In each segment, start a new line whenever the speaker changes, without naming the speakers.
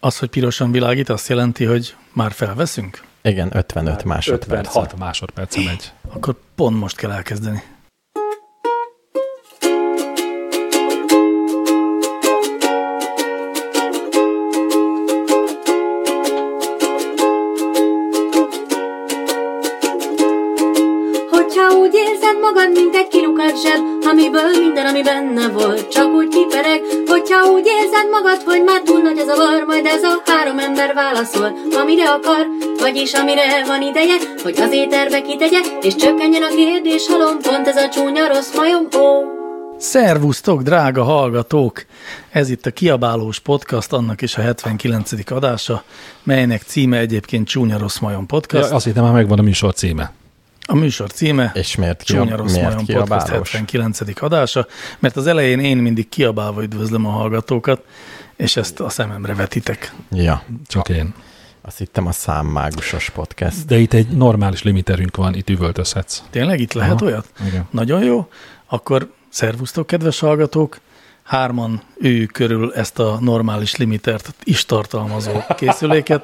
Az, hogy pirosan világít, azt jelenti, hogy már felveszünk?
Igen, 55
Hát,
Már
másodperc.
56 másodperce megy.
Akkor pont most kell elkezdeni.
Hogyha úgy érzed magad, mint egy kilukat zseb, amiből minden, ami benne volt, csak úgy kipereg. Hogyha úgy érzed magad, hogy már túl nagy az a var, majd ez a három ember válaszol, amire akar, vagyis amire van ideje, hogy az éterbe kitegye, és csökkenjen a kérdés halom, pont ez a csúnya rossz majom, ó.
Szervusztok, drága hallgatók! Ez itt a Kiabálós Podcast, annak is a 79. adása, melynek címe egyébként Csúnya Rossz Majom Podcast.
Ja, azt hittem, már megvan a műsor címe.
A műsor címe
És miért, ki
Csúnya
a,
Rossz
miért
Majom
ki a
Podcast
város?
79. adása, mert az elején én mindig kiabálva üdvözlöm a hallgatókat, és ezt a szememre vetitek.
Ja,
Csak én.
azt hittem a számmágusos podcast.
De itt egy normális limiterünk van, itt üvöltözhetsz.
Tényleg itt lehet
Aha.
olyat?
Igen.
Nagyon jó. Akkor szervusztok, kedves hallgatók! Hárman ő körül ezt a normális limitert is tartalmazó készüléket.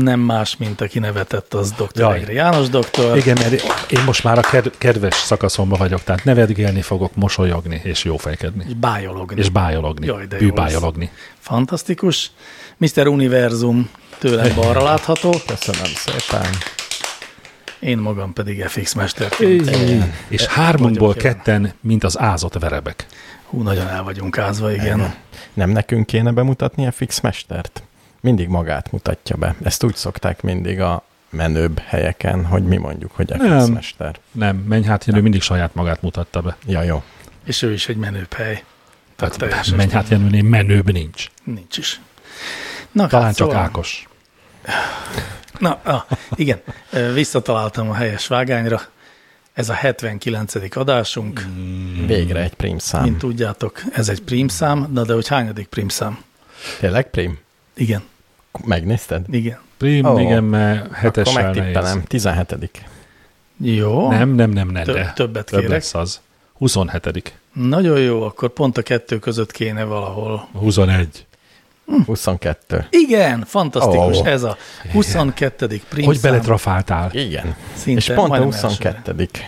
Nem más, mint aki nevetett, az dr.
Jaj.
Egri János doktor.
Igen, mert én most már a ked- kedves szakaszomban vagyok, tehát nevetgélni fogok, mosolyogni és jófejkedni.
És bájologni.
És bájologni,
Jaj, de jó
bűbájologni.
Fantasztikus. Mr. Univerzum tőlem balra látható,
Köszönöm szépen.
én magam pedig FX mesterként.
Így. És hármunkból
Mondjuk, igen.
ketten, mint az ázott verebek.
Hú, nagyon el vagyunk ázva, igen.
Nem nekünk kéne bemutatni a fix mestert? Mindig magát mutatja be. Ezt úgy szokták mindig a menőbb helyeken, hogy mi mondjuk, hogy a fix
Nem.
mester.
Nem, menj hát, Jenő mindig saját magát mutatta be.
Ja, jó.
És ő is egy menőbb hely. Tehát
Tehát
teljesen
menj hát, Jenőnél menőbb nincs.
nincs is. Na,
Talán
hát
csak
szóval-
Ákos.
Na, ah, igen, Ö, visszataláltam a helyes vágányra. Ez a 79. adásunk. Hmm.
Végre egy prim szám.
Mint tudjátok, ez egy prímszám, na de hogy hányadik prímszám?
Tényleg prim?
Igen,
Megnézted?
igen.
Prim,
Ó,
oh, igen, mert
Akkor
hetessel nehéz.
megtippelem. 17.
Jó,
Nem, nem, nem, nem,
Több-
de
többet
több
kérek.
lesz az. 27.
nagyon jó, akkor pont a kettő között kéne valahol.
21.
Hm.
22.
Igen, fantasztikus,
Ó.
oh. ez a 22. prímszám.
Hogy beletrafáltál?
Igen.
Szinte
És pont a
majdnem elsőre.
22.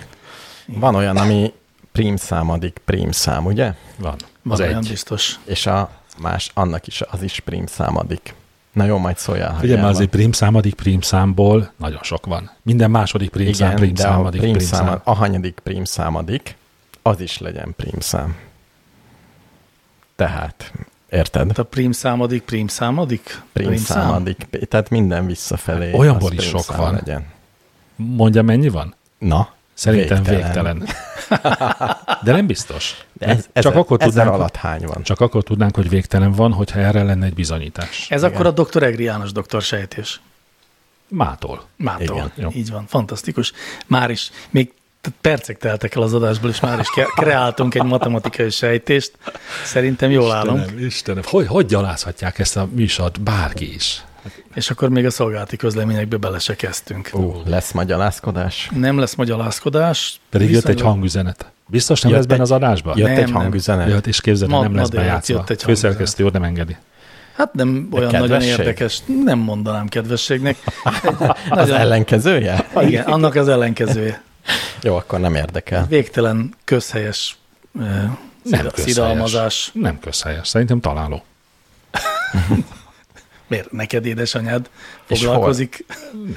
Van olyan, ami prim szám, addig prim szám, ugye?
Van.
Van
Az
olyan
egy.
biztos.
És a más, annak is, az is prim szám, addig. Na jó, majd szóljál. ha
Ugye
ilyen
már
van.
azért prímszámadik prímszámból nagyon sok van. Minden második prímszám,
Igen, de a
prímszámadik
prim
prímszám.
szám, ahanyadik prim számadik, az is legyen prim szám. Tehát, érted?
Hát a prímszámadik, prímszámadik?
Prim számadik, tehát minden visszafelé.
Hát olyanból
az
is
prim
sok
szám
van.
Legyen.
Mondja, mennyi van?
Na,
Szerintem végtelen. De nem biztos.
De Ez,
csak, akkor
ezer
tudnánk,
alatt hány van?
csak akkor tudnánk, hogy végtelen van, hogyha erre lenne egy bizonyítás.
Ez akkor a dr. Egri János doktor sejtés.
Mától.
Mától.
Igen.
Igen. Így van, fantasztikus. Már is, még t- percek teltek el az adásból, és már is ke- kreáltunk egy matematikai sejtést. Szerintem jól állunk.
Istenem, Istenem, hogy, hogy gyalázhatják ezt a műsort bárki is?
És akkor még a szolgálati közleményekbe bele se kezdtünk.
Ú, lesz magyarázkodás?
Nem lesz magyarázkodás.
Pedig jött egy
viszonylag-
hangüzenet. Biztos nem
Jött
lesz benne
egy-
az adásban?
Jött
Nem,
egy
nem.
hangüzenet?
Jött, és képzeld,
Ma-
nem
ma
lesz
délelőtt
bejátszva.
jött egy
Főszerkesztő úr nem engedi.
Hát nem olyan nagyon
kedvesség?
érdekes, nem mondanám kedvességnek.
Az ellenkezője?
Igen, annak az ellenkezője.
Jó, akkor nem érdekel.
Végtelen közhelyes ö, szida-
közhelyes.
szidalmazás.
Nem közhelyes. Szerintem találó.
Miért? Neked édesanyád
És hol?
foglalkozik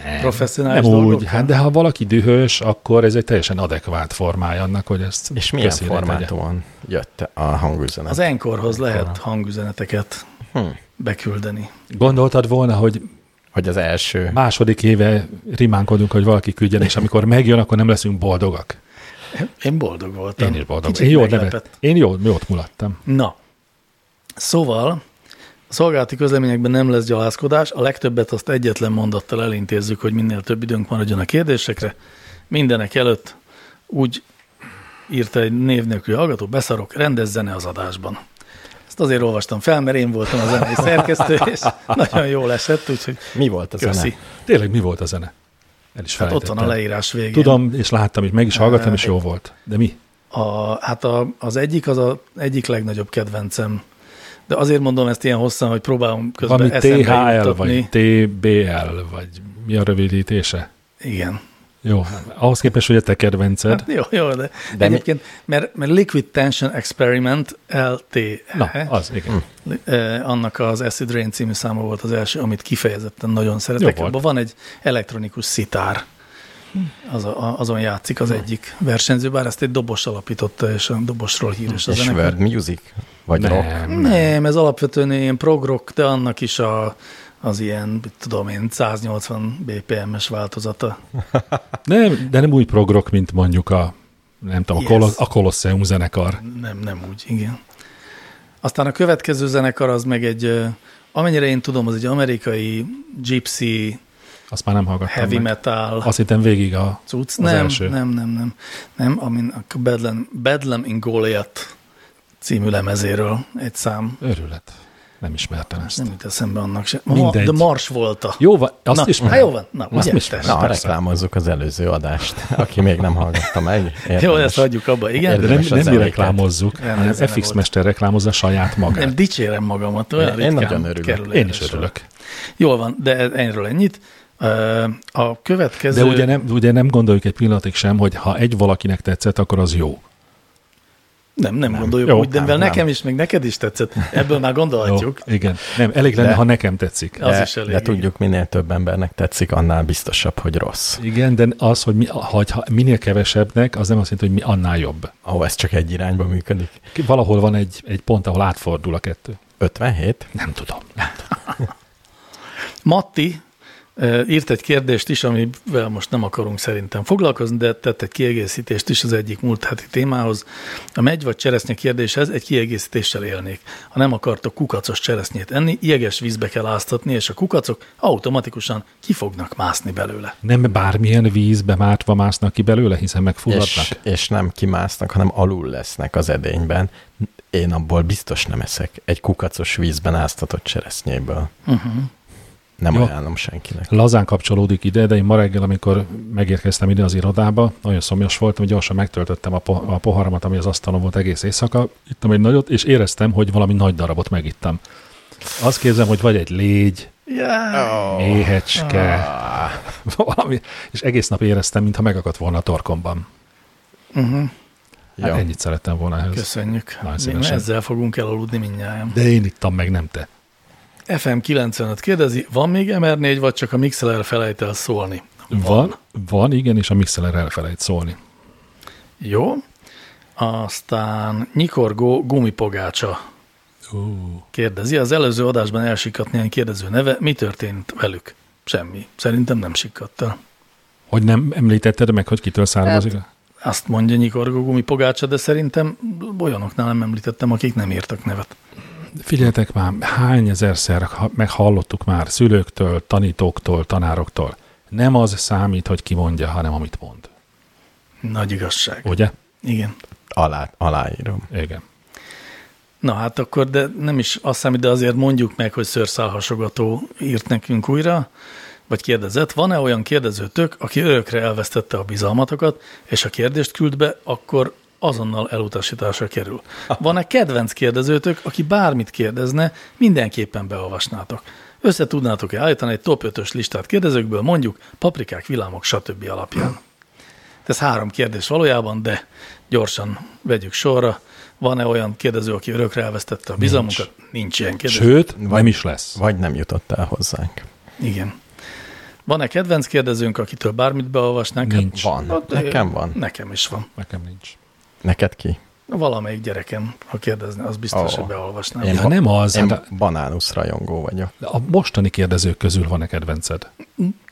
Nem.
professzionális
Nem úgy,
dolgokkal?
hát de ha valaki dühös, akkor ez egy teljesen adekvát formája annak, hogy ezt
És milyen
közhelyre tegye.
formátumon jött a hangüzenet?
Az e- enkorhoz lehet hangüzeneteket
Hm.
beküldeni.
Gondoltad volna, hogy
Hogy az első.
második éve rimánkodunk, hogy valaki küldjen, és amikor megjön, akkor nem leszünk boldogak.
Én boldog voltam.
Én is boldog.
Kicsit
Én jól,
meglepett.
nevet, én jól, jót mulattam.
Na, szóval a szolgálati közleményekben nem lesz gyalázkodás, a legtöbbet azt egyetlen mondattal elintézzük, hogy minél több időnk maradjon a kérdésekre. Mindenek előtt úgy írta egy név nélkül hallgató, beszarok, rendezz zene az adásban. Ezt azért olvastam fel, mert én voltam a zenei szerkesztő, és nagyon jól esett, úgyhogy
Mi volt az
köszi.
zene?
Tényleg mi volt a zene? El is
Hát ott
felejtettem.
van a Hát. leírás végén.
Tudom, és láttam, és meg is hallgattam, és jó volt. De mi?
A, hát a, az egyik, az a, egyik legnagyobb kedvencem De azért mondom ezt ilyen hosszan, hogy próbálom közben
Valami
eszembe
THL
juttatni.
vagy TBL, vagy mi a rövidítése?
Igen. Hát
Jó, ahhoz képest, hogy a te kedvenced.
Jó, jó, de, de
De mi-
egyébként, mert, mert Liquid Tension Experiment LTE,
Na, az,
Hm,
igen.
eh, annak az Acid Rain című száma volt az első, amit kifejezetten nagyon szeretek.
Jó volt.
Abban van egy elektronikus szitár, az a, a, azon játszik az egyik versenyző, bár ezt egy dobos alapította, és a dobosról híres a
És
zenekar.
world music? Vagy nem. rock?
Nem.
Nem, ez alapvetően ilyen progrock, de annak is a, az ilyen, mit tudom én, 180 BPM-es változata.
nem, de nem úgy progrok, mint mondjuk a nem tudom,
Yes.
a, Kolosz, a Kolosseum zenekar.
Nem, nem úgy, igen. Aztán a következő zenekar az meg egy, ö, amennyire én tudom, az egy amerikai gypsy,
Azt már nem hallgattam
heavy
meg.
metal
Azt hittem végig a...
cucc.
az
Nem,
első.
nem, nem, nem. Nem, amin a Bedlam, Bedlam in Goliath című lemezéről egy szám.
Örület. Nem ismertem ezt.
Nem jut eszembe annak se.
Mindegy.
De Mars volt a.
Jó van, azt
Na,
ismerem.
hát jó van. Na,
azt
ugye,
ismerem.
tessék.
Na,
persze.
reklámozzuk az előző adást, aki még nem hallgatta meg. Érdemes.
Jó, ezt hagyjuk abba, igen?
De nem,
Érdemes a
nem mi
zenéket.
reklámozzuk,
Nem,
hanem
ez zene
FX
volt.
Mester reklámozza saját magát.
Nem dicsérem magamat, olyan
Én
ritkán
nagyon örülök.
kerül
Én is
erre sor.
örülök.
Jól van, de e- erről ennyit. Ö, A következő...
De ugye nem, ugye nem gondoljuk egy pillanatig sem, hogy ha egy valakinek tetszett, akkor az jó.
Nem, nem, nem gondoljuk
Jó,
úgy, de
nem,
mivel
nem.
nekem is, meg neked is tetszett, ebből már gondolhatjuk.
Jó, igen. Nem, elég lenne,
De-
ha nekem tetszik.
Az
de,
is elég,
de
igen.
tudjuk, minél több embernek tetszik, annál biztosabb, hogy rossz.
Igen, de az, hogy mi, hogy ha minél kevesebbnek, az nem azt jelenti, hogy mi annál jobb.
Ó, ez csak egy irányba működik.
Ki- Valahol van egy, egy pont, ahol átfordul a kettő.
57?
Nem tudom.
Matti ö, írt egy kérdést is, amivel most nem akarunk szerintem foglalkozni, de tett egy kiegészítést is az egyik múlt heti témához. A megy vagy cseresznye kérdéshez egy kiegészítéssel élnék. Ha nem akartok kukacos cseresznyét enni, jeges vízbe kell áztatni, és a kukacok automatikusan ki fognak mászni belőle.
Nem bármilyen vízbe mártva másznak ki belőle, hiszen megfulladnak.
És, és nem kimásznak, hanem alul lesznek az edényben. Én abból biztos nem eszek. Egy kukacos vízben áztatott cseresznyéből. Uh-huh. Nem
Mhm. Jó.
Jó. ajánlom senkinek.
Lazán kapcsolódik ide, de én ma reggel, amikor megérkeztem ide az irodába, nagyon szomjas voltam, hogy gyorsan megtöltöttem a, po- a poharamat, ami az asztalon volt egész éjszaka, ittam egy nagyot, és éreztem, hogy valami nagy darabot megittam. Azt képzem, hogy vagy egy légy,
Yeah.
Oh. méhecske, Ah. valami, és egész nap éreztem, mintha megakadt volna a torkomban.
Uh-huh.
Hát
Jó.
ennyit szerettem volna ehhez.
Köszönjük.
Nagyon
Mi
szívesen.
ezzel fogunk elaludni mindjárt.
De én ittam meg, nem te.
FM95 kérdezi, van még MR4, vagy csak a Mixeler felejt el szólni?
Van, van, igen, és a mixeler elfelejt szólni.
Jó. Aztán Nyikorgó gumipogácsa kérdezi. Az előző adásban elsikadt néhány kérdező neve. Mi történt velük? Semmi. Szerintem nem sikadt el.
Hogy nem említetted meg, hogy kitől származik?
Azt mondja Nyikorgó gumipogácsa, de szerintem olyanoknál nem említettem, akik nem írtak nevet.
Figyeljetek már, hány ezerszer ha- meghallottuk már szülőktől, tanítóktól, tanároktól. Nem az számít, hogy ki mondja, hanem amit mond.
Nagy igazság.
Ugye?
Igen.
Alá, aláírom.
Igen.
Na hát akkor, de nem is azt számít, de azért mondjuk meg, hogy szőrszálhasogató írt nekünk újra, vagy kérdezett, van-e olyan kérdezőtök, aki örökre elvesztette a bizalmatokat, és a kérdést küld be, akkor azonnal elutasításra kerül. Van-e kedvenc kérdezőtök, aki bármit kérdezne, mindenképpen beolvasnátok? Össze tudnátok-e állítani egy top 5-ös listát kérdezőkből, mondjuk paprikák, villámok, stb. alapján? Ez három kérdés valójában, de gyorsan vegyük sorra. Van-e olyan kérdező, aki örökre elvesztette a bizalmunkat? Nincs, Nincs ilyen kérdező.
Sőt, nem is lesz.
Vagy nem jutott el hozzánk.
Igen. Van-e kedvenc kérdezőnk, akitől bármit beolvasnánk? Hát
Nincs.
Van.
Hát,
Nekem van.
Nekem is van.
Nekem nincs.
Neked ki?
Valamelyik gyerekem, ha kérdezne, az biztos,
Ó.
hogy beolvasnám.
Én
Én...
Ja, nem az,
Én
hát a-
banánusz rajongó vagyok.
De a mostani kérdezők közül van-e kedvenced?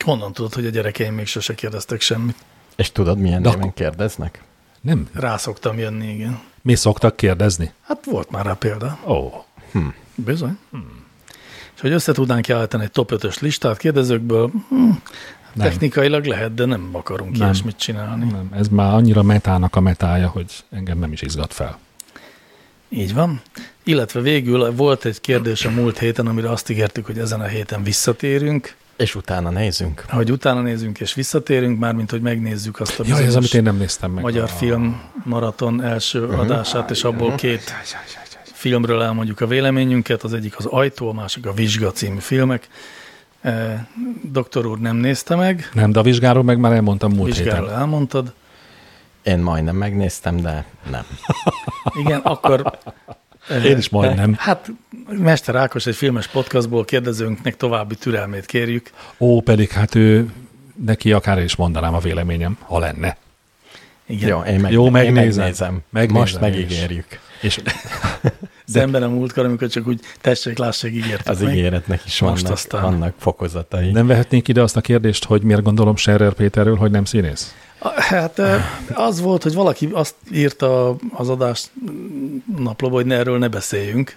Honnan tudod, hogy a gyerekeim még sose kérdeztek semmit?
És tudod, milyen
De
néven
akkor-
kérdeznek?
Nem.
Rá szoktam jönni, igen.
Mi szoktak kérdezni?
Hát volt már rá példa.
Ó,
Bizony. Hmm. És hogy össze tudnánk állítani egy top 5-ös listát kérdezőkből, hm,
Nem.
technikailag lehet, de nem akarunk nem.
Nem.
ilyesmit csinálni. Nem.
nem, ez már annyira metának a metája, hogy engem nem is izgat fel.
Így van. Illetve végül volt egy kérdés a múlt héten, amire azt ígértük, hogy ezen a héten visszatérünk,
És utána nézzünk.
hogy utána nézünk és visszatérünk, mármint, hogy megnézzük azt a
Jaj, ez, amit
bizonyos
Ah. én nem néztem meg.
magyar
A-
film maraton első adását, és abból két filmről elmondjuk a véleményünket, az egyik az Ajtó, a másik a Vizsga című filmek. E, doktor úr nem nézte meg,
Nem, de a vizsgáról meg már elmondtam múlt
vizsgáról
héten.
elmondtad.
Én majdnem megnéztem, de nem.
Igen, akkor... e,
Én is majdnem.
Hát Mester Ákos egy filmes podcastból kérdezőnknek további türelmét kérjük.
Ó, pedig hát ő, neki akár is mondanám a véleményem, ha lenne.
Igen.
Jó, én meg,
Jó,
én
megnézem.
megnézem.
Megnézem
Most
én
megígérjük.
És
Szemben a múltkor, amikor csak úgy tessék, lássék, ígértek
Az
meg.
ígéretnek is
Most
vannak,
aztán.
vannak fokozatai.
nem vehetnék ide azt a kérdést, hogy miért gondolom Scherer Péterről, hogy nem színész?
A- Hát eh, az volt, hogy valaki azt írta az adás naplóba, hogy ne erről ne beszéljünk.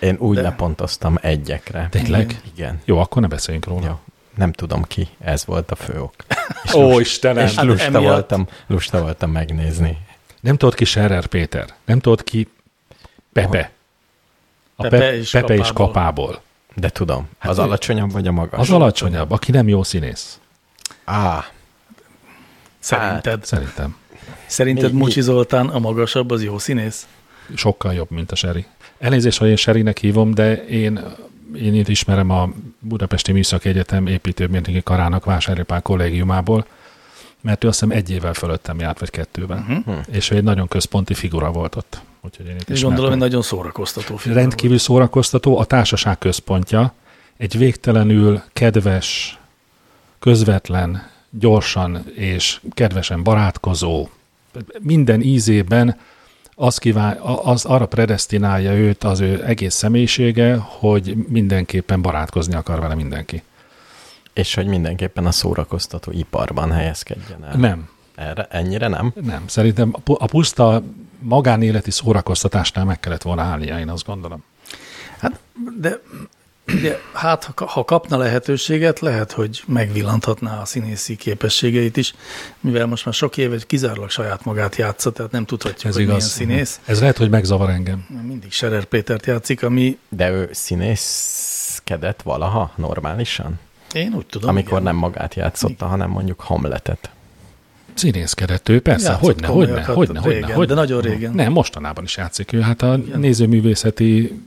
Én úgy
De-
de. lepontoztam egyekre.
Tényleg?
Igen. Igen.
Jó, akkor ne beszéljünk róla.
Jó. Nem tudom ki, ez volt a fő ok. És
Ó,
lust-
Istenem!
És
Hát
lusta,
emiatt-
voltam, lusta voltam megnézni.
Nem tudod ki Scherer Péter, nem tudod ki Pepe. A
Pepe
Pepe,
és
és, Pepe és
Kapából.
kapából.
De tudom,
Hát
hát az
ő-
alacsonyabb vagy a magas?
Az alacsonyabb, aki nem jó színész,
Á,
Szerinted? Hát,
szerintem.
szerinted
mi- mi-
Mucsi Zoltán a magasabb, az jó színész?
Sokkal jobb, mint a Seri. Elnézést, ha én Serinek hívom, de én, én itt ismerem a Budapesti Műszaki Egyetem építőmérnöki karának vásárlópár kollégiumából, mert ő azt hiszem egy évvel fölöttem járt, vagy kettővel. Uh-huh. És ő egy nagyon központi figura volt ott. Úgyhogy én itt
És
ismertem.
gondolom, hogy nagyon szórakoztató film.
rendkívül szórakoztató, a társaság központja, egy végtelenül kedves, közvetlen, gyorsan és kedvesen barátkozó, minden ízében az, kíván, a- az arra predestinálja őt az ő egész személyisége, hogy mindenképpen barátkozni akar vele mindenki.
és hogy mindenképpen a szórakoztató iparban helyezkedjen el.
Nem,
Erre, ennyire nem?
nem. Szerintem a pu- a puszta magánéleti szórakoztatásnál meg kellett volna állnia, én azt gondolom.
Hát, de ugye, hát ha, ha kapna lehetőséget, lehet, hogy megvillanthatná a színészi képességeit is, mivel most már sok éve kizárólag saját magát játsza, tehát nem tudhatjuk, Ez hogy igaz. milyen színész.
Ez lehet, hogy megzavar engem.
Mindig Serer Pétert játszik, ami
De ő színészkedett valaha normálisan?
én úgy tudom.
Amikor
igen.
nem magát játszotta, hanem mondjuk Hamletet.
Színészkedett ő, persze,
Játszott
hogyne, hogyne,
komolyakat
hogyne, hogyne,
régen,
hogyne.
de nagyon régen.
Nem, mostanában is játszik ő. Hát a Igen. nézőművészeti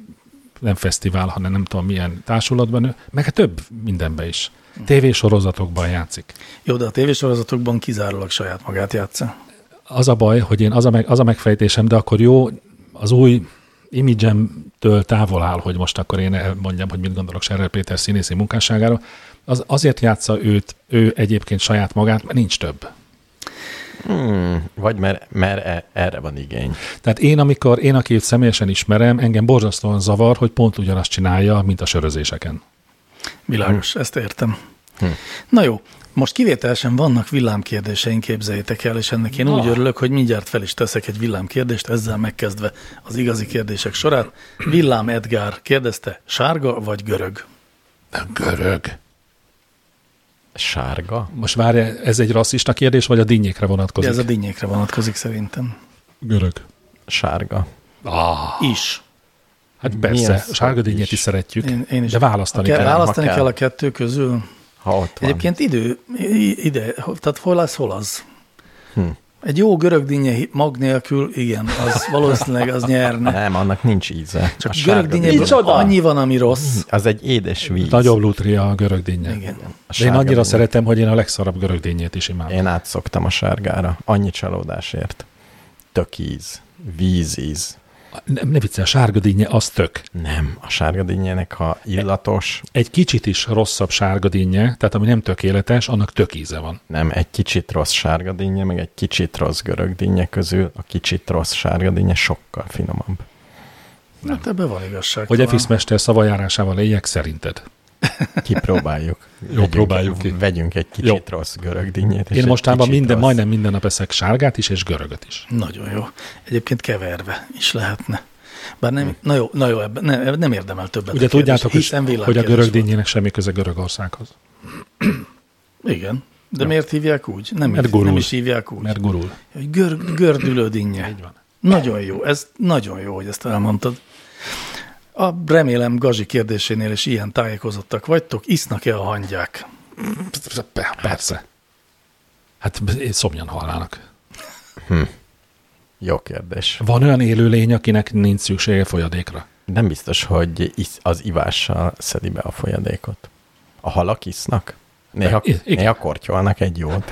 nem fesztivál, hanem nem tudom milyen társulatban, ő, meg hát több mindenben is. TV-sorozatokban játszik.
Jó, de a tévésorozatokban kizárólag saját magát játsza.
Az a baj, hogy én az a, meg, az a megfejtésem, de akkor jó, az új imidzsemtől távol áll, hogy most akkor én elmondjam, hogy mit gondolok Serrel Péter színészi munkásságáról. Az, azért játsza őt, ő egyébként saját magát, mert nincs több.
Hmm, vagy mert, mert e- erre van igény.
Tehát én, amikor én, aki őt személyesen ismerem, engem borzasztóan zavar, hogy pont ugyanazt csinálja, mint a sörözéseken.
Világos, ezt értem. Na jó, most kivételesen vannak villámkérdéseink, képzeljétek el, és ennek én úgy örülök, hogy mindjárt fel is teszek egy villámkérdést, ezzel megkezdve az igazi kérdések sorát. Villám Edgár kérdezte, sárga vagy görög?
Görög.
Sárga?
Most várj, ez egy rasszista kérdés, vagy a dinnyékre
De
vonatkozik?
ez a dinnyékre vonatkozik szerintem.
Görög.
Sárga.
Is.
Hát
Milyen
persze,
szó
sárga dinnyét
is.
is szeretjük,
Én, én is.
de választani
Ha
kell.
kell. Választani
ha
kell.
kell.
kell a kettő közül.
Ha ott van.
Egyébként idő, i- ide, tehát hol lesz, hol az? Hm. Egy jó görög dinnye hi- mag nélkül, igen, az valószínűleg az nyerne.
Nem, annak nincs íze.
Csak
A
a görög
sárga dinnyé-
dinnyéből annyi van, ami rossz.
Az egy édes víz.
Nagyobb lútria a görög dinnye.
Igen.
A
De én
sárga
annyira
dinnyé.
szeretem, hogy én a legszarabb görög dinnyét is imádom.
Én átszoktam a sárgára. Annyi csalódásért. Tök íz. Vízíz.
Nem, ne viccel, sárga dinnye az tök.
Nem, a sárga dinnyének, ha illatos,
Egy kicsit is rosszabb sárga dinnye, tehát ami nem tökéletes, annak tök íze van.
nem, egy kicsit rossz sárga dinnye, meg egy kicsit rossz görög dinnye közül a kicsit rossz sárga dinnye sokkal finomabb.
Hát ebben van igazság.
Hogy
talán.
FX mester szavajárásával éljek, szerinted?
Kipróbáljuk. Vegyünk-
próbáljuk ki.
Vegyünk egy kicsit
Jó.
rossz görög dinnyét. és
Én
egy
mostában
kicsit
minden,
rossz-
majdnem minden nap eszek sárgát is, és görögöt is.
Nagyon jó. Egyébként keverve is lehetne. Bár nem, na jó, na jó ebben, nem, ebben nem érdemel többet.
Ugye
a kérdés,
tudjátok is,
hiszen
hogy a
világkérdés
görög
volt.
dinnyének semmi köze Görögországhoz.
Igen. De miért hívják úgy? Nem,
Mert
így- nem
gurul.
is hívják úgy.
Mert gurul.
Hogy gör, gördülő dinnye. Így
van.
Nagyon jó, ez nagyon jó, hogy ezt elmondtad. A remélem Gazi kérdésénél is ilyen tájékozottak vagytok, isznak-e a hangyák?
eh, Persze. Hát én szomjan hallának.
Jó kérdés.
Van olyan élőlény, akinek nincs szüksége folyadékra?
Nem biztos, hogy isz, az ivással szedi be a folyadékot. A halak isznak? Néha,
I- igen.
néha kortyolnak egy jót.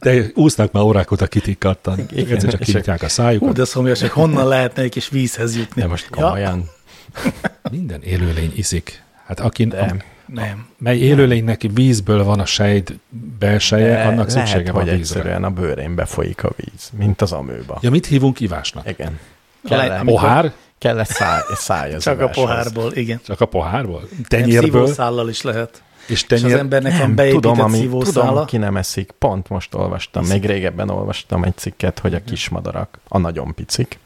De úsznak már órák óta kitikkadtan. Egyszer csak
és-
kinyitják a
Hú,
szájukat.
de szomjasak, honnan lehetne egy kis vízhez jutni?
De most komolyan.
Minden élőlény iszik. Hát aki,
De,
a,
Nem.
mely élőlénynek vízből van a sejt belseje,
de
E, annak
annak lehet,
szüksége
hogy
van vízre.
egyszerűen a bőrén befolyik a víz, mint az amőba.
Ja, mit hívunk ivásnak?
Igen.
Kell-
Kell, amikor-
Pohár?
Kell egy száj, száj az
Csak a
iváshoz.
pohárból, igen.
Csak a pohárból?
Nem,
Tenyérből?
Szívószállal is lehet. És
És
az
tenyér...
embernek van
Nem,
beépített
tudom, ami, tudom,
szívószála.
ki nem eszik. Pont most olvastam, még régebben olvastam egy cikket, hogy a kismadarak, a nagyon picik,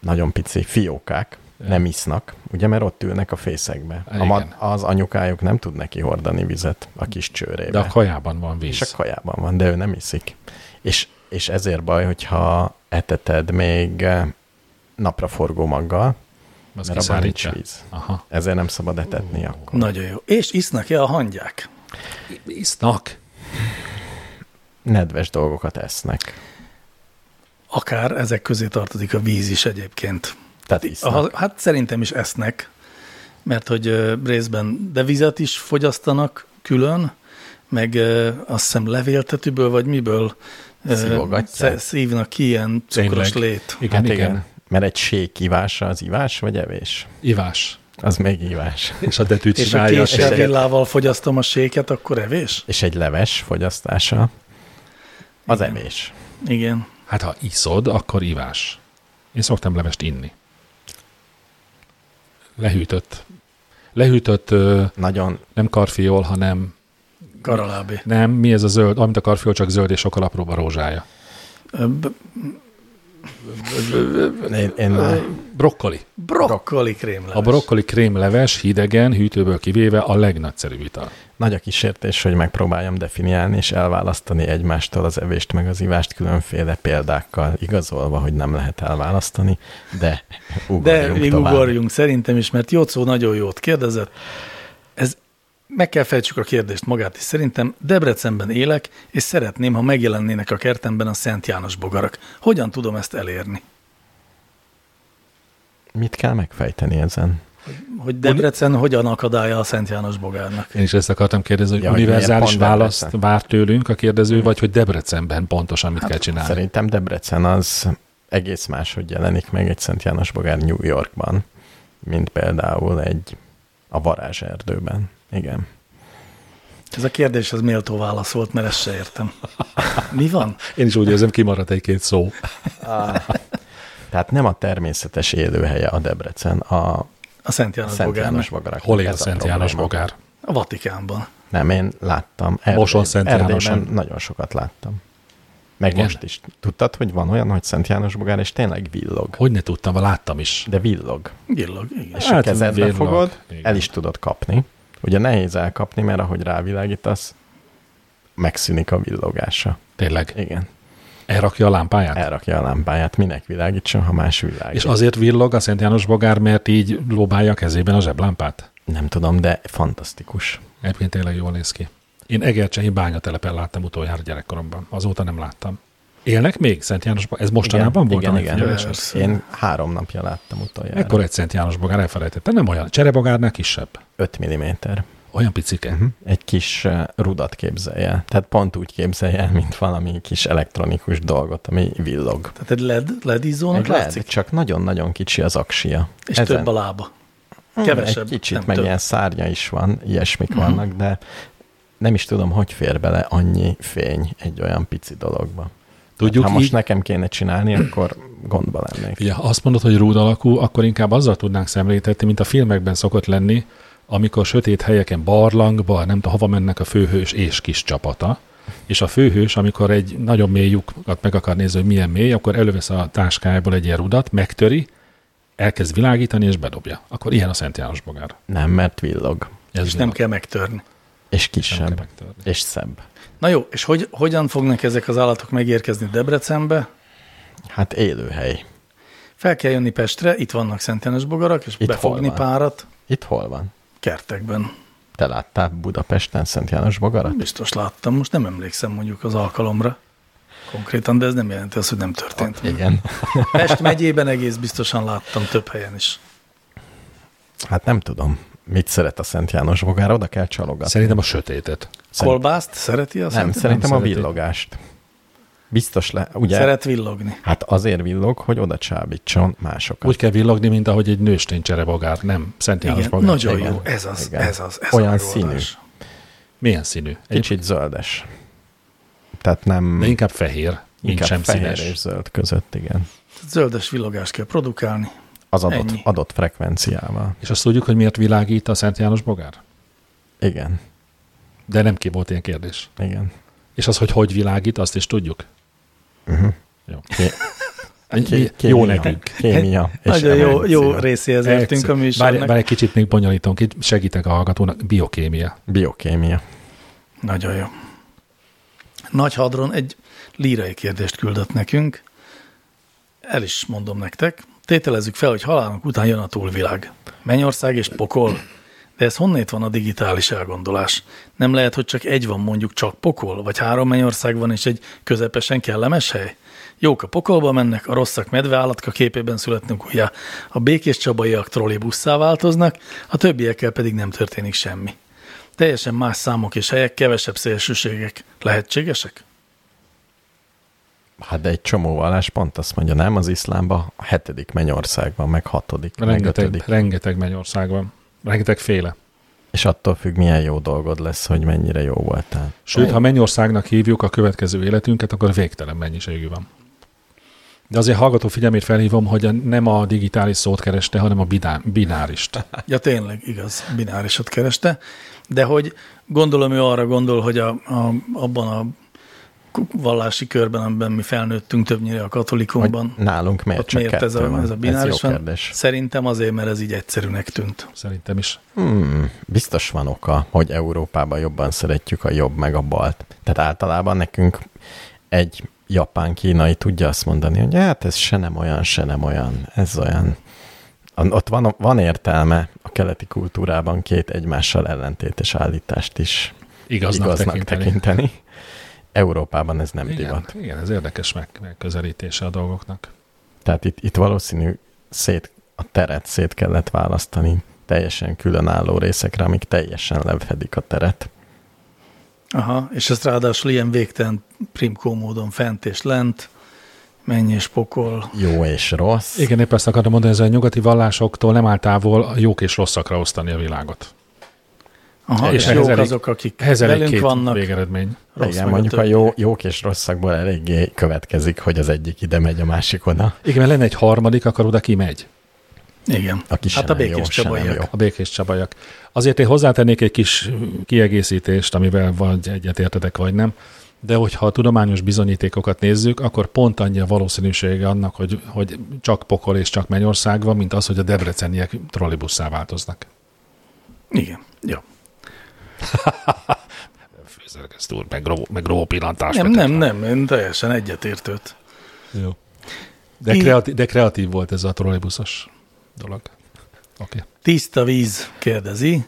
nagyon pici fiókák nem isznak, ugye, mert ott ülnek a fészekbe. A
Igen.
mad, az anyukájuk nem tud neki hordani vizet a kis csőrébe.
De a kajában van
és a
víz.
kajában van, de ő nem iszik. És, és ezért baj, hogyha eteted még eh, napraforgó maggal,
Az
mert abban nincs
kiszárítja.
víz.
Aha.
Ezért nem szabad etetni akkor.
Nagyon jó. És isznak-e a hangyák?
Isznak.
Nedves dolgokat esznek.
Akár ezek közé tartozik a víz is egyébként.
Tehát isznak.
Aha, hát szerintem is esznek, mert hogy ö, részben de vizet is fogyasztanak külön, meg ö, azt hiszem levéltetőből, vagy miből ö,
Szívogatják.
sze- szívnak ki ilyen cukros
Tényleg.
lét.
Igen, hát igen. igen.
Mert egy sék ivása az ivás vagy evés?
Ivás.
Az még ivás.
És a detűt
És ha
csinálja. a
késsel,
sejet.
villával fogyasztom a séket, akkor evés?
És egy leves fogyasztása az evés.
Igen.
Hát ha iszod, akkor ivás. Én szoktam levest inni. Lehűtött. Lehűtött, ö,
Nagyon
nem karfiol, hanem
Karalábé.
nem, mi ez a zöld, amit a karfiol, csak zöld és sokkal apróbb a rózsája.
Ö, b-
én, én
Brokkoli.
Brokkoli krémleves.
A brokkoli krémleves, hidegen, hűtőből kivéve a legnagyszerűbb ital.
nagy a kísértés, hogy megpróbáljam definiálni és elválasztani egymástól az evést meg az ivást különféle példákkal, igazolva, hogy nem lehet elválasztani, de
De
ugorjunk de,
még
tovább.
ugorjunk szerintem is, mert Jocó nagyon jót kérdezett. Ez meg kell fejtsük a kérdést magát is szerintem. Debrecenben élek, és szeretném, ha megjelennének a kertemben a Szent János bogarak. Hogyan tudom ezt elérni?
Mit kell megfejteni ezen?
Hogy Debrecen hogyan akadálya a Szent János bogárnak?
Én is ezt akartam kérdezni, hogy
Ja,
ja,
hogy miért
univerzális
pont
választ
Debrecen? Mm.
vár tőlünk a kérdező, vagy hogy Debrecenben pontosan mit hát, kell csinálni.
Szerintem Debrecen az egész máshogy jelenik meg egy Szent János Bogár New Yorkban, mint például egy a Varázserdőben. Igen.
Ez a kérdés az méltó válasz volt, mert ezt se értem. Mi van?
Én is úgy érzem, kimaradt egy-két szó.
Tehát nem a természetes élőhelye a Debrecen, a
A Szent János
Szent János
bogárnak.
Bogarak.
Hol él a
Ez
Szent
probléma.
János Bogár?
A Vatikánban.
Nem, én láttam.
Moson Szent
Erdélyben
Jánoson.
nagyon sokat láttam. Meg
Igen.
most is. Tudtad, hogy van olyan, hogy Szent János Bogár, és tényleg villog.
Hogy ne tudtam, láttam is.
De villog.
Gillog, igen.
és
Hát,
hát, a kezedbe
vérlag.
fogod,
Igen.
el is tudod kapni. Ugye nehéz elkapni, mert ahogy rávilágítasz, megszűnik a villogása.
Tényleg.
Igen.
Elrakja a lámpáját?
Elrakja a lámpáját, minek világítson, ha más világít.
Hát. És azért villog a Szent János Bogár, mert így lobálja a kezében a zseblámpát?
Nem tudom, de fantasztikus.
Egyébként tényleg jól néz ki. Én Egercsehi bányatelepen láttam utoljára gyerekkoromban. Azóta nem láttam. Élnek még Szent János Bogár? Ez mostanában volt?
igen,
amit
igen,
figyelem?
igen.
Persze.
Én három napja láttam utoljára.
Ekkor egy Szent János Bogár elfelejtettem. Nem olyan. Cserebogárnál kisebb.
5 mm.
Olyan picike.
Egy kis eh, rudat képzelj el. Tehát pont úgy képzelj el, mint valami kis elektronikus dolgot, ami villog.
Tehát egy led, led izzónak
Egy
látszik,
lehet, csak nagyon-nagyon kicsi az aksia.
és
Ezen-
több a lába.
Egy
Kevesebb,
kicsit,
nem
meg
több.
ilyen szárnya is van, ilyesmik
Mhm.
vannak, de nem is tudom, hogy fér bele annyi fény egy olyan pici dologba. Hát,
Tudjuk
ha
így,
most nekem kéne csinálni, akkor gondba lennék.
Ugye, ha azt mondod, hogy rúd alakú, akkor inkább azzal tudnánk szemléltetni, mint a filmekben szokott lenni, amikor sötét helyeken barlangba, nem tudom, hova mennek a főhős és kis csapata, és a főhős, amikor egy nagyon mély lyukat meg akar nézni, hogy milyen mély, akkor elővesz a táskájából egy ilyen rudat, megtöri, elkezd világítani és bedobja. Akkor ilyen a Szent János bogár.
Nem, mert villog,
Ez
És nem
divat.
kell megtörni.
és
Nem kell
kisebb,
megtörni.
és szebb.
Na jó, és hogy, hogyan fognak ezek az állatok megérkezni Debrecenbe?
Hát élőhely.
Fel kell jönni Pestre, itt vannak Szent János bogarak, és
Itt
itt befogni
hol van?
párat
Itt hol van?
kertekben.
Te láttál Budapesten Szent János bogarat?
Biztos láttam, most nem emlékszem mondjuk az alkalomra. konkrétan, de ez nem jelenti azt, hogy nem történt.
Igen.
Pest megyében egész biztosan láttam több helyen is.
Hát nem tudom, mit szeret a Szent János bogár, oda kell csalogatni.
Szerintem a sötétet.
Szerint-
Kolbászt szereti azt?
nem, szerintem a
szereti.
villogást. Biztos le, ugye?
Szeret villogni.
Hát azért villog, hogy oda csábítson másokat.
Úgy kell villogni, mint ahogy egy nőstény cserebogár, nem Szent János
Igen,
bogár.
nagyon
Igen.
jó. Ez az,
Igen.
ez az. Ez
Olyan
a megoldás.
színű.
Milyen színű? Egy,
Kicsit zöldes. Tehát nem
de inkább fehér, mint sem
inkább fehér
színes.
és zöld között, igen.
Zöldes villogást kell produkálni.
Az adott,
Ennyi.
adott frekvenciával.
És azt tudjuk, hogy miért világít a Szent János bogár?
Igen,
De nem ki volt ilyen kérdés.
igen.
És az, hogy hogy világít, azt is tudjuk. Uh-huh. Hát
Ké-
Jó. Mi-
ké-
Jó
kémia.
nekünk.
Kémia. és
Nagyon jó, jó
emulzió.
részéhez értünk a
Bár,
műsornak.
bár egy kicsit még bonyolítunk, itt segítek a hallgatónak, biokémia.
Biokémia.
Nagyon jó. Nagy Hadron egy lírai kérdést küldött nekünk. El is mondom nektek. Tételezzük fel, hogy halálunk után jön a túlvilág. Mennyország és pokol. De ez honnét van a digitális elgondolás? Nem lehet, hogy csak egy van mondjuk csak pokol, vagy három mennyország van és egy közepesen kellemes hely? Jók a pokolba mennek, a rosszak medveállatka képében születnek újjá. A békés csabaiak trollibusszá változnak, a többiekkel pedig nem történik semmi. Teljesen más számok és helyek, kevesebb szélsőségek lehetségesek?
Hát de egy csomó vallás pont azt mondja, nem az iszlámban, a hetedik mennyországban, meg hatodik, meg
Rengeteg,
ötödik.
rengeteg mennyország van. Rengeteg féle.
És attól függ, milyen jó dolgod lesz, hogy mennyire jó voltál.
Sőt, ha mennyországnak hívjuk a következő életünket, akkor végtelen mennyiségű van. De azért hallgató figyelmét felhívom, hogy a- nem a digitális szót kereste, hanem a bidá- binárist.
Hát.
Ja, tényleg, igaz, binárisat kereste, de hogy gondolom ő arra gondol, hogy a, a, abban a ku- vallási körben, amiben mi felnőttünk többnyire a
Hogy
katolikumban,
nálunk miért
ott
csak
miért ez
kettő
a,
van?
ez a bináris
ez jó
van?
kérdés.
Szerintem azért, mert ez így egyszerűnek tűnt.
Szerintem is.
Hmm, biztos van oka, hogy Európában jobban szeretjük a jobb meg a balt. Tehát általában nekünk egy japán-kínai tudja azt mondani, hogy hát ez se nem olyan, se nem olyan, ez olyan. An- Ott van, van értelme a keleti kultúrában két egymással ellentétes állítást is
Igaznak,
igaznak tekinteni.
tekinteni.
tekinteni. Európában ez nem Igen.
Igen,
divat.
igen, ez érdekes meg, megközelítése a dolgoknak.
Tehát itt, itt valószínű szét, a teret szét kellett választani teljesen különálló részekre, amik teljesen lefedik a teret.
Aha, és ezt ráadásul ilyen végtelen primkó módon fent és lent, menj és pokol.
Jó és rossz.
Igen, épp ezt akartam mondani, ez a nyugati vallásoktól nem áll távol a jók és rosszakra osztani a világot.
Aha,
Igen.
és
Ez
jók
elég-
azok, akik
Ehhez elég
velünk
két
vannak.
végeredmény.
rossz
Igen,
meg a
mondjuk a
többi.
jó, jók és rosszakból eléggé következik, hogy az egyik ide megy, a másik oda.
Igen, mert lenne egy harmadik, akkor oda kimegy.
Igen.
Aki se
hát a
nem
békés
jó, se nem
csabaiak.
jó.
A békés csabajak. Azért én hozzátennék egy kis kiegészítést, amivel vagy egyetértetek, vagy nem, de hogyha a tudományos bizonyítékokat nézzük, akkor pont annyi a valószínűsége annak, hogy, hogy csak pokol és csak mennyország van, mint az, hogy a debreceniek trollibusszá változnak.
Igen, jó.
Főzergeszt úr, meg, ró, meg ró pillantás.
Nem,
vetek
nem,
rá.
nem, én teljesen egyetértőt.
Jó. De,
Így-
kreatív, de kreatív volt ez a trollibuszos dolog. Oké. Okay.
Tiszta víz kérdezi,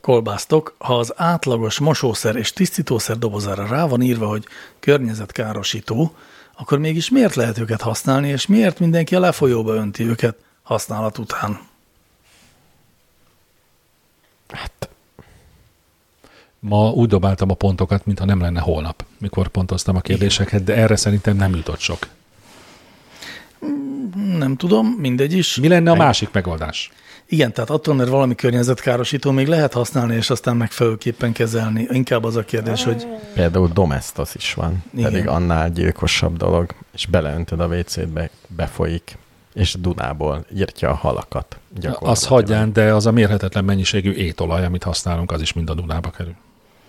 kolbásztok, ha az átlagos mosószer és tisztítószer dobozára rá van írva, hogy környezetkárosító, akkor mégis miért lehet őket használni, és miért mindenki a lefolyóba önti őket használat után?
Hát,
Ma úgy dobáltam a pontokat, mintha nem lenne holnap, mikor pontoztam a kérdéseket, de erre szerintem nem jutott sok.
Nem tudom, mindegy is.
Mi lenne a másik megoldás?
Igen, tehát attól, mert valami környezetkárosító még lehet használni, és aztán megfelelőképpen kezelni. Inkább az a kérdés, hogy
például domestos is van,
Igen.
Igen. pedig annál gyilkosabb dolog, és beleöntöd a WC-be, befolyik, és Dunából írtja a halakat. gyakorlatilag.
Az hagyján, de az a mérhetetlen mennyiségű étolaj, amit használunk, az is mind a Dunába kerül.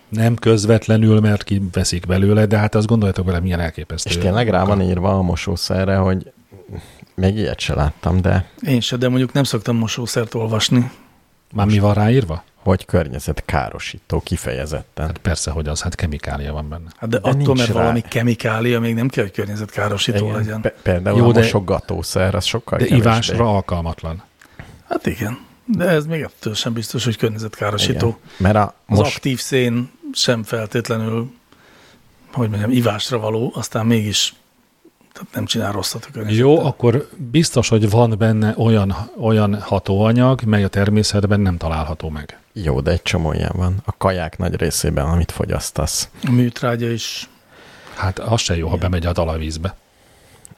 Nem közvetlenül, mert kiveszik belőle, de hát azt gondoljatok vele, milyen elképesztő.
És tényleg rá van írva a mosószerre, hogy még ilyet se láttam, de
én se, de mondjuk nem szoktam mosószert olvasni.
Már mi van ráírva?
hogy környezet károsító kifejezetten.
Hát persze, hogy az, hát kemikália van benne.
Hát de,
De
de attól,
nincs
mert
rá.
valami kemikália, még nem kell, hogy környezetkárosító Hát, igen. legyen.
Pe- Például
Jó,
Jó, a
de-
mosogatószer, az sokkal
De
kevésbé.
ivásra alkalmatlan.
Hát igen, de ez még ettől sem biztos, hogy környezetkárosító.
Igen. Mert a
Az
most
aktív szén sem feltétlenül hogy mondjam, ivásra való, aztán mégis tehát nem csinál rosszat a környezetben.
Jó, akkor biztos, hogy van benne olyan, olyan hatóanyag, mely a természetben nem található meg.
Jó, de egy csomó ilyen van. A kaják nagy részében, amit fogyasztasz.
A műtrágya is.
Hát az se jó, ha bemegy a talajvízbe.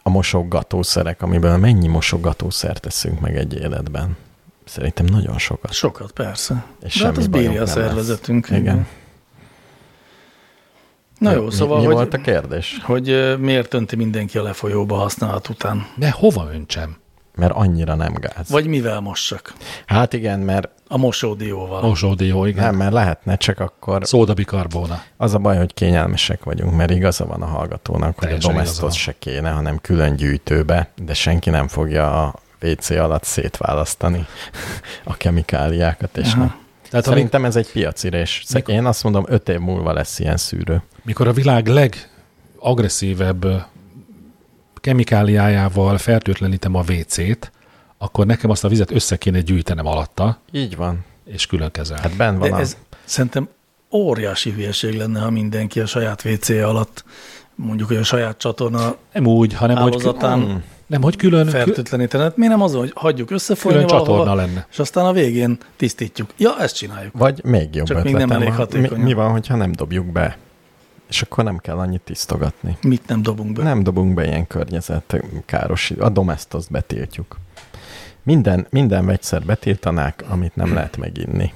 A mosogatószerek, amiből mennyi mosogatószer teszünk meg egy életben? Szerintem nagyon sokat.
Sokat, persze.
És
De hát
semmi
az bírja
bajunk
a
nem lesz.
szervezetünk.
Igen.
Na
Mi-
jó, szóval,
mi, mi
hogy,
volt a kérdés?
hogy ö, miért önti mindenki a lefolyóba használat után?
De hova öntsem?
Mert annyira nem gáz.
Vagy mivel mossak?
Hát igen, mert
A mosódióval.
Mosódió, igen.
nem, mert lehetne, csak akkor
Szódabikarbóna.
az a baj, hogy kényelmesek vagyunk, mert igaza van a hallgatónak, hogy a
Teljesen igaza
domestos
van.
se kéne, hanem külön gyűjtőbe, de senki nem fogja a WC alatt szétválasztani a kemikáliákat, és nem.
Tehát amíg-
Szerintem ez egy piacirés. Szer- Én azt mondom, öt év múlva lesz ilyen szűrő.
mikor a világ legagresszívebb ö, kemikáliájával fertőtlenítem a WC-t, akkor nekem azt a vizet össze kéne gyűjtenem alatta,
Így van.
és külön kezelni.
Hát benn van
De
a...
ez szerintem óriási hülyeség lenne, ha mindenki a saját WC alatt, mondjuk, hogy a saját csatorna
nem úgy, hanem hogy, kü-
hálózatán
nem, hogy külön, kü-
fertőtleníteni. Hát miért nem azon, hogy hagyjuk összefolyni
külön
valahova,
csatorna lenne.
és aztán a végén tisztítjuk. Ja, ezt csináljuk.
Vagy még jobb
Csak még
ötletem.
nem elég
van.
hatékonyan.
mi, mi van, hogyha nem dobjuk be? És akkor nem kell annyit tisztogatni.
Mit nem dobunk be?
Nem dobunk be ilyen környezetkáros, a domestoszt betiltjuk. Minden, minden vegyszer betiltanák, amit nem lehet meginni.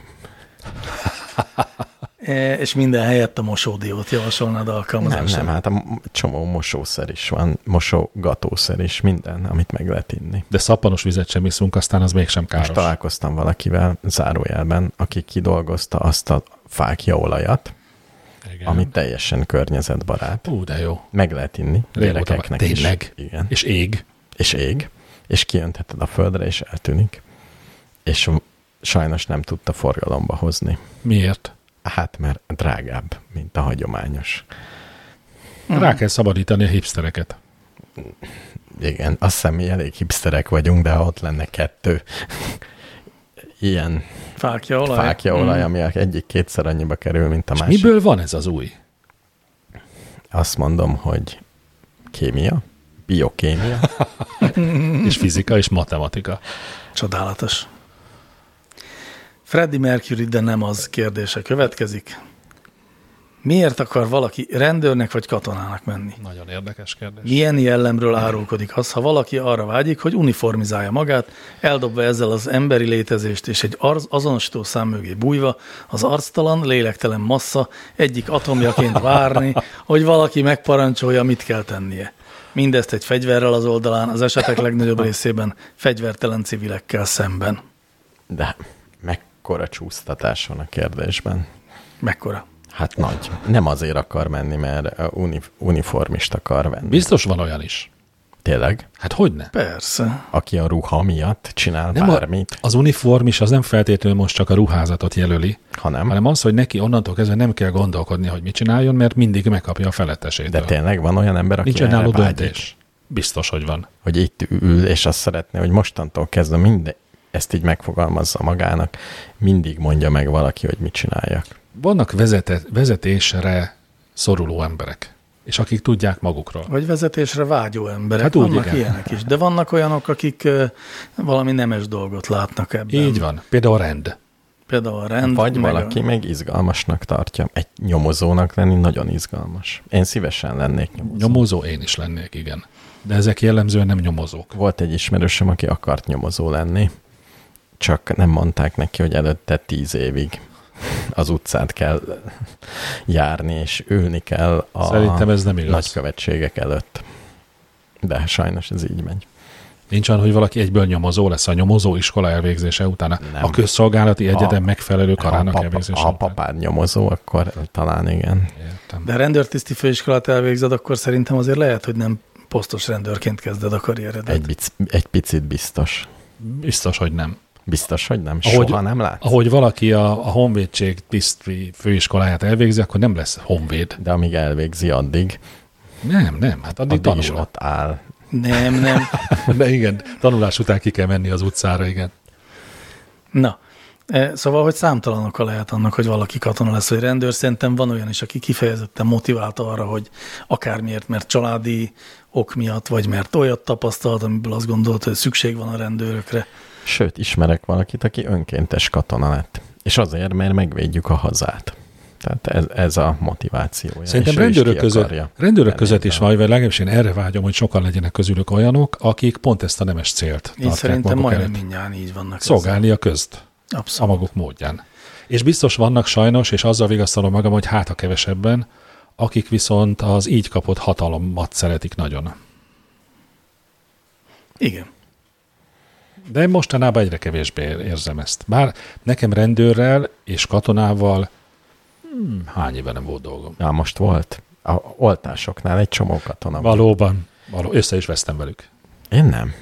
E, és minden helyett a mosódiót javasolnád
Nem,
alkalmazásra.
nem, hát a m- csomó mosószer is van, mosogatószer is, minden, amit meg lehet inni.
De szappanos vizet sem iszunk, aztán az mégsem káros.
Most találkoztam valakivel zárójelben, aki kidolgozta azt a fákjaolajat,
Igen.
Igen. ami teljesen környezetbarát.
Ú, de jó.
Meg lehet inni
Régóta
gyerekeknek
van.
is.
Tényleg?
Igen.
És ég.
és ég, és kijöntheted a földre, és eltűnik. És sajnos nem tudta forgalomba hozni.
Miért?
Hát, mert drágább, mint a hagyományos.
Rá kell szabadítani a hipstereket.
Igen, azt hiszem, mi elég hipsterek vagyunk, de ha ott lenne kettő ilyen
Fákja olaj.
fákjaolaj, ami egyik kétszer annyiba kerül, mint a
mm. És
másik.
miből van ez az új?
Azt mondom, hogy kémia, biokémia.
És fizika, és matematika.
Csodálatos. Freddie Mercury, de nem az kérdése következik. Miért akar valaki rendőrnek vagy katonának menni?
Nagyon érdekes kérdés.
Milyen jellemről árulkodik az, ha valaki arra vágyik, hogy uniformizálja magát, eldobva ezzel az emberi létezést és egy arz azonosító szám mögé bújva, az arctalan, lélektelen massza egyik atomjaként várni, hogy valaki megparancsolja, mit kell tennie. Mindezt egy fegyverrel az oldalán, az esetek legnagyobb részében fegyvertelen civilekkel szemben.
De mekkora csúsztatás van a kérdésben?
Mekkora?
Hát nagy. Nem azért akar menni, mert a uni, uniformist akar venni.
Biztos van olyan is.
Tényleg?
Hát hogyne?
Persze.
Aki a ruha miatt csinál nem
Nem a,
bármit,
az uniform is az nem feltétlenül most csak a ruházatot jelöli,
a... hanem.
hanem az, hogy neki onnantól kezdve nem kell gondolkodni, hogy mit csináljon, mert mindig megkapja a
De
felettesétől.
tényleg van olyan ember, aki
Nincs önálló
erre vágyik,
döntés. Biztos, hogy van.
hogy itt ül, és azt szeretné, hogy mostantól kezdve minden, ezt így megfogalmazza magának, mindig mondja meg valaki, hogy mit csináljak.
Vannak vezete, vezetésre szoruló emberek, és akik tudják magukról.
Vagy vezetésre vágyó emberek.
Hát
Hát
úgy,
úgy, vannak
igen.
igen. ilyenek is. De vannak olyanok, akik ö, valami nemes dolgot látnak ebben.
Így van. Például a rend.
Például a rend.
Vagy
meg a-
valaki meg izgalmasnak tartja. Egy nyomozónak lenni nagyon izgalmas. Én szívesen lennék nyomozó.
Nyomozó én is lennék, igen. De ezek jellemzően nem nyomozók.
Volt egy ismerősöm, aki akart nyomozó lenni, csak nem mondták neki, hogy előtte tíz évig az utcát kell járni, és ülni kell a
Szerintem ez nem igaz.
nagykövetségek előtt. De sajnos ez így megy.
Nincs olyan, hogy valaki egyből nyomozó lesz a nyomozó iskola elvégzése után,
Nem.
a közszolgálati egyetem
Ha-
megfelelő karának
ha, papa,
elvégzése
ha
után. Hát-
papád nyomozó, akkor talán igen.
Értem.
De rendőrtiszti főiskolát elvégzed, akkor szerintem azért lehet, hogy nem posztos rendőrként kezded a karrieredet.
Egy, bic, egy picit biztos.
Biztos, hogy nem.
Biztos, hogy nem.
Ahogy-
Soha nem lát.
Ahogy valaki a, a honvédség tisztvi főiskoláját elvégzi, akkor nem lesz honvéd.
De amíg elvégzi, addig,
Nem, nem, hát addig,
addig is
addig tanul.
ott áll.
Nem, nem.
De igen, tanulás után ki kell menni az utcára, igen.
Na, Szóval, hogy számtalan oka lehet annak, hogy valaki katona lesz, vagy rendőr. Szerintem van olyan is, aki kifejezetten motivált arra, hogy akármiért, mert családi ok miatt, vagy mert olyat tapasztalt, amiből azt gondolt, hogy szükség van a rendőrökre.
Sőt, ismerek valakit, aki önkéntes katona lett. És azért, mert megvédjük a hazát. Tehát ez, ez a motivációja.
Szerintem
És ő is
rendőrök
ki
között,
akarja
rendőrök között
elérni.
is van, vagy legalábbis én erre vágyom, hogy sokan legyenek közülük olyanok, akik pont ezt a nemes célt
Így szerintem
maguk
majdnem
előtt.
mindjárt így vannak. ezzel.
Szolgálni a közt, a
Abszolút.
maguk módján. És biztos vannak sajnos, és azzal vigasztalom magam, hogy hát a kevesebben, akik viszont az így kapott hatalommat szeretik nagyon.
Igen.
De mostanában egyre kevésbé érzem ezt. Bár nekem rendőrrel és katonával hmm, hány éve nem volt dolgom.
Ja, most volt. A oltásoknál egy csomó katona. volt.
Valóban. Való, össze is vesztem velük.
Én nem.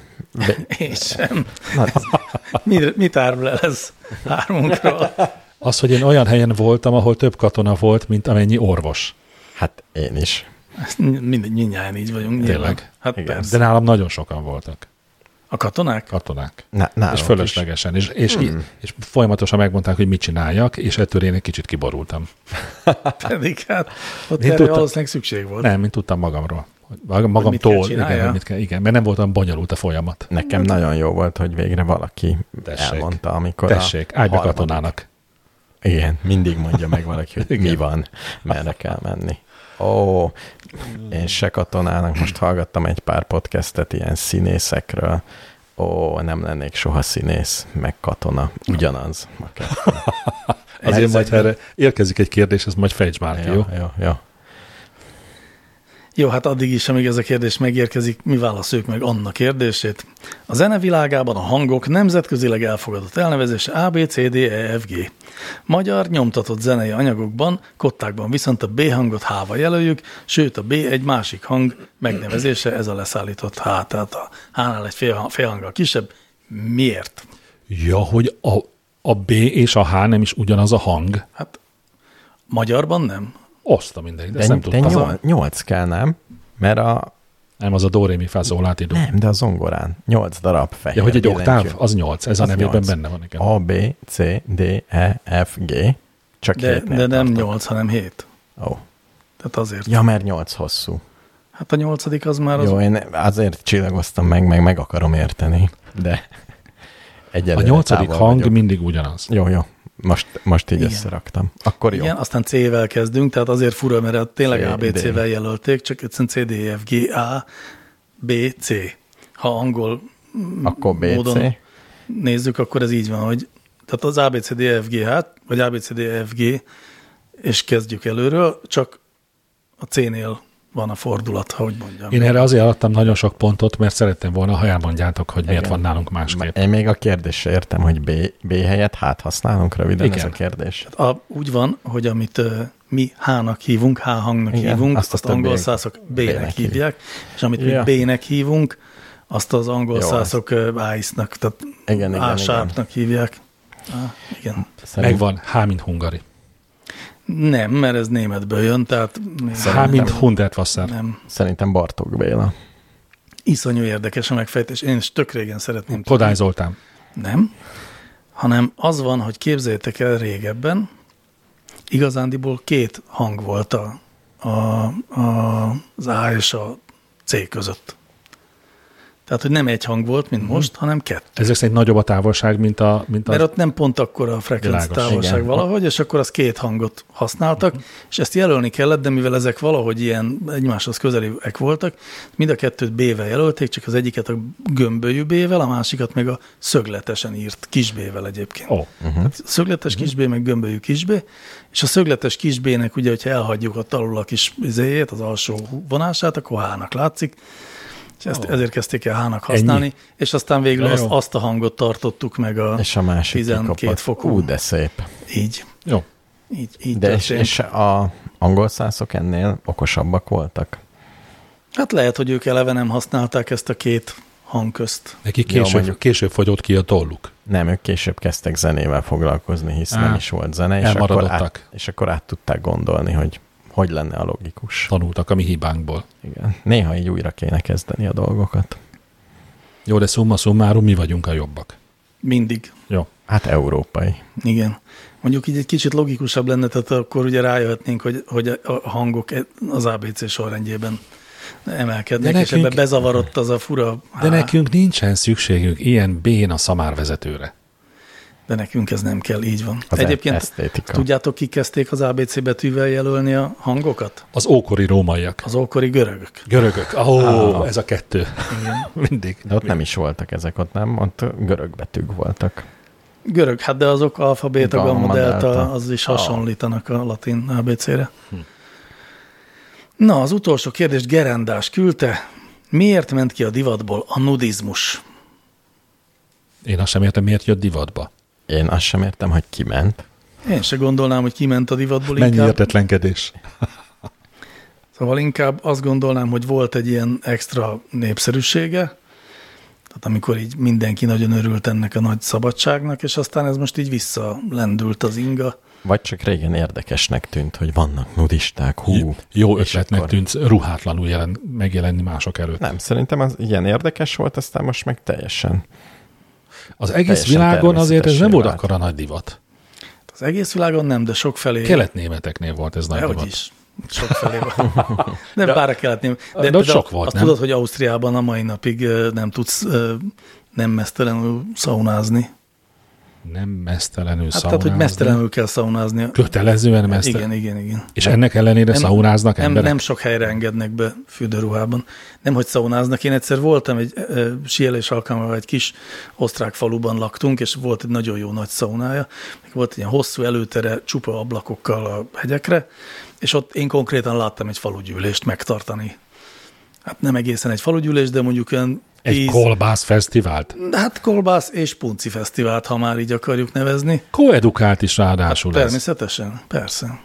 Én sem.
Na,
Mit, mit árul el ez hármunkról?
Az, hogy én olyan helyen voltam, ahol több katona volt, mint amennyi orvos.
hát én is.
Ezt Mindegy, mindjárt így vagyunk. nyilván.
Tényleg?
Hát
Igen.
persze.
De nálam nagyon sokan voltak
A katonák?
katonák.
Na, nálunk
és fölöslegesen. És, és, hmm. és folyamatosan megmondták, hogy mit csináljak, és ettől én egy kicsit kiborultam.
Pedig hát ott
Én
erre
tudtam.
valószínűleg szükség volt.
Nem, mint tudtam magamról. Hogy mag-
mit kell
Magamtól.
csinálja?
igen, hogy mit kell, igen, mert nem voltam bonyolult a folyamat.
Is. Nekem nagyon jó volt, hogy végre valaki
Tessék.
Tessék. elmondta, amikor
Tessék, áldj be
harmadik-
katonának.
Igen, mindig mondja meg valaki, hogy mi van, merre kell menni. Ó, én se katonának, most hallgattam egy pár podcastet ilyen színészekről. Ó, nem lennék soha színész, meg katona. Ugyanaz. A kettő.
Azért majd, ha
Ezekben-
erre érkezik egy kérdés, ez majd fejtsd már ki, jó?
Ja, ja, ja.
Jó, hát addig is, amíg ez a kérdés megérkezik, mi válaszoljuk meg Anna kérdését. A zene világában a hangok nemzetközileg elfogadott elnevezése A, B, C, D, E, F, G. Magyar nyomtatott zenei anyagokban, kottákban viszont a B hangot H-val jelöljük, sőt a B egy másik hang megnevezése, ez a leszállított H, tehát a H-nál egy fél, fél hanggal kisebb. Miért?
Ja, hogy a, a B és a H nem is ugyanaz a hang.
Hát magyarban nem.
Azt a mindenit, de
De,
ezt nem
nem de
tudtam.
nyol, nyolc kell, nem? Mert a,
Nem az a Dórémi Fázolát idő.
nem, de a zongorán nyolc darab fehér.
Ja, hogy egy
billentyű.
oktáv, az nyolc, ez a
Az
nevében
nyolc.
benne van, igen.
A, B, C, D, E, F, G. Csak
De,
hétnél
de nem
tartok.
nyolc, hanem hét.
Ó.
Tehát azért.
Ja, mert nyolc hosszú.
Hát a nyolcadik az már az
Jó, én azért csillagoztam meg, meg meg akarom érteni, de
A
egyelőre
nyolcadik
távol
hang
vagyok.
mindig ugyanaz.
Jó, jó, most, most így
Igen.
Igen. összeraktam. Akkor jó.
Igen, aztán C-vel kezdünk, tehát azért fura, mert hát tényleg
C,
ABC-vel jelölték, csak egyszerűen C, D, E, F, G, A, B, C. Ha angol
Akkor B, C.
módon nézzük, akkor ez így van, hogy tehát az ABC, D, E, F, G, H, vagy ABC, D, E, F, G, és kezdjük előről, csak a C-nél van a fordulat, ha úgy mondjam.
Én erre azért adtam nagyon sok pontot, mert szerettem volna, ha elmondjátok, hogy miért
Igen.
van nálunk másképp.
Én még a kérdésre értem, hogy B, B helyett hát használunk röviden,
Igen.
Igen. ez a kérdés.
A, úgy van, hogy amit ö, mi H-nak hívunk, H-hangnak
Igen,
hívunk, azt,
azt a
azt angol
többiek
szászok
B-nek
B-nek
hívják.
hívják, és amit
Ja.
mi B-nek hívunk, azt az angol
Jó,
szászok Ice-nak, tehát
Igen, igen,
A-sárpnak hívják. Á, igen.
Szerint,
Megvan, H mint hungari.
Nem, mert ez németből jön, tehát
H mint Hundertwasser.
nem.
Szerintem Bartók Béla.
Iszonyú érdekes a megfejtés. Én is tök régen szeretném.
Kodály Zoltán.
Nem, hanem az van, hogy képzeljétek el régebben, igazándiból két hang volt a, a, a, az A és a C között. Tehát, hogy nem egy hang volt, mint most, hanem kettő.
Ezek szerint nagyobb a távolság, mint a... Mint
Mert
a
ott nem pont akkor a frekvenc
Világos.
távolság
Igen.
valahogy, és akkor az két hangot használtak, és ezt jelölni kellett, de mivel ezek valahogy ilyen egymáshoz közeliek voltak, mind a kettőt B-vel jelölték, csak az egyiket a gömbölyű B-vel, a másikat meg a szögletesen írt kis B-vel egyébként.
Ó,
Tehát szögletes
Mhm.
kisbé, meg gömbölyű kisbé, és a szögletes kisbének ugye, hogyha elhagyjuk ott alul a kis izéjét, az alsó vonását, akkor hának látszik, és ezt, ezért kezdték el hának használni, Ennyi? és aztán végül
Na
azt,
jó.
azt a hangot tartottuk meg a,
És a másik
12
kikopott.
fokú.
Ú, de szép.
így,
jó.
így, így
De és,
történt.
és a angol szászok ennél okosabbak voltak.
Hát lehet, hogy ők eleve nem használták ezt a két hangközt.
Nekik
Jó,
később,
mondjuk.
később fogyott ki a tolluk.
Nem, ők később kezdtek zenével foglalkozni, hisz
Á,
nem is volt zene, és akkor,
elmaradottak.
át, és akkor át tudták gondolni, hogy hogy lenne a logikus.
Tanultak a mi hibánkból.
Igen. Néha így újra kéne kezdeni a dolgokat.
Jó, de szumma szummárum mi vagyunk a jobbak.
Mindig.
Jó.
Hát európai.
Igen. Mondjuk így egy kicsit logikusabb lenne, tehát akkor ugye rájöhetnénk, hogy, hogy a hangok e- az ABC sorrendjében emelkednek,
De
nekünk, és
nekünk-
ebbe bezavarott az a fura... há,
De nekünk nincsen szükségünk ilyen béna szamárvezetőre.
de nekünk ez nem kell, így van.
Az
Egyébként
esztétika.
tudjátok, kik kezdték az ABC betűvel jelölni a hangokat?
Az ókori rómaiak.
Az ókori görögök.
Görögök. Ó, oh, ez a kettő. Mindig.
De ott nem is voltak ezek, ott nem, ott görög betűk voltak.
Görög, hát de azok alfa, béta,
Gamma,
gamma, delta,
delta. Ah. Hm.
az is hasonlítanak a latin ABC-re. Na, az utolsó kérdést Gerendás küldte. Miért ment ki a divatból a nudizmus?
Én azt sem értem, miért jött divatba.
Én azt sem értem, hogy kiment.
Én se gondolnám, hogy kiment a divatból
Mennyi
inkább.
értetlenkedés.
Szóval inkább azt gondolnám, hogy volt egy ilyen extra népszerűsége, tehát amikor így mindenki nagyon örült ennek a nagy szabadságnak, és aztán ez most így visszalendült az inga.
Vagy csak régen érdekesnek tűnt, hogy vannak nudisták, hú.
J- Jó
És
ötletnek
akkor-
tűnt ruhátlanul jelen, megjelenni mások előtt.
Nem, szerintem az ilyen érdekes volt, aztán most meg teljesen.
Az egész
Teljesen
világon azért ez nem volt
természetessé
akkora nagy divat.
Az egész világon nem, de sok felé.
Kelet-németeknél volt ez nagy
Dehogy
divat.
is. Sok felé van. De, bár a keletném.
de ott
például
sok volt,
azt
nem?
tudod, hogy Ausztriában a mai napig ö, nem tudsz ö, nem mesztelenül szaunázni.
Nem mesztelenül
Hát
szaunázni.
tehát, hogy mesztelenül kell szaunázni.
Kötelezően mesztelenül.
Igen, igen, igen.
És ennek ellenére
Nem-
szaunáznak
Nem,
emberek?
nem sok helyre engednek be fürdőruhában. Nem, hogy szaunáznak. Én egyszer voltam egy ö, síelés alkalmával, egy kis osztrák faluban laktunk, és volt egy nagyon jó nagy szaunája. Volt egy ilyen hosszú előtere, csupa ablakokkal a hegyekre, és ott én konkrétan láttam egy falugyűlést megtartani. Hát nem egészen egy falugyűlés, de mondjuk olyan
Egy kolbász fesztivált?
hát kolbász és punci fesztivált, ha már így akarjuk nevezni.
Koedukált is
Hát,
ráadásul ez.
Természetesen, persze.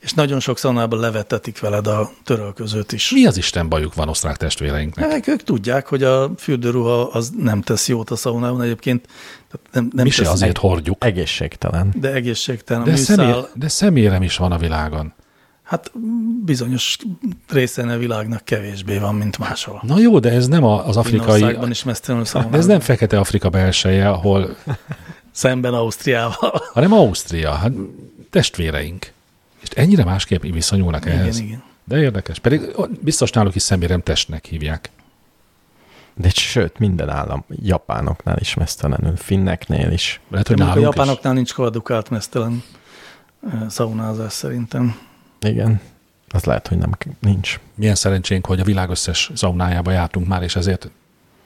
És nagyon sok szanában levetetik veled a törölközőt is.
Mi az Isten bajuk van osztrák testvéreinknek?
Ők, ők tudják, hogy a fürdőruha az nem tesz jót a szaunában egyébként. Tehát nem, nem
Mi se
tesz,
azért hordjuk.
Egészségtelen.
De egészségtelen a
De,
műszál.
személy, de személyem is van a világon.
Hát bizonyos részen a világnak kevésbé van, mint máshol.
Na jó, de ez nem a- az afrikai... Hát,
Finnországban is mesztelenül
De
szaunában.
ez nem Fekete Afrika belseje, ahol,
Szemben Ausztriával.
hanem Ausztria, hát testvéreink. És ennyire másképp viszonyulnak ehhez.
igen, igen.
De érdekes. Pedig biztos náluk is szemérem testnek hívják.
De sőt, minden állam, japánoknál is mesztelenül, finneknél is.
Lehet, hogy
De mondjuk a
nálunk japánok...
japánoknál nincs koadukált mesztelen ö, szaunázás szerintem.
Igen, az lehet, hogy nem nincs.
is. Milyen szerencsénk, hogy a világ összes zaunájába jártunk már, és ezért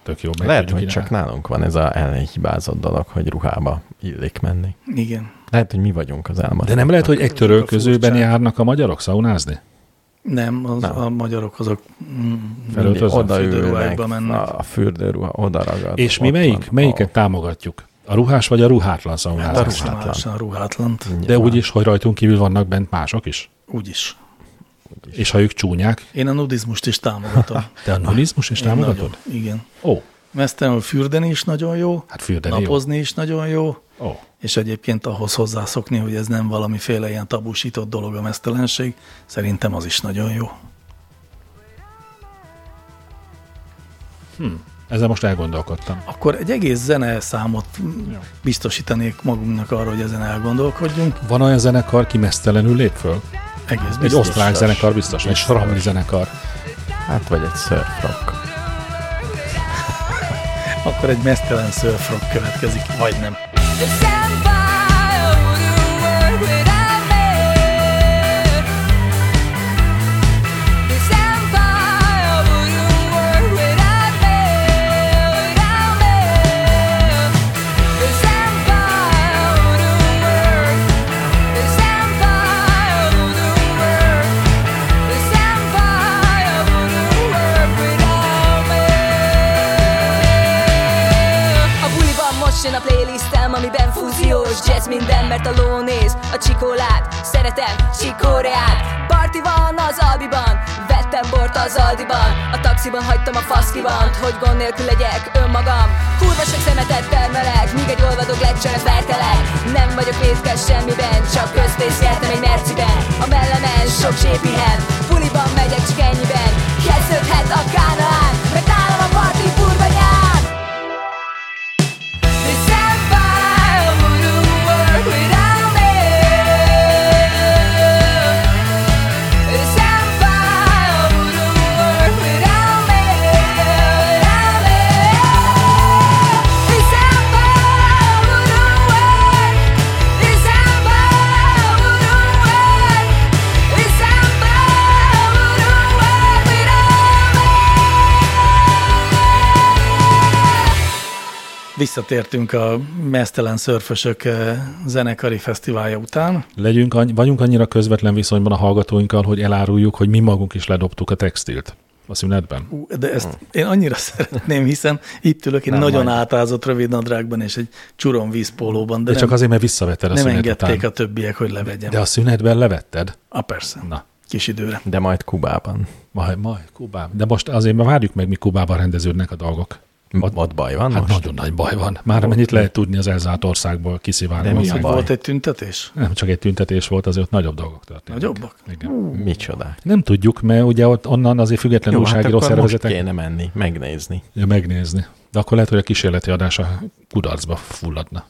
tök jó. meg
lehet,
tudjuk
hogy csak
irányítani.
nálunk van ez a elhibázott dolog, hogy ruhába illik menni.
Igen.
Lehet, hogy mi vagyunk az álmat.
De nem lehet, hogy egy törölközőben
Furcsa.
járnak a magyarok szaunázni?
Nem, az,
Nem.
a magyarok azok mm,
Felöltözve?
odaülnek,
fürdőruháikba mennek.
a a fürdőruha oda ragad.
És mi
ott
melyik,
van.
melyiket támogatjuk? A ruhás vagy a ruhátlan
Hát a
szaunázás?
ruhátlan.
ruhátlan. ruhátlant.
Ó,
De
nyilván.
úgy is, hogy rajtunk kívül vannak bent mások is.
Úgyis.
És ha ők csúnyák,
Én a nudizmust is támogatom.
te a nudizmus is
Én
támogatod?
Nagyon, igen.
Ó,
Mesztelenül fürdeni is nagyon jó,
hát fürdeni jó.
napozni is nagyon jó,
Ó,
és egyébként ahhoz hozzászokni, hogy ez nem valamiféle ilyen tabusított dolog a mesztelenség, szerintem az is nagyon jó.
ezzel most elgondolkodtam.
Akkor egy egész zene számot
Jó.
biztosítanék magunknak arra, hogy ezen elgondolkodjunk.
Van olyan zenekar, ki mesztelenül lép föl?
Egész
Egy
biztos.
osztrák zenekar biztos, egy framli zenekar.
Hát vagy egy szörfrock.
Akkor egy mesztelen szörfrock következik, vagy nem.
A buliban most jön a playlistem, amiben fúziós jazz minden, mert a ló néz a csikolát, szeretem csikóreát. Parti van az albiban, vettem bort az aldiban, a taxiban hagytam a faszkivant, hogy gond nélkül legyek önmagam. Kurva sok szemetet termelek, míg egy olvadó gleccsen feltelek. Nem vagyok vétkes semmiben, csak közpész nyertem egy merciben. A mellemen sok sépihen, buliban megyek csak ennyiben. Kezdődhet a kánaán, mert nálam a parti furva nyár. December
Visszatértünk a mesztelen szörfösök eh, zenekari fesztiválja után.
Legyünk, any- vagyunk annyira közvetlen viszonyban a hallgatóinkkal, hogy eláruljuk, hogy mi magunk is ledobtuk a textilt a szünetben.
Ú, De ezt
Hmm.
én annyira szeretném, hiszen itt ülök egy
Nem
nagyon
hagy.
átázott rövid nadrágban és egy csuron vízpólóban, de,
De,
de
csak
nem,
azért, mert visszavetted a
nem
szünet
engedték
után.
a többiek, hogy levegyem.
De
De...
a szünetben levetted?
A persze,
Na,
kis időre.
De majd Kubában.
majd, majd Kubában. De most azért már várjuk meg, mi Kubában rendeződnek a dolgok.
Ott, ott baj van
Hát
most?
nagyon nagy baj van. Már amennyit lehet tudni az elzárt országból
De
kiszivárogni.
mi
Az,
a
hogy
baj?
volt egy tüntetés?
Nem csak egy tüntetés volt, azért ott nagyobb dolgok történtek.
Nagyobbak?
Igen.
Micsoda.
Nem tudjuk, mert ugye ott onnan azért független
Jó, hát
újságíró
akkor most
szervezetek
kéne menni, megnézni.
Ja, megnézni. De akkor lehet, hogy a kísérleti adás a kudarcba fulladna.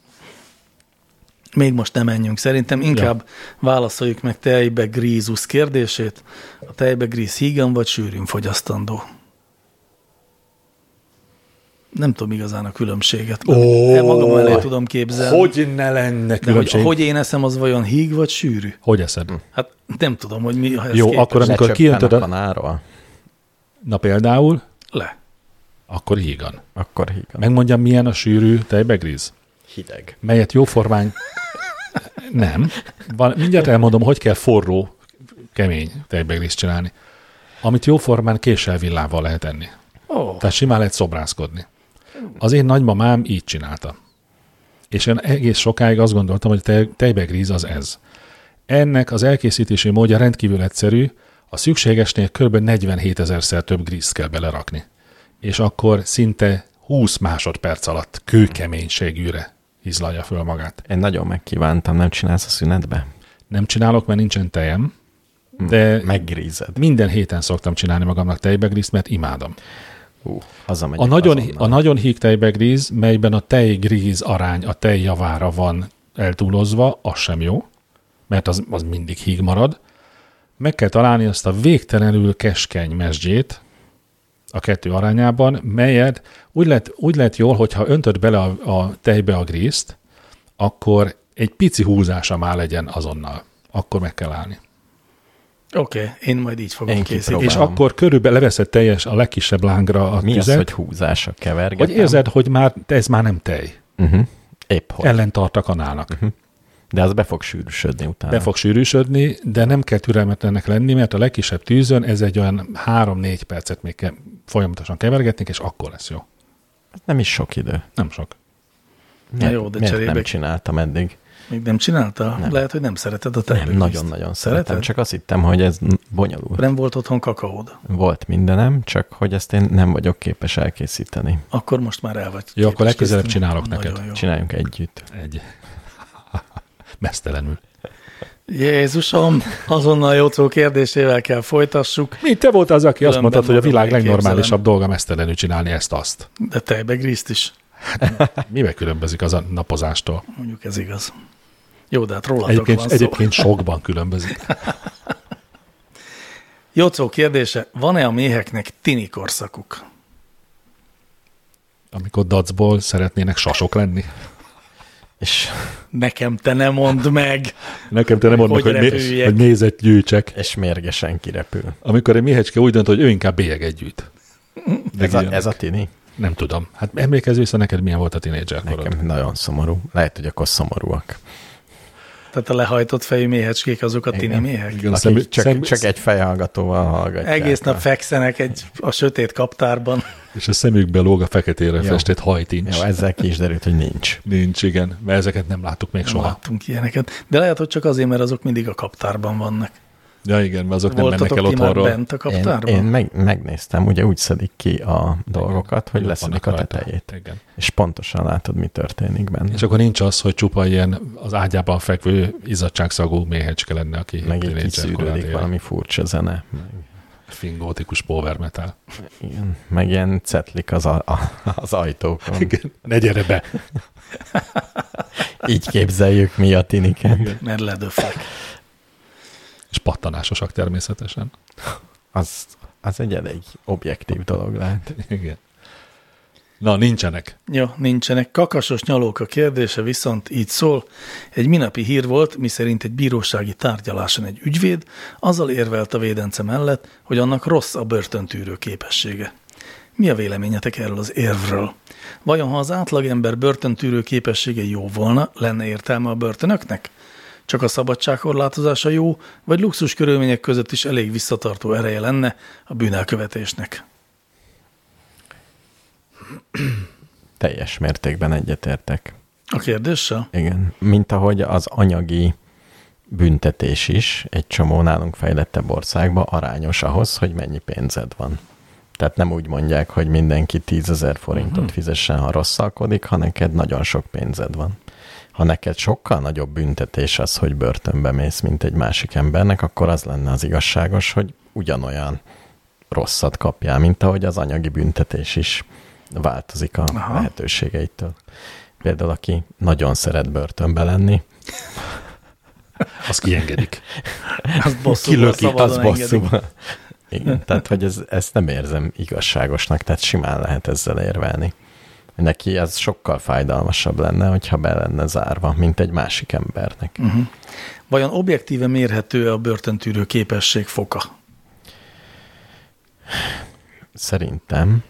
Még most nem menjünk. Szerintem inkább ja. válaszoljuk meg tejbe grízus kérdését. A tejbe gríz hígan vagy sűrűn fogyasztandó? Nem tudom igazán a különbséget.
Ó,
El magam elé tudom képzelni.
ne lenne
de hogy, hogy én eszem, az vajon híg vagy sűrű?
Hogy eszed?
Hm.
Hát nem tudom, hogy mi ha ez
Jó,
képest.
akkor amikor
Lecsöppen
kiöntöd
a
a-
kanáról,
Na például,
Le.
akkor hígan.
akkor higgan.
Megmondjam, milyen a sűrű tejbegríz,
Hideg.
melyet jóformán... Nem. Van, mindjárt elmondom, hogy kell forró, kemény tejbegríz csinálni. Amit jóformán késsel villával lehet enni.
Ó,
Tehát simán lehet szobrászkodni. Az én nagymamám így csinálta. És én egész sokáig azt gondoltam, hogy tej, tejbegríz az ez. Ennek az elkészítési módja rendkívül egyszerű, a szükségesnél kb. 47 ezerszer több grízt kell belerakni. És akkor szinte 20 másodperc alatt kőkeménységűre izlalja föl magát.
Én nagyon megkívántam, nem csinálsz a szünetbe?
Nem csinálok, mert nincsen tejem, de
Meggrízed.
minden héten szoktam csinálni magamnak tejbegrízt, mert imádom.
Hú,
A nagyon, a
na-
nagyon híg tejbegríz, melyben a tejgríz arány a tej javára van eltúlozva, az sem jó, mert az, az mindig híg marad. Meg kell találni azt a végtelenül keskeny mesdjét a kettő arányában, melyet úgy lett, úgy lett jól, hogyha öntöd bele a, a tejbe a grízt, akkor egy pici húzása már legyen azonnal. Akkor meg kell állni.
oké, okay, én majd így fogom
Én
készíteni.
kipróbálom.
És
És
a,
Próbálom.
akkor körülbelül leveszed teljes a legkisebb lángra a
Mi az,
tüzet,
hogy húzás a kevergetem?
hogy érzed, hogy már ez már nem tej.
Uh-huh. Épp hogy. El-
ellentart a kanálnak. Uh-huh.
De az be fog sűrűsödni utána.
Be fog sűrűsödni, de nem kell türelmetlennek lenni, mert a legkisebb tűzön ez egy olyan 3-4 percet még ke- folyamatosan kevergetnék, és akkor lesz jó.
Hát Nem is sok idő.
Nem sok.
Na jó, de
miért nem
cserébe
csináltam eddig?
még nem csináltál? Nem. Lehet, hogy nem szereted a
Nem,
tejbegrízt.
nagyon-nagyon szeretem.
Szereted?
Csak azt hittem, hogy ez bonyolult.
Nem volt otthon kakaód.
Volt mindenem, csak hogy ezt én nem vagyok képes elkészíteni.
Akkor most már el vagy.
Jó, akkor
képes
legközelebb
készíteni.
csinálok
Nagyon
neked.
jó.
Csináljunk együtt.
Egy. Mesztelenül.
Jézusom, azonnal Jócó kérdésével kell folytassuk,
Mi, te volt az, aki azt
Különben
mondtad, hogy a világ
magamnak
legnormálisabb
képzelem.
dolga mesztelenül csinálni ezt-azt.
de tejbe grízt is.
Mivel különbözik az a napozástól?
Mondjuk ez igaz. Jó, de hát rólatok
Egyébként,
van szó. Egyébként.
egyébként sokban különbözik.
Jócó kérdése, van-e a méheknek tini korszakuk?
Amikor dacból szeretnének sasok lenni.
És,
Nekem te nem mondd meg.
Nekem te nem
Hogy
mondnak, hogy, né-
repüljek?
hogy mézet gyűjtsek.
és mérgesen kirepül.
Amikor egy méhecske úgy dönt, hogy ő inkább bélyeget gyűjt.
Ez a,
ilyenek.
ez a tini?
Nem tudom. Hát emlékezz vissza neked, milyen volt a tínédzserkorod.
Nekem nagyon szomorú. Lehet, hogy akkor szomorúak.
Tehát a lehajtott fejű méhecskék azok a tini
Igen.
méhek?
Igen,
Akik
szemű-
csak,
szemű-
csak egy fejhallgatóval hallgatják.
Egész nap fekszenek egy, a sötét kaptárban.
És a szemükbe lóg a feketére
Jó.
festett hajtincs.
Jó, ezzel ki is derült, hogy nincs.
Nincs, igen, mert ezeket nem láttuk még
Soha.
soha.
Láttunk ilyeneket. De lehet, hogy csak azért, mert azok mindig a kaptárban vannak.
Ja igen, mert azok nem mennek
Voltatok
el
ti már
otthonról.
bent a
Én,
kaptárban?
én meg, megnéztem, ugye úgy szedik ki a dolgokat, hogy
Ott
leszedik a
vannak rajta.
tetejét.
Igen.
És pontosan látod, mi történik benne.
És akkor nincs az, hogy csupa ilyen az ágyában fekvő izzadságszagú méhecske lenne, aki
Meg így
tínédzserkorát
kiszűrődik
él.
valami furcsa zene. Meg,
Fingótikus power metal.
igen, meg ilyen cetlik az, a, a, az ajtókon.
Igen, ne gyere be!
Így képzeljük mi a tiniket.
Mert ledöflek.
És pattanásosak természetesen.
Az, az egy elég objektív dolog lehet.
Igen. Na, nincsenek.
Jó, nincsenek. Kakasos nyalók a kérdése viszont így szól. Egy minapi hír volt, miszerint egy bírósági tárgyaláson egy ügyvéd azzal érvelt a védence mellett, hogy annak rossz a börtöntűrő képessége. Mi a véleményetek erről az érvről? Vajon ha az átlagember börtöntűrő képessége jó volna, lenne értelme a börtönöknek? Csak a szabadságkorlátozása jó, vagy luxus körülmények között is elég visszatartó ereje lenne a bűnelkövetésnek?
Teljes mértékben egyetértek.
A kérdéssel?
Igen. Mint ahogy az anyagi büntetés is egy csomó nálunk fejlettebb országba arányos ahhoz, hogy mennyi pénzed van. Tehát nem úgy mondják, hogy mindenki 10 ezer forintot uh-huh. fizessen, ha rosszalkodik, ha neked nagyon sok pénzed van. Ha neked sokkal nagyobb büntetés az, hogy börtönbe mész, mint egy másik embernek, akkor az lenne az igazságos, hogy ugyanolyan rosszat kapjál, mint ahogy az anyagi büntetés is változik a Aha. lehetőségeitől. Például aki nagyon szeret börtönbe lenni,
az kiengedik.
Az bosszúba,
kilöki, az
szabadon engedik.
bosszú. Igen, tehát hogy ez, ezt nem érzem igazságosnak, tehát simán lehet ezzel érvelni. Neki ez sokkal fájdalmasabb lenne, hogyha be lenne zárva, mint egy másik embernek.
Hm.
Vajon objektíve mérhető a börtöntűrő képesség foka?
Szerintem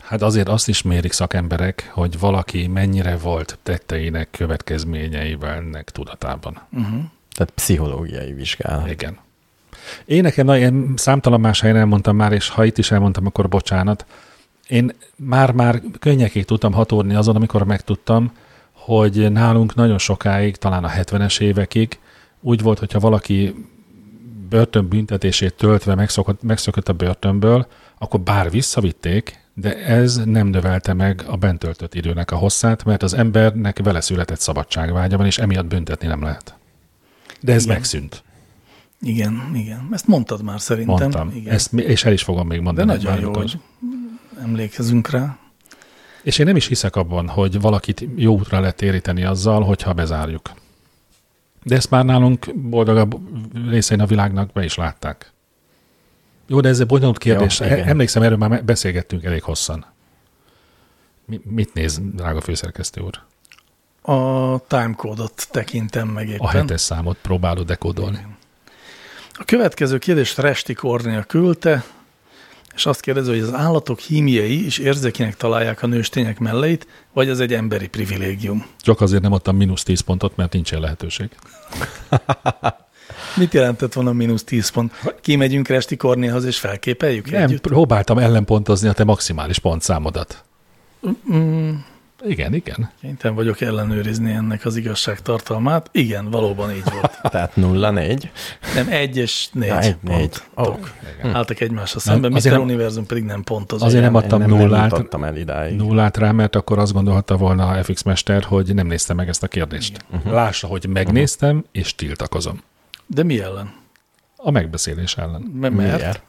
Hát azért azt is mérik szakemberek, hogy valaki mennyire volt tetteinek következményeivel ennek tudatában.
Tehát pszichológiai vizsgálat.
Igen. Én nekem, na, én számtalan más helyen elmondtam már, és ha itt is elmondtam, akkor bocsánat. Én már-már könnyekig tudtam hatódni azon, amikor megtudtam, hogy nálunk nagyon sokáig, talán a 70-es évekig úgy volt, hogyha valaki börtönbüntetését töltve megszokott, megszökött a börtönből, akkor bár visszavitték, de ez nem növelte meg a bent töltött időnek a hosszát, mert az embernek vele született szabadságvágya van, és emiatt büntetni nem lehet. De ez
Igen.
Igen. megszűnt,
Igen, igen. Ezt mondtad már szerintem.
mondtam.
Igen.
Ezt, mi- és el is fogom még
De
mondani.
nagyon jó,
bármikor.
hogy emlékezünk rá.
És én nem is hiszek abban, hogy valakit jó útra lehet téríteni azzal, hogyha bezárjuk. De ezt már nálunk boldogabb részein a világnak be is látták. Jó, de ez egy bonyolult kérdés. E-
Jó, igen.
Emlékszem, erről már beszélgettünk elég hosszan. Mi, mit néz, drága főszerkesztő úr?
A timecode-ot tekintem meg éppen.
A hetes számot próbálod dekódolni.
A következő kérdést Resti Kornél küldte, és azt kérdezi, hogy az állatok hímjei is érzékenyek találják a nőstények melleit, vagy ez egy emberi privilégium.
Csak azért nem adtam mínusz 10 pontot, mert nincsen lehetőség.
Mit jelentett volna a mínusz 10 pont? Kimegyünk Resti Kornélhoz és felképeljük
Nem,
együtt?
próbáltam ellenpontozni a te maximális pontszámodat.
Mm,
Igen, igen.
kénytelen vagyok ellenőrizni ennek az igazság tartalmát. Igen, valóban így volt.
Tehát 0-4.
Nem, egy és négy.
Ja, egy, négy.
pontok. Álltak egymásra szemben,
azért
Mr.
nem-
Univerzum pedig nem pontozott.
Azért nem adtam
Én nem, nem
nullát,
jutottam el idáig.
nullát rá, mert akkor azt gondolhatta volna a FX Mester, hogy nem nézte meg ezt a kérdést.
Mhm.
Uh-huh. Lássa, hogy megnéztem, és tiltakozom.
De mi ellen?
A megbeszélés ellen.
M- Mert?
Miért?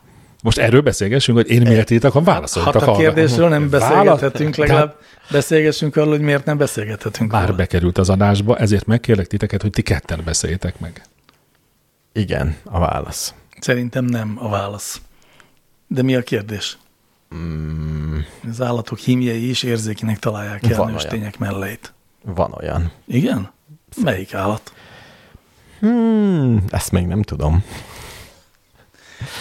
Most erről beszélgessünk, hogy én miért tiltakom,
Hát
válaszoltak
a
arra.
kérdésről nem
Válasz-
beszélgethetünk,
Tehát
legalább beszélgessünk arról, hogy miért nem beszélgethetünk.
Már
róla.
bekerült az adásba, ezért megkérlek titeket, hogy ti ketten beszéljétek meg.
Igen, a válasz.
Szerintem nem a válasz. De mi a kérdés?
Hmm,
Mm. Az állatok hímjei is érzékinek találják el
Van
nőstények melleit.
Van olyan.
Igen? Melyik állat?
Hmm, ezt még nem tudom.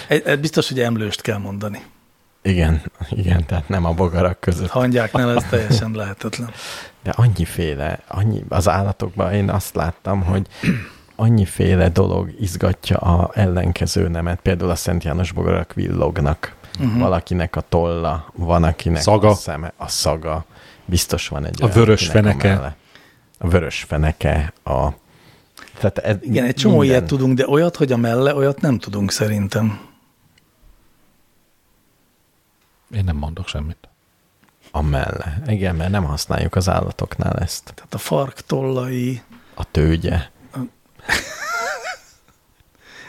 Egy, egy biztos, hogy emlőst kell mondani.
Igen, igen, tehát nem a bogarak között.
Hangyáknál ez teljesen lehetetlen.
De annyiféle, annyi, az állatokban én azt láttam, hogy annyiféle dolog izgatja a ellenkező nemet. Például a Szent János bogarak villognak. Uh-huh. Valakinek a tolla, van akinek
Mhm. Szaga.
a szeme, a szaga. Biztos van egy
A
olyan,
vörös
akinek
feneke.
melle. A vörös feneke, a... Tehát ez
Igen, egy csomó
minden.
ilyet tudunk, de olyat, hogy a melle, olyat nem tudunk szerintem.
Én nem mondok semmit.
A melle. Igen, mert nem használjuk az állatoknál ezt.
Tehát a fark tollai,
A tőgye.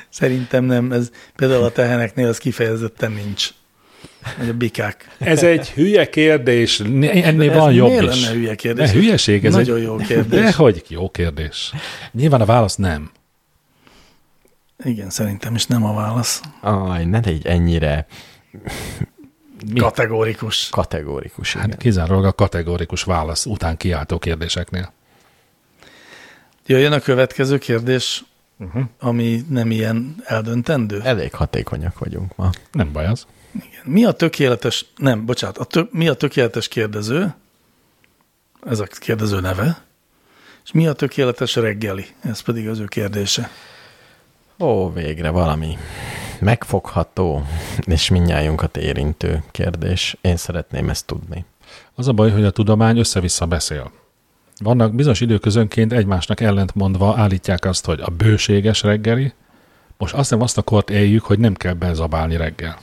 Szerintem nem, ez például a teheneknél az kifejezetten nincs. Vagy a bikák.
Ez egy hülye kérdés, ennél
Ez
van jobb
miért
is.
lenne hülye kérdés?
Ne, hülyeség, ez
Nagyon
egy...
jó kérdés.
De hogy jó kérdés. Nyilván a válasz nem.
Igen, szerintem is nem a válasz.
Aj, ne légy ennyire
Mi? Kategórikus.
kategórikus. Igen.
Hát kizárólag a kategórikus válasz után kiáltó kérdéseknél.
Jöjjön a következő kérdés, uh-huh. ami nem ilyen eldöntendő.
Elég hatékonyak vagyunk ma.
Nem baj az.
Igen. Mi a tökéletes, nem, bocsánat, a tök, mi a tökéletes kérdező, ez a kérdező neve, és mi a tökéletes reggeli, ez pedig az ő kérdése.
Ó, végre valami megfogható, és mindnyájunkat érintő kérdés. Én szeretném ezt tudni.
Az a baj, hogy a tudomány össze-vissza beszél. Vannak bizonyos időközönként egymásnak ellentmondva állítják azt, hogy a bőséges reggeli, most azt nem azt a kort éljük, hogy nem kell bezabálni reggel,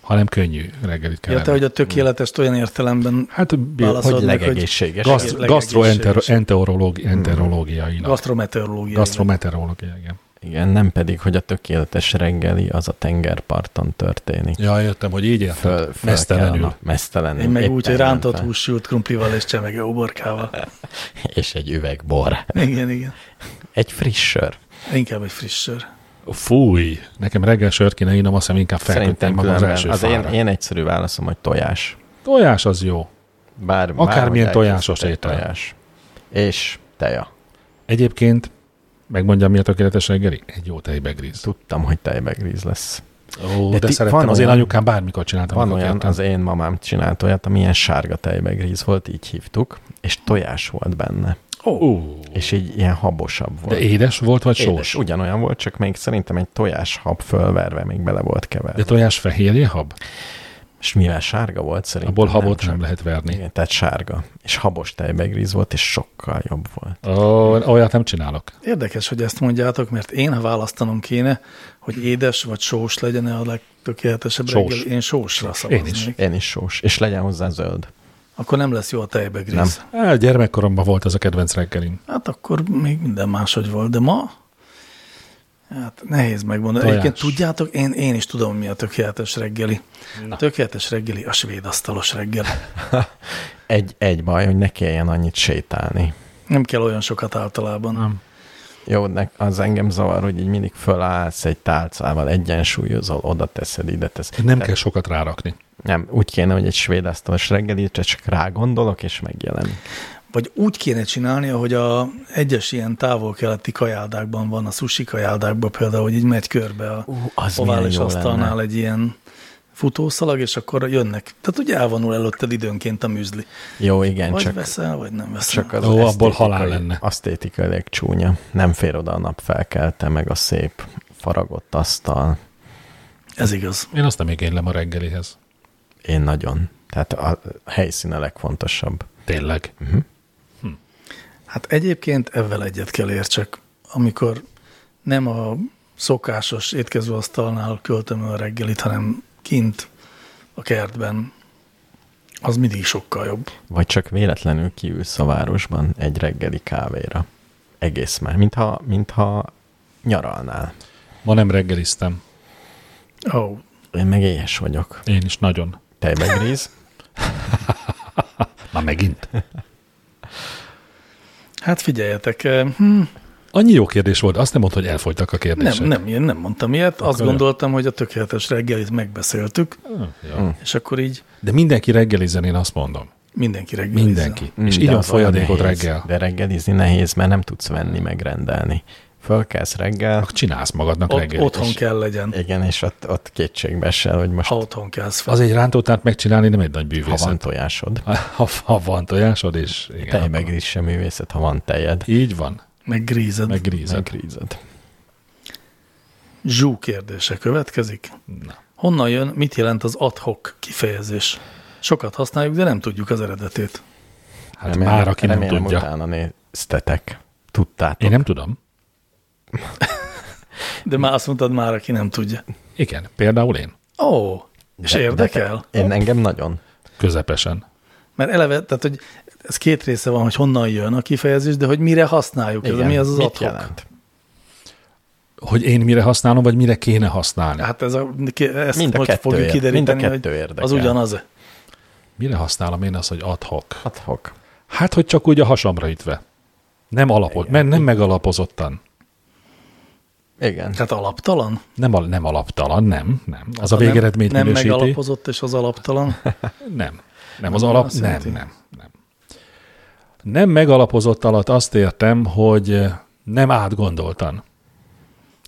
hanem könnyű reggelit kell
Érte,
enni.
hogy a tökéletes olyan értelemben
Hát bi-
válaszol-
Hogy
Tudod, meg, hogy
legegészséges.
gaszt-
legegészséges.
gastroenterológiai, enterológiailag.
gasztrometeorológia.
Gastrometeorológia, igen.
Igen, nem pedig, hogy a tökéletes reggeli az a tengerparton történik.
Ja, értem, hogy így
Föl,
érted.
föl
Mesztelenül.
kellene- Mesztelenül.
Én meg
éppen
úgy, hogy
nem
rántott
fel.
hús sült krumplival és csemege uborkával.
És egy üveg bor.
Igen, igen.
Egy friss sör.
Inkább egy friss sör.
Fúj! Nekem reggel sört kéne innom, azt hiszem inkább felköttem
Szerintem
magam az
különben.
első
Az én,
fára.
én egyszerű válaszom, hogy tojás.
Tojás az jó.
Bár,
Akármilyen
bárhogy
tojásos
elkészített
étel.
Tojás. És teja.
Egyébként, megmondjam mi a tökéletes reggeli? Egy jó tejbegríz.
Tudtam, hogy tejbegríz lesz.
Ó, de,
ti-
szerettem,
van
az én
olyan-
anyukám bármikor csináltam.
Van
amikor
olyan,
kértem.
az én mamám csinált olyat, ami ilyen sárga tejbegríz volt, így hívtuk, és tojás volt benne.
Ó,
És így ilyen habosabb volt.
de édes volt, vagy
Édes,
sós?
Ugyanolyan volt, csak még szerintem egy tojás hab fölverve még bele volt keverve.
De tojás fehérje hab?
És mivel sárga volt szerintem.
Abból habot
csak-
nem lehet verni.
Igen, tehát sárga. És habos tejbegríz volt, és sokkal jobb volt.
Ó, olyat nem csinálok.
Érdekes, hogy ezt mondjátok, mert én, ha választanom kéne, hogy édes vagy sós legyen a legtökéletesebb
Sós.
reggel, én sósra szavaznék.
Én is.
Én is sós. És legyen hozzá zöld.
Akkor nem lesz jó a tejbegríz.
Nem.
Á, gyermekkoromban volt ez a kedvenc reggelim.
Hát akkor még minden máshogy volt, de ma hát nehéz megmondani.
Tojás.
Egyébként tudjátok, én, én is tudom, mi a tökéletes reggeli. Na. Tökéletes reggeli a svéd asztalos reggel.
Egy, egy baj, hogy ne kelljen annyit sétálni.
Nem kell olyan sokat általában.
Nem.
Jó, ne, az engem zavar, hogy így mindig fölállsz egy tálcával, egyensúlyozol, oda teszed, ide teszed.
Nem
Te-
kell sokat rárakni.
Nem, úgy kéne, hogy egy svéd asztalos reggelit, csak rá gondolok, és megjelenik.
Vagy úgy kéne csinálni, ahogy a egyes ilyen távol-keleti kajáldákban van, a sushi kajáldákban például, hogy így megy körbe a
Ú, az
ovális
milyen jó
asztalnál
lenne.
egy ilyen futószalag, és akkor jönnek. Tehát ugye elvonul előtted időnként a műzli.
Jó, igen,
Vagy
csak,
veszel, vagy nem veszel.
csak az
Ó, abból halál
esztétikai-
lenne.
asztétikailag csúnya. Nem fér oda a napfelkelte, meg a szép faragott asztal.
Ez igaz.
Én azt nem igénylem a reggelihez.
Én nagyon. Tehát a helyszín a legfontosabb.
Tényleg.
Hát egyébként ezzel egyet kell értsek, amikor nem a szokásos étkezőasztalnál költöm el a reggelit, hanem kint a kertben, az mindig sokkal jobb.
Vagy csak véletlenül kiülsz a városban egy reggeli kávéra. Egész már. Mintha, mintha nyaralnál.
Ma nem reggeliztem.
Ó, oh,
Én meg éhes vagyok.
Én is nagyon.
Tejbegríz.
Na megint.
hát figyeljetek, eh, hm,
Annyi jó kérdés volt, azt nem mondta, hogy elfogytak a kérdések.
nem, nem, én nem mondtam ilyet, azt
Akkor jó.
gondoltam, hogy a tökéletes reggelit megbeszéltük,
Ja.
és akkor így
Hm, De mindenki reggelizen, én azt mondom.
mindenki reggelizen.
Mindenki. és
de
igyon
az olyan
folyadékot
nehéz.
reggel.
De reggelizni nehéz, mert nem tudsz venni, megrendelni. Fölkelsz reggel,
Akkor csinálsz magadnak
Ott,
reggelit.
otthon kell legyen,
igen, és ott, ott kétségbe esel, hogy most
ha otthon kelsz fel.
Az egy rántótát megcsinálni nem egy nagy
ha van
bűvészet.
tojásod,
Ha van, ha, van tojásod, és igen. akkor-
tejbegríz sem művészet, ha van tejed,
Így van,
Meg grízed.
meg grízed.
megrízed.
Hát
Zsú kérdése következik.
Na.
Honnan jön, mit jelent az adhok kifejezés? Sokat használjuk, de nem tudjuk az eredetét.
Hát már aki nem
remélem
tudja.
utána néztetek. Tudtátok.
Én nem tudom.
De már azt mondtad már, aki nem tudja.
Igen, például én.
Ó, és
De- de-
érdekel?
Én engem nagyon.
Közepesen.
Mert eleve, tehát hogy ez két része van, hogy honnan jön a kifejezés, de hogy mire használjuk. Igen. Ez mi az az
Mit
adhok?
jelent?
Hogy én mire használom, vagy mire kéne használni.
Hát ez a, ezt
Mind a
most
kettő
fogjuk
ér-
kideríteni,
mind a
hogy
kettő érdekel.
az ugyanaz.
Mire használom én azt, hogy adhok?
Adhok.
Hát, hogy csak úgy a hasamra ütve. Nem alapot, mert nem megalapozottan.
Igen.
Tehát Hát alaptalan?
Nem, al- nem alaptalan, nem, nem. Az a
Nem-
végeredményt
Nem
minősíti.
megalapozott, és az alaptalan?
Nem. Nem az alap,
azt
nem,
jelenti.
nem, nem. eh, Nem megalapozott alatt azt értem, hogy nem átgondoltan.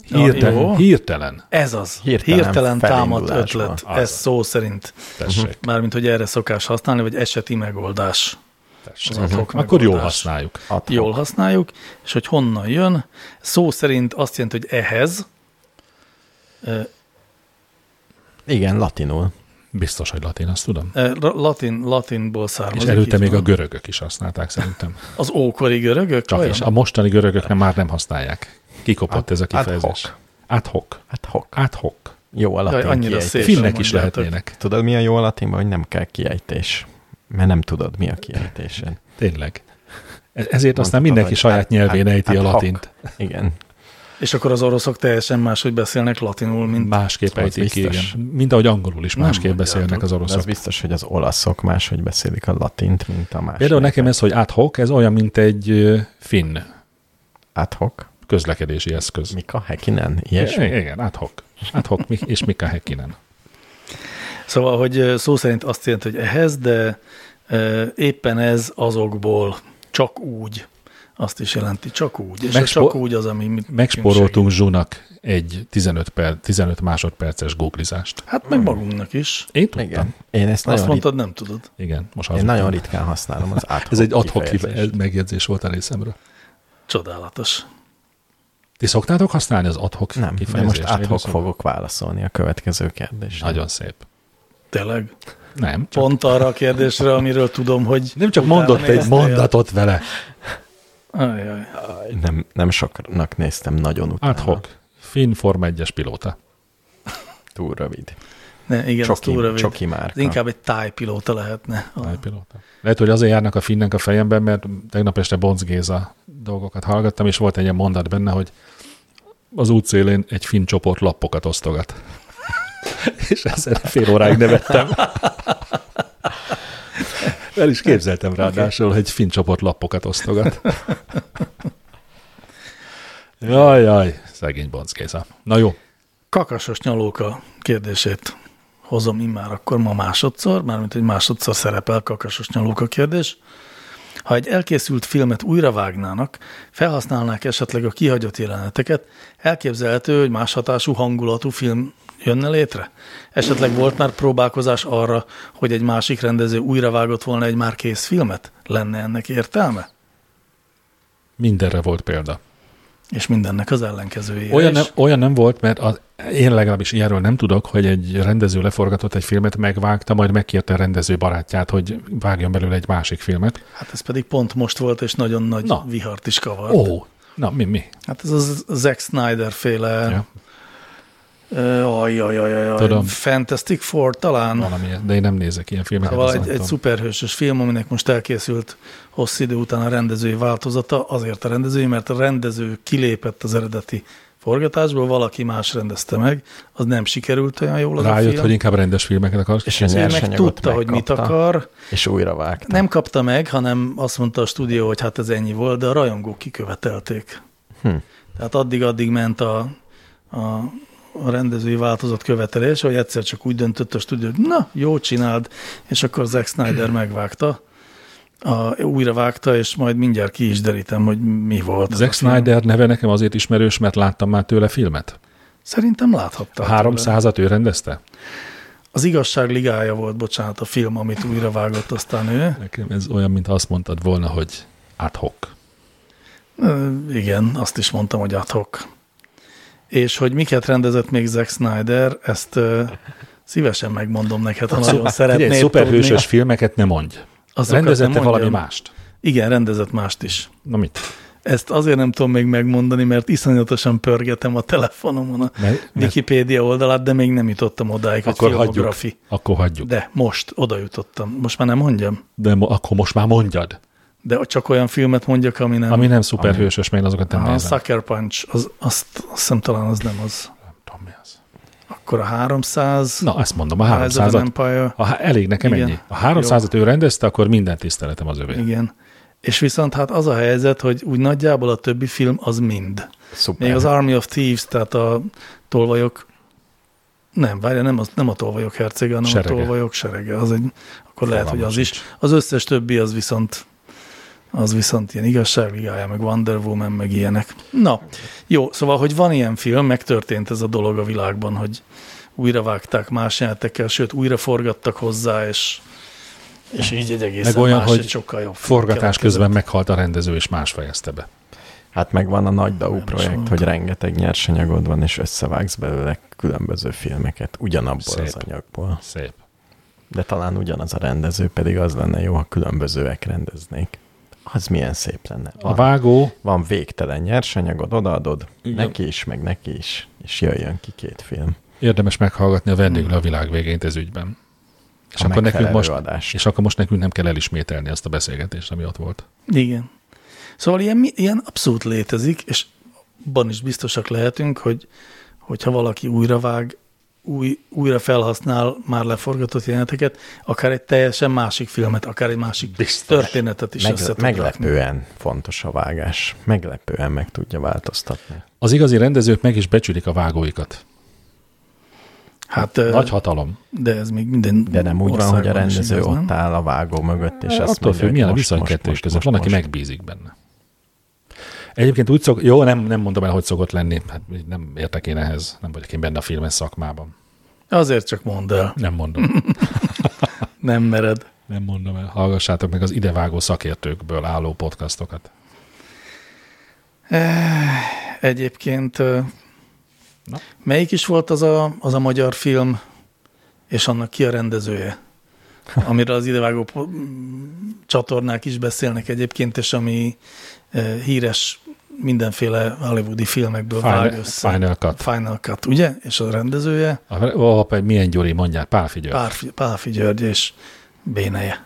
Hirtelen,
Jó.
hirtelen.
Ez az.
Hirtelen
Hirtelen, Hirtelen támadt
felindulásban.
ötlet.
Az
Ez
az.
szó szerint.
Tessék,
Mármint, hogy erre szokás használni, vagy eseti megoldás. Az
tessék.
adhok
Akkor jól
megoldás. Hát.
használjuk.
Adhok.
Jól használjuk, és hogy honnan jön. Szó szerint azt jelenti, hogy ehhez, Ö,
Igen, latinul.
Biztos, hogy latin, azt tudom.
ö, eh, ra- latin, latinból
És
származik.
előtte
így
még
van.
a görögök is használták szerintem.
Az ókori görögök?
Csak
vajon?
és a mostani görögök nem, már nem használják. Kikopott
Ad-
ez a
ad
kifejezés.
hoc.
Ad hoc.
Hát hok.
Ad hoc.
Jó a latin
Jaj, annyira
kiejtés.
szép.
Finnek is
mondjátok.
lehetnének.
Tudod, mi a jó a latinban, hogy nem kell kiejtés? Mert nem tudod, mi a kiejtésen.
Tényleg. Ez- Ezért
Mondhatod,
aztán
hogy
mindenki
hát-
saját
ad-
nyelvén
ad-
ejti a
ad hoc.
latint.
Igen.
És akkor az oroszok teljesen máshogy beszélnek latinul, mint
Másképp
Az
ejtik ki, igen.
biztos.
Mint ahogy angolul is
Nem
másképp
mondjátok,
beszélnek az
De az
oroszok.
biztos, hogy az olaszok máshogy beszélik a latint, mint a másik.
Például nekem ez, hogy ad hoc, ez olyan, mint egy ö, finn
Adhok.
közlekedési eszköz.
Mika Hekinen?
És
Ilyesmi?
igen, ad hoc. Ad hoc mi- és Mika Häkkinen.
Szóval, hogy ö, szó szerint azt jelenti, hogy ehhez, de ö, éppen ez azokból csak úgy, azt is jelenti, csak úgy. És a
Megspor-
csak úgy az, ami mit
Megspóroltunk Zsunak egy 15, per, 15 másodperces googlizást.
Hát meg magunknak is.
Én tudtam.
Igen.
Igen,
Én ezt
Azt
nagyon,
mondtad, nem tudod.
igen most
rit- én
hazudtam.
nagyon ritkán használom az adhok
Ez egy adhok
kifejezést.
kife- megjegyzés volt a részemről.
Csodálatos.
Ti szoktátok használni az adhok
Nem, de most
kifejezést?
adhok
Én
fogok válaszolni a következő kérdésre.
Nagyon szép.
Tényleg.
Nem, csak,
Pont arra a kérdésre, amiről tudom, hogy...
nem csak
utána
mondott egy
néztél.
mondatot vele.
Ajaj.
Nem, nem soknak néztem nagyon utána.
Adhok. Finn Form 1-es pilóta.
Túl rövid.
Ne, igen,
Csoki-
csoki, túl rövid.
csoki márka.
Ez inkább egy tájpilóta lehetne. A-
Tájpilóta. Lehet, hogy azért járnak a finnek a fejemben, mert tegnap este Bonc Géza dolgokat hallgattam, és volt egy ilyen mondat benne, hogy az útszélén egy finn csoport lappokat osztogat. és ezen fél óráig nevettem. El is képzeltem ráadásul, hogy egy finn csoport lappokat osztogat. jaj, jaj, szegény Bonc Géza. Na jó,
Kakasos nyalóka kérdését hozom immár akkor ma másodszor, mármint hogy másodszor szerepel kakasos nyalóka kérdés. Ha egy elkészült filmet újravágnának, felhasználnák esetleg a kihagyott jeleneteket, elképzelhető, hogy más hatású hangulatú film jönne létre? Esetleg volt már próbálkozás arra, hogy egy másik rendező újravágott volna egy már kész filmet? Lenne ennek értelme?
mindenre volt példa.
És mindennek az ellenkezője
Olyan
is.
nem, olyan nem volt, mert az, én legalábbis ilyenről nem tudok, hogy egy rendező leforgatott egy filmet, megvágta, majd megkérte a rendező barátját, hogy vágjon belőle egy másik filmet.
Hát ez pedig pont most volt, és nagyon nagy
Na.
Na. vihart is kavart.
Ó, oh, na mi, mi?
Hát ez az Zack Snyder féle,
Ja,
ja. ajajajajaj,
Tudom.
Fantastic Four talán,
valami, de én nem nézek ilyen filmeket.
Szóval
azt nem
egy, egy
tudom.
szuperhősös film, aminek most elkészült hosszú idő után a rendezői változata, azért a rendezői, mert a rendező kilépett az eredeti forgatásból, valaki más rendezte meg, az nem sikerült olyan jól az a
Rájött,
film.
hogy inkább rendes filmeket akarsz.
És a
És ő meg
nyersanyagot
tudta, hogy mit
megkapta,
akar,
És újra vágta.
nem kapta meg, hanem azt mondta a stúdió, hogy hát ez ennyi volt, de a rajongók kikövetelték.
Hm.
Tehát addig-addig ment a, a, a rendezői változat követelése, hogy egyszer csak úgy döntött a stúdió, hogy na, jó csináld, és akkor Zack Snyder megvágta, a, újra vágta, és majd mindjárt ki is derítem, hogy mi volt.
Zack
a film.
Snyder neve nekem azért ismerős, mert láttam már tőle filmet.
Szerintem láthatta.
A 300-at ő rendezte?
Az igazság ligája volt, bocsánat, a film, amit újra vágott aztán ő.
Nekem ez olyan, mint azt mondtad volna, hogy adhok.
Ö, Igen, azt is mondtam, hogy adhok. És hogy miket rendezett még Zack Snyder, ezt ö, szívesen megmondom neked, ha
Szóval
nagyon szeretnéd
Figyelj,
tudni.
szuperhősös filmeket nem mondj.
Azokat
Rendezette
nem
valami
mondjam.
mást?
Igen, rendezett mást is.
Na mit?
Ezt azért nem tudom még megmondani, mert iszonyatosan pörgetem a telefonomon a
Mert, mert
Wikipédia oldalát, de még nem jutottam odáig, hogy
akkor hagyjuk.
filmografi.
Akkor hagyjuk.
De most oda jutottam. Most már nem mondjam,
De mo- akkor most már mondjad.
de csak olyan filmet mondjak, ami nem...
Ami nem szuperhősös, mert én azokat nem
a
nézem.
Sucker Punch, az, azt, azt hiszem talán az nem az.
Nem tudom, mi az.
Akkor a 300...
Na, ezt mondom, a
Rise of
300
an Empire.
a, há- elég nekem
Igen.
ennyi. A 300 ő rendezte, akkor minden tiszteletem az övé.
Igen. És viszont hát az a helyzet, hogy úgy nagyjából a többi film az mind.
Szuper.
Még az Army of Thieves, tehát a tolvajok, nem, várja, nem, az, nem a tolvajok hercege, hanem
Serege.
a tolvajok serege. Az egy, akkor lehet, hogy az
Fogalmam
is. Az összes többi az viszont az viszont ilyen igazságligája, meg Wonder Woman, meg ilyenek. Na, jó, szóval, hogy van ilyen film, megtörtént ez a dolog a világban, hogy újra vágták más játékkel, sőt, újra forgattak hozzá, és, és így egy egészen
Meg olyan,
más,
hogy
egy sokkal jobb film
Forgatás
keletkezett.
közben meghalt a rendező, és más fejezte be.
Hát megvan a nagy DAU
Nem is
projekt,
van.
hogy rengeteg nyersanyagod van, és összevágsz belőle különböző filmeket ugyanabból Szép. az
Szép.
anyagból.
Szép.
De talán ugyanaz a rendező, pedig az lenne jó, ha különbözőek rendeznék. Az milyen szép lenne.
A
Van,
vágó,
van végtelen nyersanyagod, odaadod Igen.
Igen.
neki is, meg neki is, és jöjjön ki két film.
érdemes meghallgatni a vendéglő a világ végényt ez ügyben. És
A
akkor, nekünk
megfelelő
most,
adás.
és akkor most nekünk nem kell elismételni azt a beszélgetést, ami ott volt.
Igen. Szóval ilyen, mi- ilyen abszolút létezik, és abban is biztosak lehetünk, hogy hogyha valaki újravág, új, újra felhasznál már leforgatott jeleneteket, akár egy teljesen másik filmet, akár egy másik Biztos. történetet is
Meg,
össze tud rakni.
meglepően fontos a vágás. Meglepően meg tudja változtatni.
Az igazi rendezők meg is becsülik a vágóikat.
Hát, ö,
Nagy hatalom.
de ez még minden
De nem úgy van, hogy a
országban is
rendező
igaz, nem?
ott áll a vágó mögött, és
És
azt
Hát attól
mondja,
függ,
hogy
milyen a
most,
viszony
most,
kettős
most,
között.
most,
Van, aki
most.
megbízik benne. Egyébként úgy szok, jó, nem, nem mondom el, hogy szokott lenni, hát így nem értek én ehhez, nem vagyok én benne a filmes szakmában.
Azért csak mondd el,
Nem mondom,
nem mered.
nem mondom el. Hallgassátok meg az idevágó szakértőkből álló podcastokat.
Egyébként ö,
Na.
melyik is volt az a, az a magyar film, és annak ki a rendezője? Amiről az idevágó po- mm, csatornák is beszélnek egyébként, és ami ö, híres mindenféle hollywoodi filmekből vág
Final,
össze.
Final Cut.
Final Cut, ugye? És a rendezője
A- Ó, apa, milyen Gyuri, mondják, Pál figyelj.
Pálfi, Pálfi György és Béneje.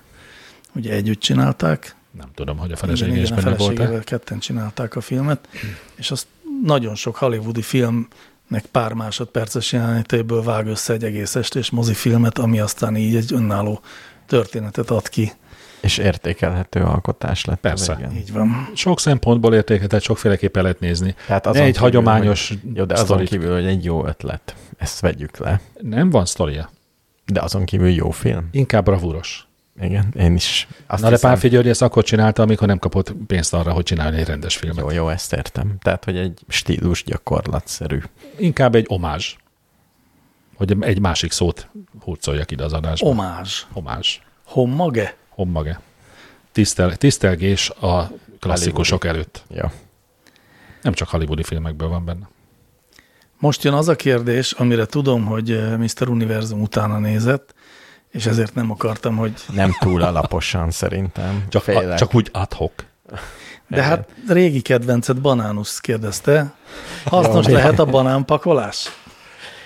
Ugye együtt csinálták.
Nem tudom, hogy a
Igen,
felesége is
igen, a
benne volt
feleségével ketten csinálták a filmet, és azt nagyon sok hollywoodi filmnek pár másodperces jelenlétéből vág össze egy egész estés mozifilmet, ami aztán így egy önálló történetet ad ki.
És értékelhető alkotás lett. az,
Persze.
igen.
Így van.
Sok szempontból értéket, sokféleképpen lehet nézni.
Tehát
Ne
azon
egy
kívül,
hagyományos
Hogy, jó, de azon
sztorit.
kívül, hogy egy jó ötlet. Ezt vegyük le.
Nem van sztoria,
De azon kívül jó film.
inkább bravúros.
Igen, én is. Azt
Na de
hiszem,
Pál Figyörgy ezt akkor csinálta, amikor nem kapott pénzt arra, hogy csináljon egy rendes filmet.
Jó, jó, ezt értem. Tehát, hogy egy stílus gyakorlatszerű.
Inkább egy omázs. Hogy egy másik szót hurcoljak ide az adásba.
Omázs.
Omázs.
Hommage?
Hommage. Tisztel, tisztelgés a klasszikusok előtt.
Jó.
Nem csak hollywoodi filmekből van benne.
Most jön az a kérdés, amire tudom, hogy eh, Mr. Univerzum utána nézett, és ezért nem akartam, hogy...
Nem túl alaposan szerintem.
Csak, a,
Félek.
csak úgy adhok.
De hát régi kedvenced Banánusz kérdezte. Hasznos lehet a banánpakolás?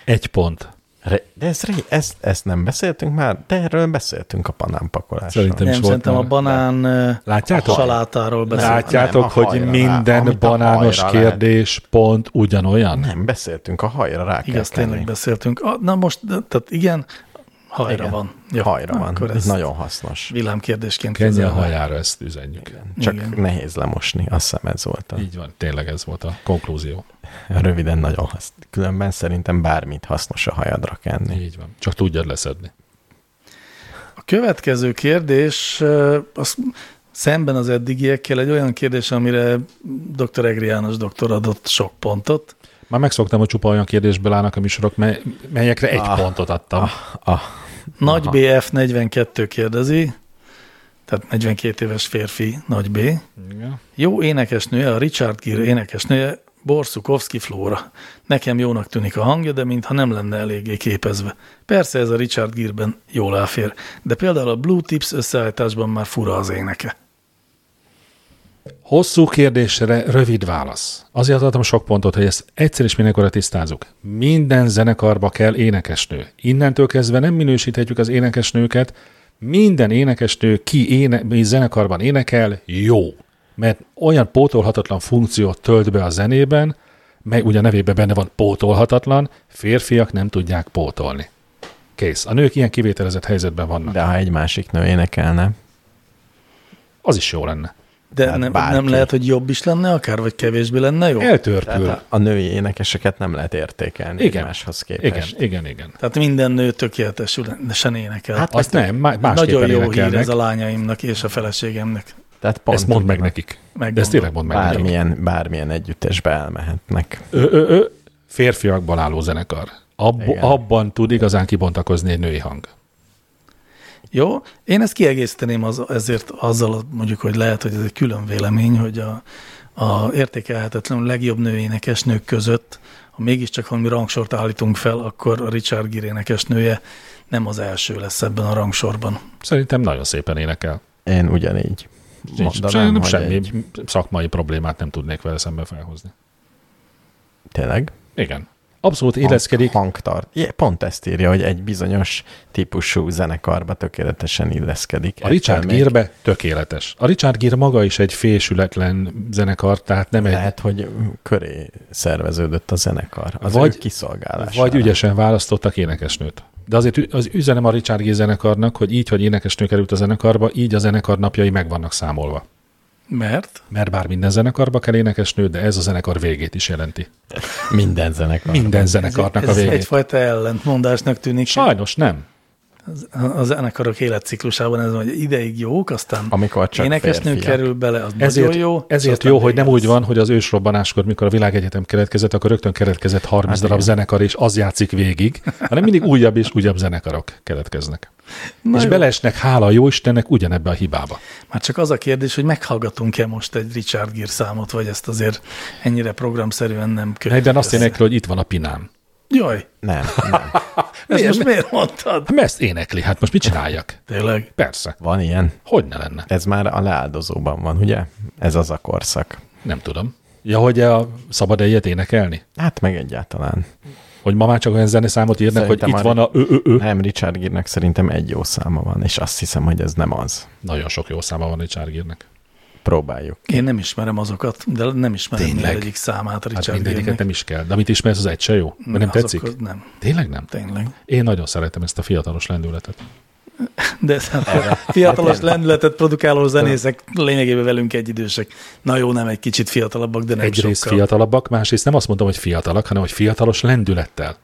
Egy pont.
Re- De ez, ré- ezt, ezt nem beszéltünk már, de erről beszéltünk a panámpakolásról.
Szerintem
Nem,
is volt
szerintem a
már.
banán eh,
Látjátok?
salátáról beszélünk.
Látjátok,
nem, a
hogy
hajra
minden
rá- amit a
banános
hajra lehet.
kérdés pont ugyanolyan?
Nem, beszéltünk a hajra rá kell
Igaz, tényleg
tenni.
beszéltünk. A, na most, de- tehát igen, hajra
Igen.
van.
Hajra
na,
van,
Akkor
ez
ez
nagyon hasznos.
villámkérdésként
Kenje a
kezelve.
hajára, ezt üzenjük. Igen.
Csak
Igen.
nehéz lemosni, azt hiszem ez volt a
Így van, tényleg ez volt a konklúzió.
röviden nagyon hasznos. Különben szerintem bármit hasznos a hajadra kenni.
Így van. Csak tudjad leszedni.
A következő kérdés, eh, az szemben az eddigiekkel egy olyan kérdés, amire dr. Egri János doktor adott sok pontot.
Már megszoktam, hogy csupa olyan kérdésből állnak a műsorok, mely, melyekre egy
Ah.
ah, pontot adtam. Ah,
Ah,
Nagy
Aha.
BF 42 kérdezi, tehát 42 éves férfi, Nagy B.
Igen.
Jó énekesnője, a Richard Gere énekesnője, Borszukovszki Flóra. Nekem jónak tűnik a hangja, de mintha nem lenne eléggé képezve. Persze ez a Richard Gere-ben jól elfér, de például a Blue Tips összeállításban már fura az éneke.
Hosszú kérdésre rövid válasz. Azért adtam sok pontot, hogy ezt egyszer és mindenkorra tisztázzuk. Minden zenekarba kell énekesnő. Innentől kezdve nem minősíthetjük az énekesnőket. Minden énekesnő, ki éne, mi zenekarban énekel, jó. Mert olyan pótolhatatlan funkciót tölt be a zenében, mely ugye a nevében benne van pótolhatatlan, férfiak nem tudják pótolni. Kész. A nők ilyen kivételezett helyzetben vannak.
de ha egy másik nő énekelne,
Az is jó lenne.
De
Hát
nem,
bárki.
nem lehet, hogy jobb is lenne akár, vagy kevésbé lenne jó?
Eltörpül.
tehát a női énekeseket nem lehet értékelni
Igen.
egymáshoz
Igen,
képest.
igen, igen.
Tehát minden nő tökéletesül, de sen énekel.
Hát
Azt nem, má- másképpen
Nagyon jó
énekelnek.
hír ez a lányaimnak és a feleségemnek.
Tehát
Pont
pont
ezt mondd meg nekik.
Megmondom.
De ezt tényleg mondd meg nekik.
bármilyen, bármilyen együttesbe elmehetnek.
Ö, ö, ö, férfiakból álló zenekar. Abbo,
Igen.
abban tud igazán kibontakozni egy női hang.
Jó, én ezt kiegészíteném az, ezért azzal, mondjuk, hogy lehet, hogy ez egy külön vélemény, hogy a, a értékelhetetlenül legjobb nőénekesnők között, ha mégiscsak valami rangsort állítunk fel, akkor a Richard Gere énekesnője nem az első lesz ebben a rangsorban.
Szerintem nagyon szépen énekel.
Én ugyanígy.
Nincs,
mondanám,
nem
hogy
semmi
egy-
egy... szakmai problémát nem tudnék vele szembe felhozni.
Tényleg?
Igen. Abszolút
Hang-
illeszkedik.
Hangtart. Je, pont ezt írja, hogy egy bizonyos típusú zenekarba tökéletesen illeszkedik.
A Richard
Ettől még
Gírbe tökéletes. A Richard Gír maga is egy fésületlen zenekar, tehát nem egy,
Lehet, hogy köré szerveződött a zenekar. Az
Vagy-
vagy, ő kiszolgálására.
Vagy ügyesen választottak énekesnőt. De azért ü- az üzenem a Richard G. zenekarnak, hogy így, hogy énekesnő került a zenekarba, így a zenekar napjai meg vannak számolva.
Mert
Mert bár minden zenekarba kell énekesnő, de ez a zenekar végét is jelenti.
Minden zenekar.
ez,
Minden
egy-
zenekarnak a
ez
végét.
egyfajta ellentmondásnak tűnik.
Sajnos nem.
A zenekarok életciklusában ez van, hogy ideig jók, aztán
Amikor csak
énekesnő
férfiak.
kerül bele, az
Ezért
nagyon
jó,
jó. és
ezért
aztán
jó hogy nem
vége
úgy
lesz.
van, hogy az ősrobbanáskor, mikor a világegyetem keletkezett, akkor rögtön keletkezett 30
Hát
darab
igen.
zenekar, és az játszik végig, hanem mindig újabb és újabb zenekarok keletkeznek.
Na
és
jó.
beleesnek, hála a Jóistennek, ugyanebbe a hibába.
Már csak az a kérdés, hogy meghallgatunk-e most egy Richard Gere számot, vagy ezt azért ennyire programszerűen nem kötjük.
Egyben azt
össze.
énekli, hogy itt van a pinám.
Jaj,
Nem, nem.
ezt most miért mondtad?
Hát ezt énekli, hát most mit csináljak?
Tényleg.
Persze.
Van ilyen.
Hogy ne lenne?
Ez már a leáldozóban van, ugye? Ez az a korszak.
Nem tudom. Ja, hogy a szabad egyet énekelni?
Hát meg egyáltalán.
Hogy ma már csak olyan zeneszámot írnak,
Szerintem
hogy itt
már-
van a ö, ö, ö.
Nem, Richard Gírnek szerintem egy jó száma van, és azt hiszem, hogy ez nem az.
Nagyon sok jó száma van egy Gírnek.
Próbáljuk.
Én nem ismerem azokat, de nem ismerem
Tényleg?
Tényleg? egyik számát
Hát
Richard
mindegyiket
Gere-nek.
nem is kell. De amit ismersz, az egy se jó. Mert nem tetszik?
azokat Nem,
Tényleg nem?
tényleg.
Én nagyon szeretem ezt a fiatalos lendületet.
De ez a fiatalos
Hát
lendületet produkáló zenészek lényegében velünk egyidősek. Na jó, nem egy kicsit fiatalabbak, de nem
Egyrészt
sokkal.
fiatalabbak, másrészt nem azt mondom, hogy fiatalak, hanem hogy fiatalos lendülettel.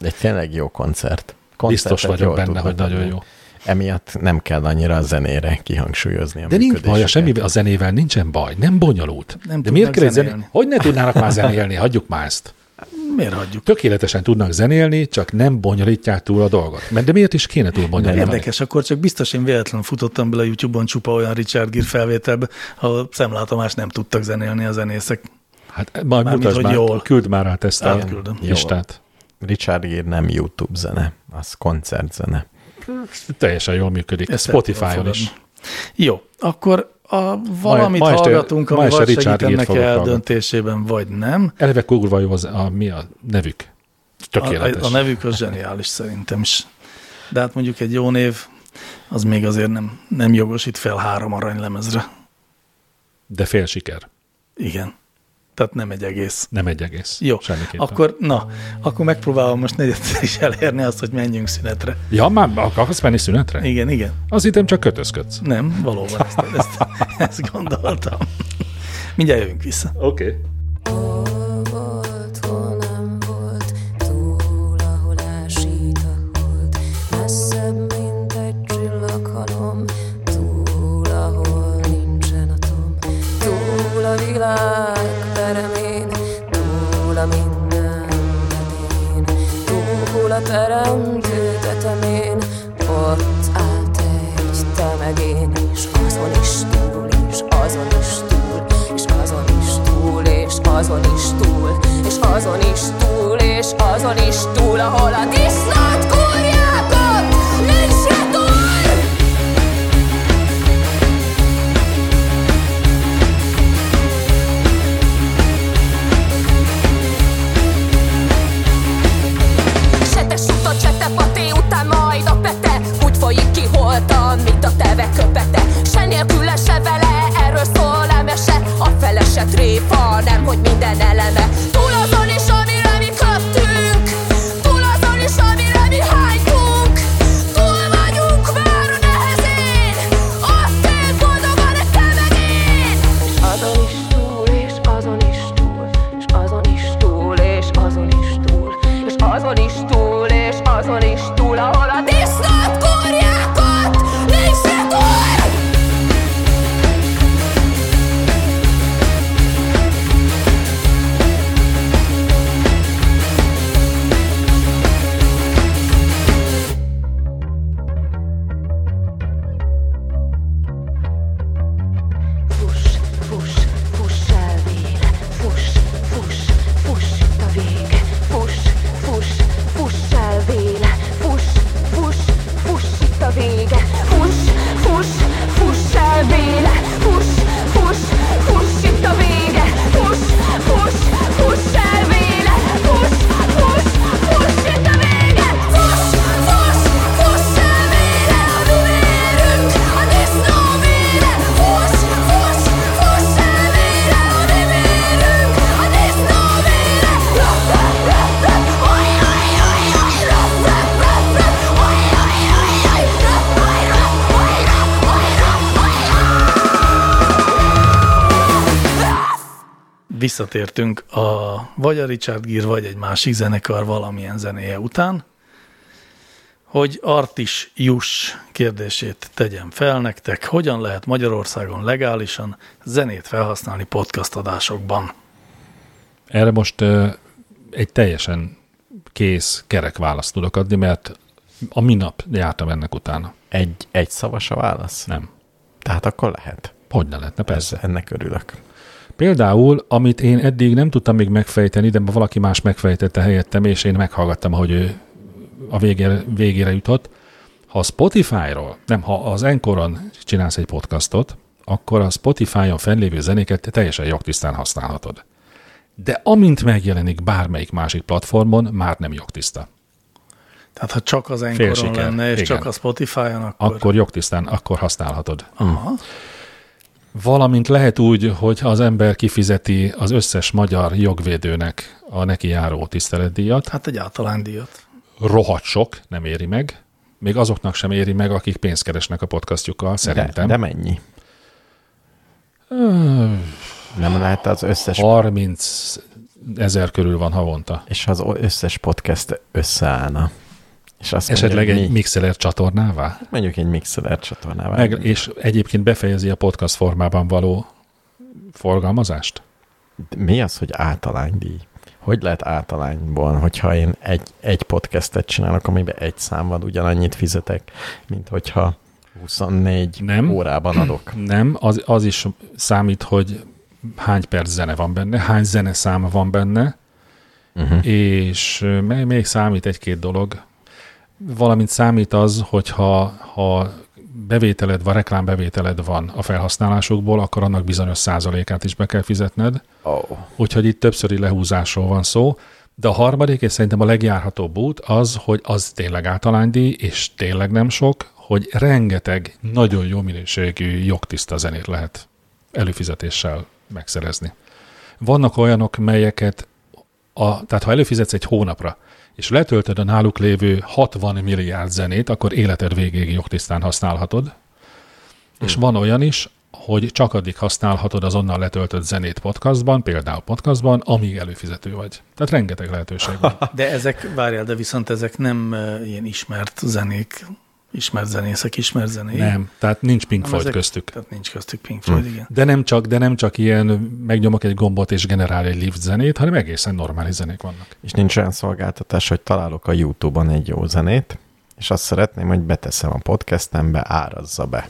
Egy tényleg jó koncert. Koncertet
Biztos vagyok
jól
benne,
tudnak
hogy nagyon
adni.
jó.
Emiatt nem kell annyira a zenére kihangsúlyozni a
De nincs baj, a
működéseket.
semmi, a zenével nincsen baj, nem bonyolult.
Nem
De
tudnak
miért kell egy zenélni?
zenélni.
Hogy ne tudnának már zenélni? Hagyjuk már ezt.
Miért hagyjuk?
tökéletesen tudnak zenélni, csak nem bonyolítják túl a dolgot. Mert de miért is kéne túl bonyolítani?
Érdekes, akkor csak biztos én véletlenül futottam bele YouTube-on csupa olyan Richard Gere felvételbe, ahol szemlátomás nem tudtak zenélni a zenészek.
Hát majd
Mármint,
mutasd
hogy
már, jól.
jól.
küld már át ezt a
Átküldöm.
Jó.
listát.
Richard Gere nem YouTube zene, az koncertzene.
Teljesen jól működik.
Ezt el
Spotify-on
tudom
is.
fogadni. Jó, akkor a valamit
ma
ma
este-
hallgatunk,
ma
ami
este
vagy
Richard
segít
Gere-t
ennek
fogok hallgatni.
eldöntésében, vagy nem.
Eleve kurva jó az, a, mi a nevük.
A,
Tökéletes.
a nevük az zseniális szerintem is. De hát mondjuk egy jó név, az még azért nem, nem jogosít fel három aranylemezre.
De fél siker.
Igen. Tehát nem egy egész.
Nem egy egész.
Jó,
Semmiképpen.
akkor, na, akkor megpróbálom most negyedszer is elérni azt, hogy menjünk szünetre.
Ja, már akarsz menni szünetre?
Igen, igen.
Az hittem csak kötözködsz.
Nem, valóban ezt, ezt, ezt gondoltam. Mindjárt jövünk vissza.
Oké. Okay.
Hol volt, hol nem volt, túl, ahol ásít a hold, messzebb, mint egy csillaghalom, túl, ahol nincsen atom, túl a világ peremén, túl a minden tetén, túl a teremtő tetemén, ott állt egy tömegén, és azon is túl, és azon is túl, és azon is túl, és azon is túl, és azon is túl, és azon is túl, ahol a disznót kúrjátok, nincs retur!
Setes utat, sete paté után majd a pete Úgy folyik ki holtan, mint a teve köpete Se nélküle, se vele, erről szól emese A felese tréfa, nem hogy minden eleme Túl azon is, amire mi köptünk Túl azon is, amire mi hánytunk Túl vagyunk már a nehezén Azt él boldogan egy szemegén
Azon is túl, és azon is túl, és azon is túl, és azon is túl, és azon is túl, és azon is túl, ahol a disznót kúrják ott, nincs retur!
visszatértünk a, vagy a Richard Gere, vagy egy másik zenekar valamilyen zenéje után, hogy Artis Jus kérdését tegyem fel nektek, hogyan lehet Magyarországon legálisan zenét felhasználni podcast adásokban.
Erre most ö, egy teljesen kész, kerek választ tudok adni, mert a minap jártam ennek utána.
Egy, egy szavas a válasz?
Nem.
Tehát akkor lehet.
Hogy ne lehetne,
Ez,
persze.
ennek örülök.
Például, amit én eddig nem tudtam még megfejteni, de valaki más megfejtette helyettem, és én meghallgattam, hogy ő a végére, végére jutott. Ha a Spotify-ról, nem, ha az Enkoron csinálsz egy podcastot, akkor a Spotify-on fennlévő zenéket te teljesen jogtisztán használhatod. De amint megjelenik bármelyik másik platformon, már nem jogtiszta.
Tehát ha csak az Enkoron
Félsiker,
lenne, és
igen.
csak a Spotify-on, akkor,
Akkor jogtisztán, akkor használhatod.
Aha.
Valamint lehet úgy, hogy az ember kifizeti az összes magyar jogvédőnek a neki járó tiszteletdíjat,
hát egy általánydíjat.
rohadt sok nem éri meg, még azoknak sem éri meg, akik pénzt keresnek a podcastjukkal,
De,
szerintem.
de mennyi? Nem lehet az összes,
30 ezer körül van havonta.
és az összes podcast összeállna. És azt
Esetleg
mondja,
egy
hogy mi,
mixeler csatornává?
mondjuk egy mixeler csatornával.
Meg, és egyébként befejezi a podcast formában való forgalmazást?
De Mi az, hogy általánydíj? Hogy lehet általányból, hogyha én egy, egy podcastet csinálok, amiben egy szám van, ugyanannyit fizetek, mint hogyha 24
Nem.
órában adok.
Nem, az, az is számít, hogy hány perc zene van benne, hány zeneszám van benne, uh-huh. és ö, még, még számít egy-két dolog. Valamint számít az, hogyha ha bevételed van, reklámbevételed van a felhasználásokból, akkor annak bizonyos százalékát is be kell fizetned.
Oh.
Úgyhogy itt többszöri lehúzásról van szó, de a harmadik, és szerintem a legjárhatóbb út az, hogy az tényleg általánydíj, és tényleg nem sok, hogy rengeteg nagyon jó minőségű jogtiszta zenét lehet előfizetéssel megszerezni. Vannak olyanok, melyeket, a, tehát ha előfizetsz egy hónapra, és letöltöd a náluk lévő 60 milliárd zenét, akkor életed végéig jogtisztán használhatod, és van olyan is, hogy csak addig használhatod az onnan letöltött zenét podcastban, például podcastban, amíg előfizető vagy. Tehát rengeteg lehetőség van.
De ezek, várjál, de viszont ezek nem eh, ilyen ismert zenék, ismert zenészek, ismert zenék.
Nem, tehát nincs Pink
Nem,
Floyd
ezek-
köztük. Hm.
Tehát nincs köztük Pink Floyd, igen.
De nem, csak, de nem csak ilyen megnyomok egy gombot és generál egy lift zenét, hanem egészen normális zenék vannak.
És nincs olyan szolgáltatás, hogy találok a YouTube-on egy jó zenét, és azt szeretném, hogy beteszem a podcastembe, árazza be.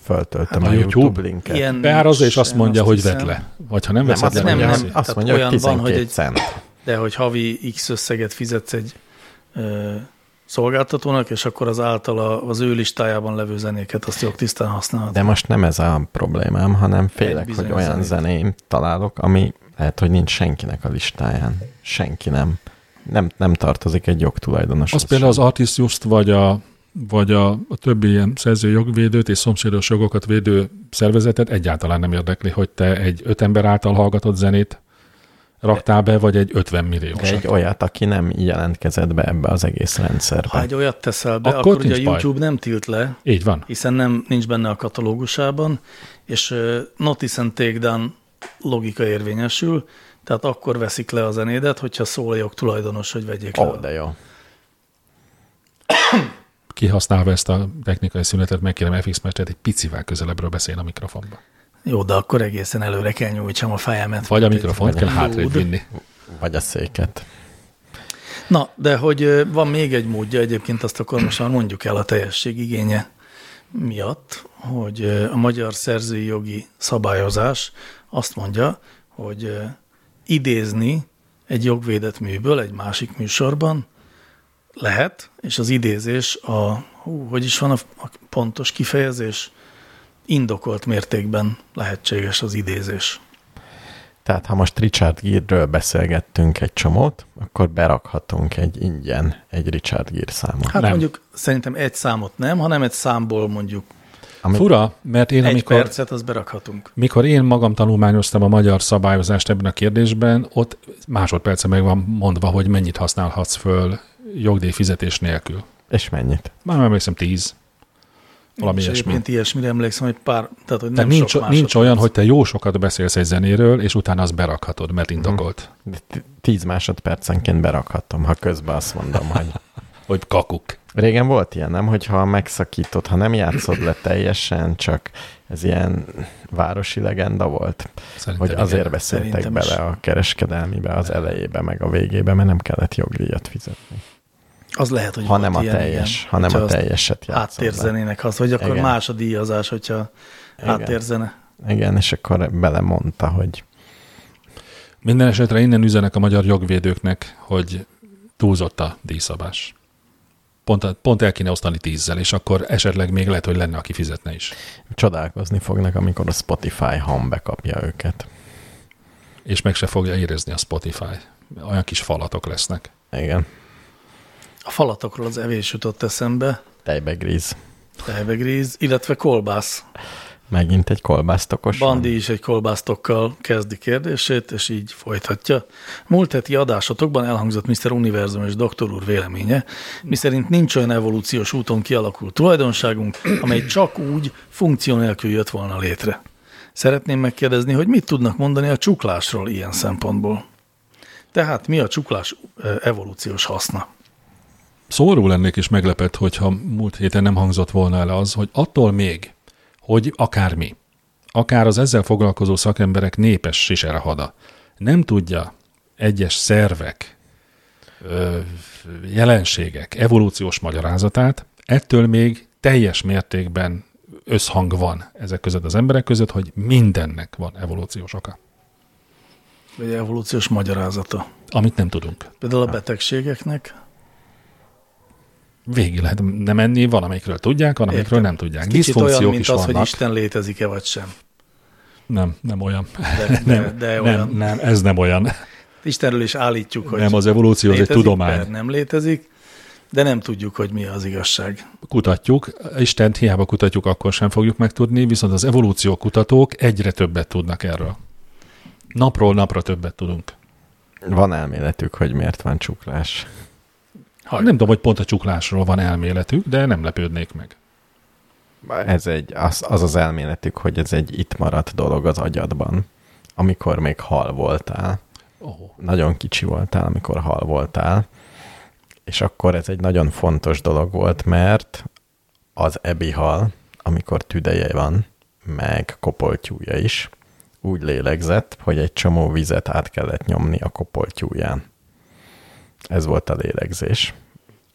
Föltöltöm
Hát
a
a
YouTube,
YouTube?
linket.
Ilyen
Beárazza és
nincs,
azt
én
mondja,
azt
hogy
hiszem.
vedd le. Vagy ha nem,
Nem,
veszed
azt
le,
nem,
mondja,
nem.
nem,
nem.
hogy,
Tehát
azt mondja, hogy
olyan van,
12
hogy egy-
cent.
De hogy havi X összeget fizetsz egy ö, szolgáltatónak, és akkor az általa az ő listájában levő zenéket azt jogtisztán használod.
De most nem ez a problémám, hanem félek, hogy
bizonyos
olyan
zenét.
zeném találok, ami lehet, hogy nincs senkinek a listáján. Senki nem. Nem, nem tartozik egy jogtulajdonos.
Az például az Artist Just, vagy a, vagy a, a többi ilyen szerző jogvédőt és szomszédos jogokat védő szervezetet egyáltalán nem érdekli, hogy te egy öt ember által hallgatott zenét raktál be, vagy egy 50 milliós.
Egy olyat, aki nem jelentkezett be ebbe az egész
ha
rendszerbe.
egy olyat teszel be,
Akkor
akkor, akkor ugye a
nincs baj.
YouTube nem tilt le,
Így van.
hiszen nem nincs benne a katalógusában, és ö, notice and takedown logika érvényesül, tehát akkor veszik le a zenédet, hogyha szól a jogtulajdonos, hogy vegyék
Ó,
le.
de jó.
Kihasználva ezt a technikai szünetet, megkérem FX mestert egy picivel közelebbről beszélni a mikrofonba.
Jó, de akkor egészen előre kell nyújtsam a fejemet.
Vagy a
mint egy-
mikrofont kell
Jód.
hátrébb vinni.
Vagy a széket.
Na, de hogy ö, van még egy módja, egyébként azt akkor most már mondjuk el a teljesség igénye miatt, hogy ö, a magyar szerzői jogi szabályozás azt mondja, hogy ö, idézni egy jogvédett műből egy másik műsorban lehet, és az idézés a, hú, hogy is van a, a pontos kifejezés, indokolt mértékben lehetséges az idézés.
Tehát ha most Richard Gere-ről beszélgettünk egy csomót, akkor berakhatunk egy ingyen egy Richard Gere számot.
Hát
Nem.
nem. mondjuk szerintem egy számot nem, hanem egy számból mondjuk
Ami-
Fura, mert én
egy
amikor...
percet, azt berakhatunk.
Mikor én magam tanulmányoztam a magyar szabályozást ebben a kérdésben, ott másodperce meg van mondva, hogy mennyit használhatsz föl jogdíj fizetés nélkül.
És mennyit?
Már nem emlékszem, tíz. Valami
És
ilyesmi.
Egyébként ilyesmire emlékszem, hogy pár, tehát hogy
De
nem
nincs,
sok
nincs
másodperc.
olyan, hogy te jó sokat beszélsz egy zenéről, és utána azt berakhatod, mert indokolt.
Mhm.
Mm.
De t- Tíz másodpercenként berakhatom, ha közben azt mondom, hogy...
Hogy kakuk.
Régen volt ilyen, nem? Hogyha megszakított, ha nem játszod le teljesen, csak ez ilyen városi legenda volt.
Szerintem
Hogy azért
igen.
beszéltek
Hát Szerintem is.
bele a kereskedelmibe az elejébe, meg a végébe, mert nem kellett jogdíjat fizetni.
Az lehet, hogy
Hanem a
volt ilyen,
teljes,
igen.
hanem
Hogyha
a
azt
teljeset játszod le.
Áttérzenének azt, hogy akkor
Igen.
igen. más a díjazás, hogyha
Igen.
igen. áttérzene.
Igen, és akkor belemondta, hogy
Minden esetre innen üzenek a magyar jogvédőknek, hogy túlzott a díjszabás. Pont, pont el kéne osztani tízzel, és akkor esetleg még lehet, hogy lenne, aki fizetne is.
csodálkozni fognak, amikor a Spotify ham bekapja őket.
És meg se fogja érezni a Spotify. Olyan kis falatok lesznek.
Igen,
A falatokról az evés jutott eszembe,
tejbegríz.
tejbegríz, illetve kolbász.
Megint egy kolbásztokos. van?
Bandi is egy kolbásztokkal kezdi kérdését, és így folytatja. Múlt heti adásotokban elhangzott Mr. Univerzum és Doktor úr véleménye, miszerint nincs olyan evolúciós úton kialakult tulajdonságunk, amely csak úgy funkció nélkül jött volna létre. Szeretném megkérdezni, hogy mit tudnak mondani a csuklásról ilyen szempontból. Tehát mi a csuklás ö, evolúciós haszna?
Szomorú lennék és meglepett, hogyha múlt héten nem hangzott volna el az, hogy attól még, hogy akármi, akár az ezzel foglalkozó szakemberek népes siserhada, nem tudja egyes szervek, ö, jelenségek evolúciós magyarázatát, ettől még teljes mértékben összhang van ezek között az emberek között, hogy mindennek van evolúciós oka,
Vagy evolúciós magyarázata?
amit nem tudunk.
Például a betegségeknek?
Végig lehet nem enni, van, amikről tudják, van, amikről
Értem.
nem tudják.
Kicsit olyan,
Diszfunkciók
mint
is
az,
vannak.
hogy Isten létezik-e vagy sem.
Nem, nem olyan.
De, de, de olyan.
Nem, nem, ez nem olyan.
Istenről is állítjuk, hogy
nem, az evolúció az egy
létezik,
tudomány.
per nem létezik, de nem tudjuk, hogy mi az igazság.
Kutatjuk, Istent hiába kutatjuk, akkor sem fogjuk megtudni, viszont az evolúció kutatók egyre többet tudnak erről. Napról napra többet tudunk.
Van elméletük, hogy miért van csuklás.
Haj. Nem tudom, hogy pont a csuklásról van elméletük, de nem lepődnék meg.
Ez egy, az, az az elméletük, hogy ez egy itt maradt dolog az agyadban. Amikor még hal voltál,
Oh.
nagyon kicsi voltál, amikor hal voltál, és akkor ez egy nagyon fontos dolog volt, mert az ebi hal, amikor tüdeje van, meg kopoltyúja is, úgy lélegzett, hogy egy csomó vizet át kellett nyomni a kopoltyúján. Ez volt a lélegzés.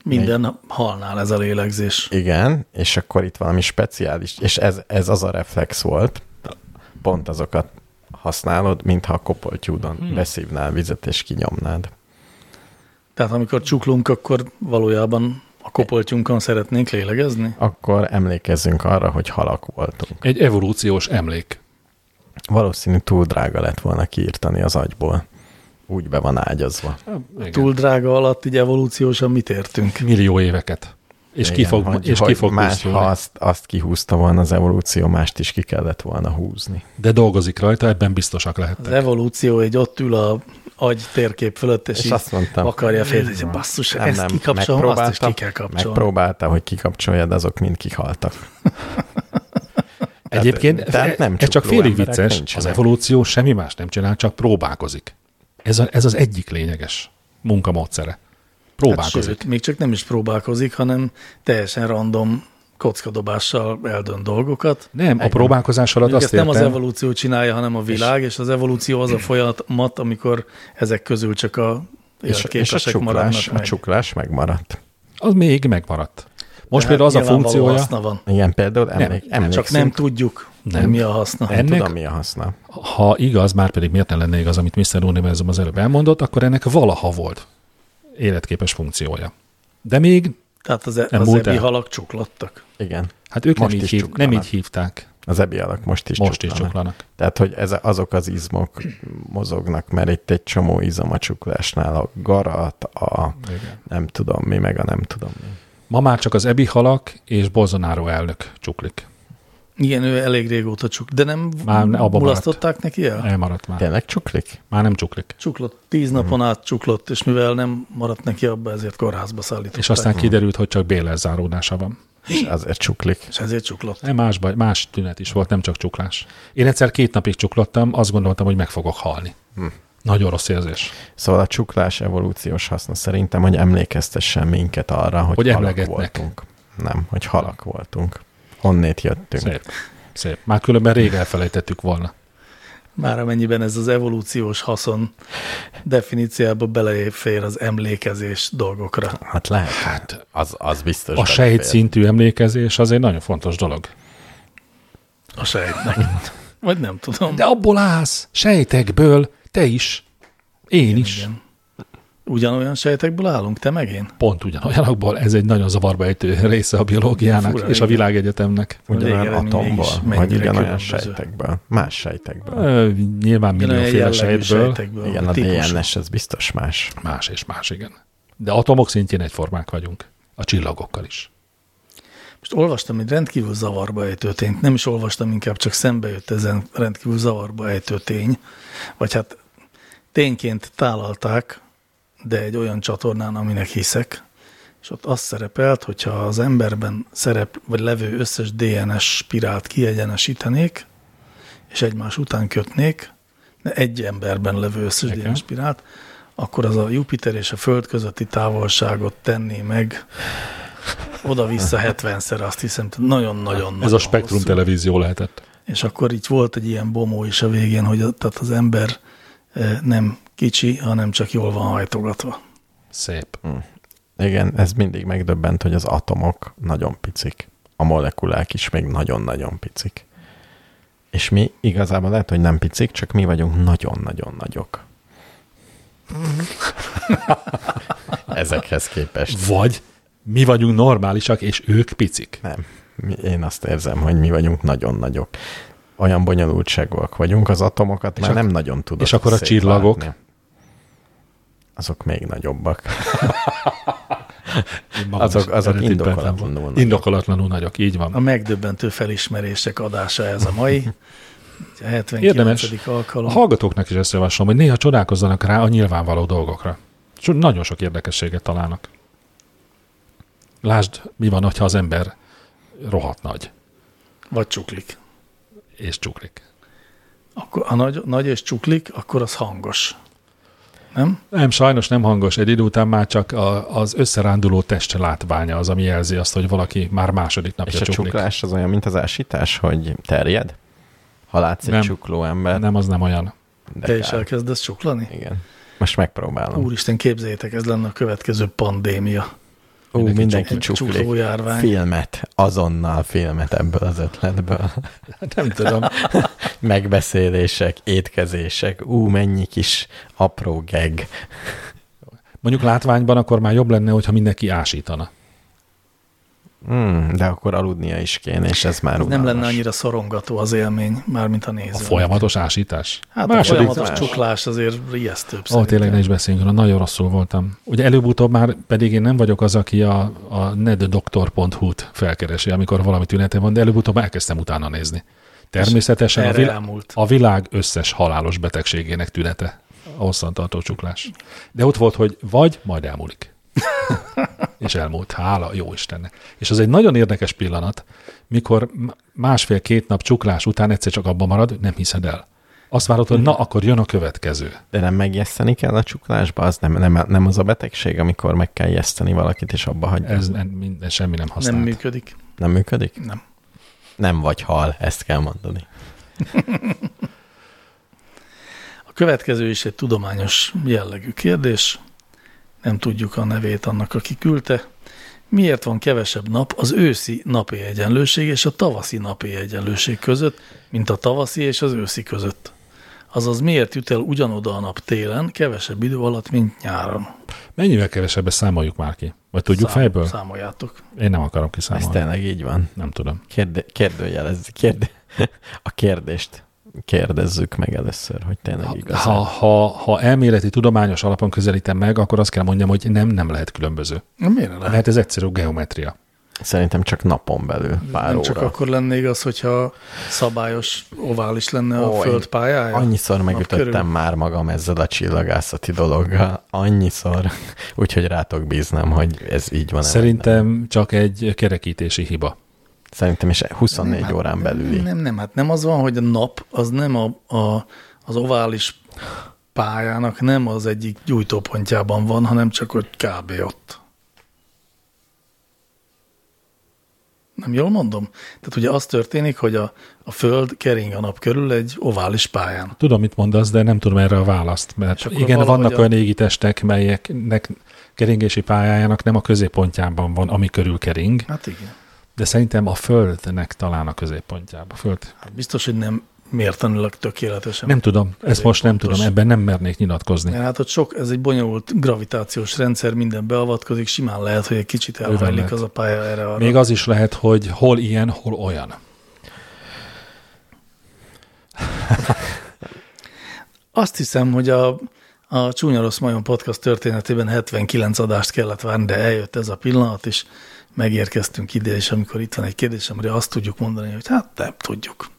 Minden halnál ez a lélegzés.
Igen, és akkor itt valami speciális, és ez, ez az a reflex volt, pont azokat használod, mintha a kopoltyúdon hmm. beszívnál vizet és kinyomnád.
Tehát amikor csuklunk, akkor valójában a kopoltyunkon szeretnénk lélegezni?
Akkor emlékezzünk arra, hogy halak voltunk.
Egy evolúciós emlék.
Valószínű túl drága lett volna kiírtani az agyból. Úgy be van ágyazva.
Igen.
Hát, Túl drága alatt így evolúciósan mit értünk?
millió éveket. És ki
Igen,
fog,
hogy,
és ki
hogy
fog
más,
pusztulni.
ha azt, azt kihúzta volna az evolúció, mást is ki kellett volna húzni.
De dolgozik rajta, ebben biztosak lehettek.
Az evolúció egy ott ül a agy térkép fölött, és,
És
így
azt mondtam.
akarja fél,
Így van.
hogy basszus, nem, ezt nem, kikapcsolom, azt is ki kell kapcsolni.
Megpróbálta, hogy kikapcsoljad, azok mind kihaltak.
Hát, Egyébként
tehát
ez-
nem
e- ez csak
csukló
félig
emberek
vicces,
nincsenek.
az evolúció semmi más nem csinál, csak próbálkozik. Ez, a, ez az egyik lényeges munkamódszere.
Hát
Próbálkozik.
sőt, még csak nem is próbálkozik, hanem teljesen random kockadobással eldönt dolgokat.
nem, a próbálkozás alatt
Mondjuk
azt
ezt nem
értem,
az evolúció csinálja, hanem a világ, és, az evolúció az a folyamat, amikor ezek közül csak a
És, és a,
életképesek maradnak
csuklás,
meg.
a csuklás megmaradt.
az még megmaradt. Most
hát
Tehát
például az a
nyilvánvaló
funkciója,
haszna van.
Igen, például emlék, nem,
Csak nem tudjuk, nem.
Nem.
hogy mi a haszna.
Nem.
Nem.
tudom,
ennek-
mi a haszna.
ha igaz, már pedig miért ne lenne igaz, amit Mr. Univerzum az előbb elmondott, akkor ennek valaha volt életképes funkciója. De még,
Tehát az, e-
Nem
az
múlt
ebi
el.
halak csuklottak.
Igen.
hát ők nem
Most
így,
is
hív, nem
csuklanak.
így hívták,
Az ebi alak most is
most is
csuklanak.
csuklanak.
Tehát, hogy ez, azok az izmok mozognak, mert itt egy csomó izom a csuklásnál, a garat, a
Igen.
nem tudom mi, meg a nem tudom mi.
Ma már csak az ebi halak és Bolsonaro elnök csuklik.
Igen, ő elég régóta csuk, de nem
Már ne- abba
mulasztották neki el?
Elmaradt már.
Tényleg csuklik?
Már nem csuklik.
Csuklott, tíz napon át csuklott, és mivel nem maradt neki abba, ezért kórházba szállították.
És aztán kiderült, hogy csak bélezáródása van.
és azért csuklik.
És ezért csuklott.
Nem, más, baj, más tünet is volt, nem csak csuklás. Én egyszer két napig csuklottam, azt gondoltam, hogy meg fogok halni. Hm. Nagyon rossz érzés.
Szóval a csuklás evolúciós haszna szerintem, hogy emlékeztessen minket arra, hogy,
Hogy
hogy halak
emlegetnek.
voltunk. Nem, hogy halak voltunk. Honnét jöttünk.
Szép. Szép. Már különben rég elfelejtettük volna.
Már amennyiben ez az evolúciós haszon definíciába belefér az emlékezés dolgokra.
Hát lehet. Hát az, az biztos.
A
belefér.
sejtszintű emlékezés az egy nagyon fontos dolog.
A sejtnek. Vagy nem tudom.
De abból állsz, sejtekből, te is, én is.
Igen. Ugyanolyan sejtekből állunk, te meg én?
Pont ugyanolyanakból, ez egy nagyon zavarba ejtő része a biológiának
Fura,
és a
igen.
világegyetemnek.
Ugyanolyan
Végeredmény
atomból,
mégis
vagy
mennyire
ugyanolyan
különböző.
sejtekből. Más sejtekből.
Ö, Nyilván mindenféle
jellegű
sejtből.
sejtekből.
Igen, a
típusú.
DNS ez biztos más.
Más és más, igen. De atomok szintjén egyformák vagyunk. A csillagokkal is.
Most olvastam egy rendkívül zavarba ejtő tényt, nem is olvastam, inkább csak szembe jött ezen rendkívül zavarba ejtő tény, vagy hát tényként tálalták, de egy olyan csatornán, aminek hiszek, és ott az szerepelt, hogyha az emberben szerep, vagy levő összes DNS spirált kiegyenesítenék, és egymás után kötnék, de egy emberben levő összes
Igen.
DNS spirált, akkor az a Jupiter és a Föld közötti távolságot tenné meg oda-vissza 70-szer, azt hiszem, tehát nagyon-nagyon
Ez a Spektrum
hosszú.
televízió lehetett.
És akkor így volt egy ilyen bomó is a végén, hogy a, tehát az ember eh, nem kicsi, hanem csak jól van hajtogatva.
Szép.
Igen, ez mindig megdöbbent, hogy az atomok nagyon picik. A molekulák is még nagyon-nagyon picik. És mi igazából lehet, hogy nem picik, csak mi vagyunk nagyon-nagyon nagyok. Ezekhez képest.
Vagy mi vagyunk normálisak, és ők picik.
Nem. Mi- Én azt érzem, hogy mi vagyunk nagyon nagyok. Olyan bonyolultságúak vagyunk, az atomokat már
ak-
nem nagyon tudod
és akkor a
szétválni.
csillagok?
Azok még nagyobbak.
Én magam
Azok-
is
azok
eredetiben
indokolatlanul
nem voltam.
nagyok.
Indokolatlanul nagyok, így van.
A megdöbbentő felismerések adása ez a mai. A 79.
Érdemes. A
alkalom.
hallgatóknak is ezt javaslom, hogy néha csodálkozzanak rá a nyilvánvaló dolgokra. És úgy nagyon sok érdekességet találnak. Lásd, mi van, ha az ember rohadt nagy
Vagy csuklik.
és csuklik.
Akkor, ha nagy, nagy és csuklik, akkor az hangos. Nem?
Nem, sajnos nem hangos. Egy idő után már csak a, az összeránduló test látványa az, ami jelzi azt, hogy valaki már második napja
És a
csuklik.
csuklás az olyan, mint az ásítás, hogy terjed? Ha látsz egy
Nem.
csukló ember,
Nem, az nem olyan.
de
Te is
kár.
elkezdesz csuklani?
Igen. Most megpróbálom.
Úristen, képzeljétek, ez lenne a következő pandémia.
Ú,
mindenki
mindenki
csuklik.
csuklik.
Csuklójárvány.
Filmet, azonnal filmet ebből az ötletből.
Nem tudom.
Megbeszélések, étkezések, ú, mennyi kis apró geg.
Mondjuk látványban akkor már jobb lenne, hogyha mindenki ásítana.
Mm, de akkor aludnia is kéne, és ez már
Ez nem lenne
unalmas.
annyira szorongató az élmény, mármint a
A
néző.
folyamatos ásítás.
Hát
Második-
a folyamatos
más.
csuklás azért ijesztőbb
Ó,
szerintem.
tényleg ne is beszéljünk róla, nagyon rosszul voltam. Ugye előbb-utóbb már pedig én nem vagyok az, aki a, a neddoktor.hu-t felkeresi, amikor valami tünete van, de előbb-utóbb elkezdtem utána nézni. Természetesen a,
Erre
vil-
elmúlt.
a világ összes halálos betegségének tünete a hosszantartó csuklás. De ott volt, hogy vagy, majd elmúlik. És elmúlt, hála jó Istennek. És az egy nagyon érdekes pillanat, mikor m- másfél-két nap csuklás után egyszer csak abban marad, hogy nem hiszed el. Azt várod,
Mhm.
hogy na, akkor jön a következő.
De nem megjeszteni kell a csuklásba? Az nem, nem, nem az a betegség, amikor meg kell jeszteni valakit, és abba hagyni.
Ez nem, minden, semmi nem
Nem
használt. Nem
működik.
Nem működik?
Nem.
Nem vagy hal, ezt kell mondani.
A következő is egy tudományos jellegű kérdés. Nem tudjuk a nevét annak, aki küldte. Miért van kevesebb nap az őszi napi egyenlőség és a tavaszi napi egyenlőség között, mint a tavaszi és az őszi között? Azaz miért jut el ugyanoda a nap télen, kevesebb idő alatt, mint nyáron?
Mennyivel kevesebbe számoljuk már ki? Vagy tudjuk Szám, fejből? Szám.
Számoljátok.
Én nem akarom
Ez
kiszámolni.
tényleg így van.
Nem tudom.
Kérde, kérdőjelez, kérde, a kérdést kérdezzük meg először, hogy tényleg igaz.
Ha, ha, ha elméleti, tudományos alapon közelítem meg, akkor azt kell mondjam, hogy nem, nem lehet különböző.
Na, Miért ne lehet?
Lehet ez egyszerű geometria.
Szerintem csak napon belül pár
Nem
óra.
csak akkor lenne igaz, hogyha szabályos ovális lenne a
Ó, én
föld pályája?
Annyiszor
Nap
megütöttem
körül.
már magam ezzel a csillagászati dologgal. Annyiszor. úgyhogy rátok bíznám, hogy ez így van.
Szerintem csak egy kerekítési hiba.
Szerintem is 24 nem, órán belüli.
Nem, nem, hát nem az van, hogy a nap az nem a, a, az ovális pályának nem az egyik gyújtópontjában van, hanem csak hogy kb. ott. Nem jól mondom? Tehát ugye az történik, hogy a, a Föld kering a nap körül egy ovális pályán.
Tudom, mit mondasz, de nem tudom erre a választ, mert
És akkor
igen,
valahogy
vannak
a-
olyan égitestek, melyeknek keringési pályájának nem a középpontjában van, ami körül kering,
Hát igen.
de szerintem a Földnek talán a középpontjában. A Föld.
Hát biztos, hogy nem mértelenül tökéletesen.
Nem tudom, ezt most nem tudom, ebben nem mernék nyilatkozni.
Mert hát ott sok, ez egy bonyolult gravitációs rendszer, minden beavatkozik, simán lehet, hogy egy kicsit elhajlik
lehet.
az a pálya erre arra.
Még az is lehet, hogy hol ilyen, hol olyan.
Azt hiszem, hogy a, a Csúnya Rossz Majom podcast történetében 79 adást kellett várni, de eljött ez a pillanat, és megérkeztünk ide, és amikor itt van egy kérdés, amire azt tudjuk mondani, hogy hát nem tudjuk.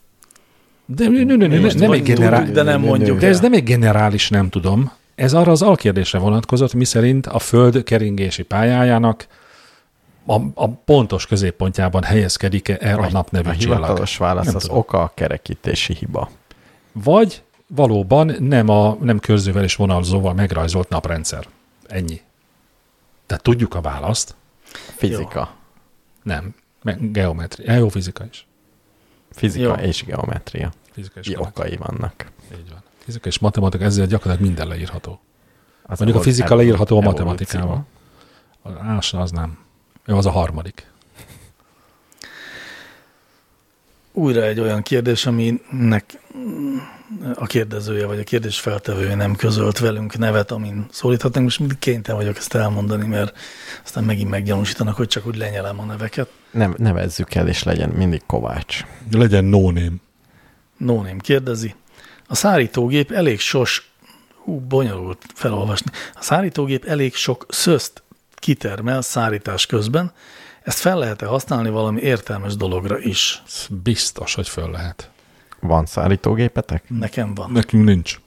De ne- ne- ne- ne-
Most
nem
vagy
egy generál...
tudjuk, de nem mondjuk
De ez
el.
nem egy generális nem tudom. Ez arra az alkérdésre vonatkozott, miszerint a Föld keringési pályájának a, a pontos középpontjában helyezkedik-e el a nap
A
nevű csillag.
hivatalos válasz
Nem
az
tudom.
oka a kerekítési hiba.
Vagy valóban nem a nem körzővel és vonalzóval megrajzolt naprendszer. Ennyi. Tehát tudjuk a választ.
Fizika.
Nem. Meg geometria. Ja, Jó, fizika is.
Fizika
Jó.
és geometria.
Fizika is.
Így okai vannak.
Így van. Fizika és matematika, ezzel gyakorlatilag minden leírható.
Az
Mondjuk a
evol-
fizika leírható a
evol-
matematikával. Az ás, az nem. Jó, az a harmadik.
Újra egy olyan kérdés, aminek a kérdezője vagy a kérdés feltevője nem közölt velünk nevet, amin szólíthatnánk. Most mindig kénytelen vagyok ezt elmondani, mert aztán megint meggyanúsítanak, hogy csak úgy lenyelem a neveket.
Nem, nevezzük el, és legyen mindig Kovács.
Legyen no name.
Nóném kérdezi. A szárítógép elég sos, hú, bonyolult felolvasni. A szárítógép elég sok szözt kitermel szárítás közben, ezt fel lehet-e használni valami értelmes dologra is?
Biztos, hogy föl lehet.
Van szállítógépetek?
Nekem van.
Nekünk nincs.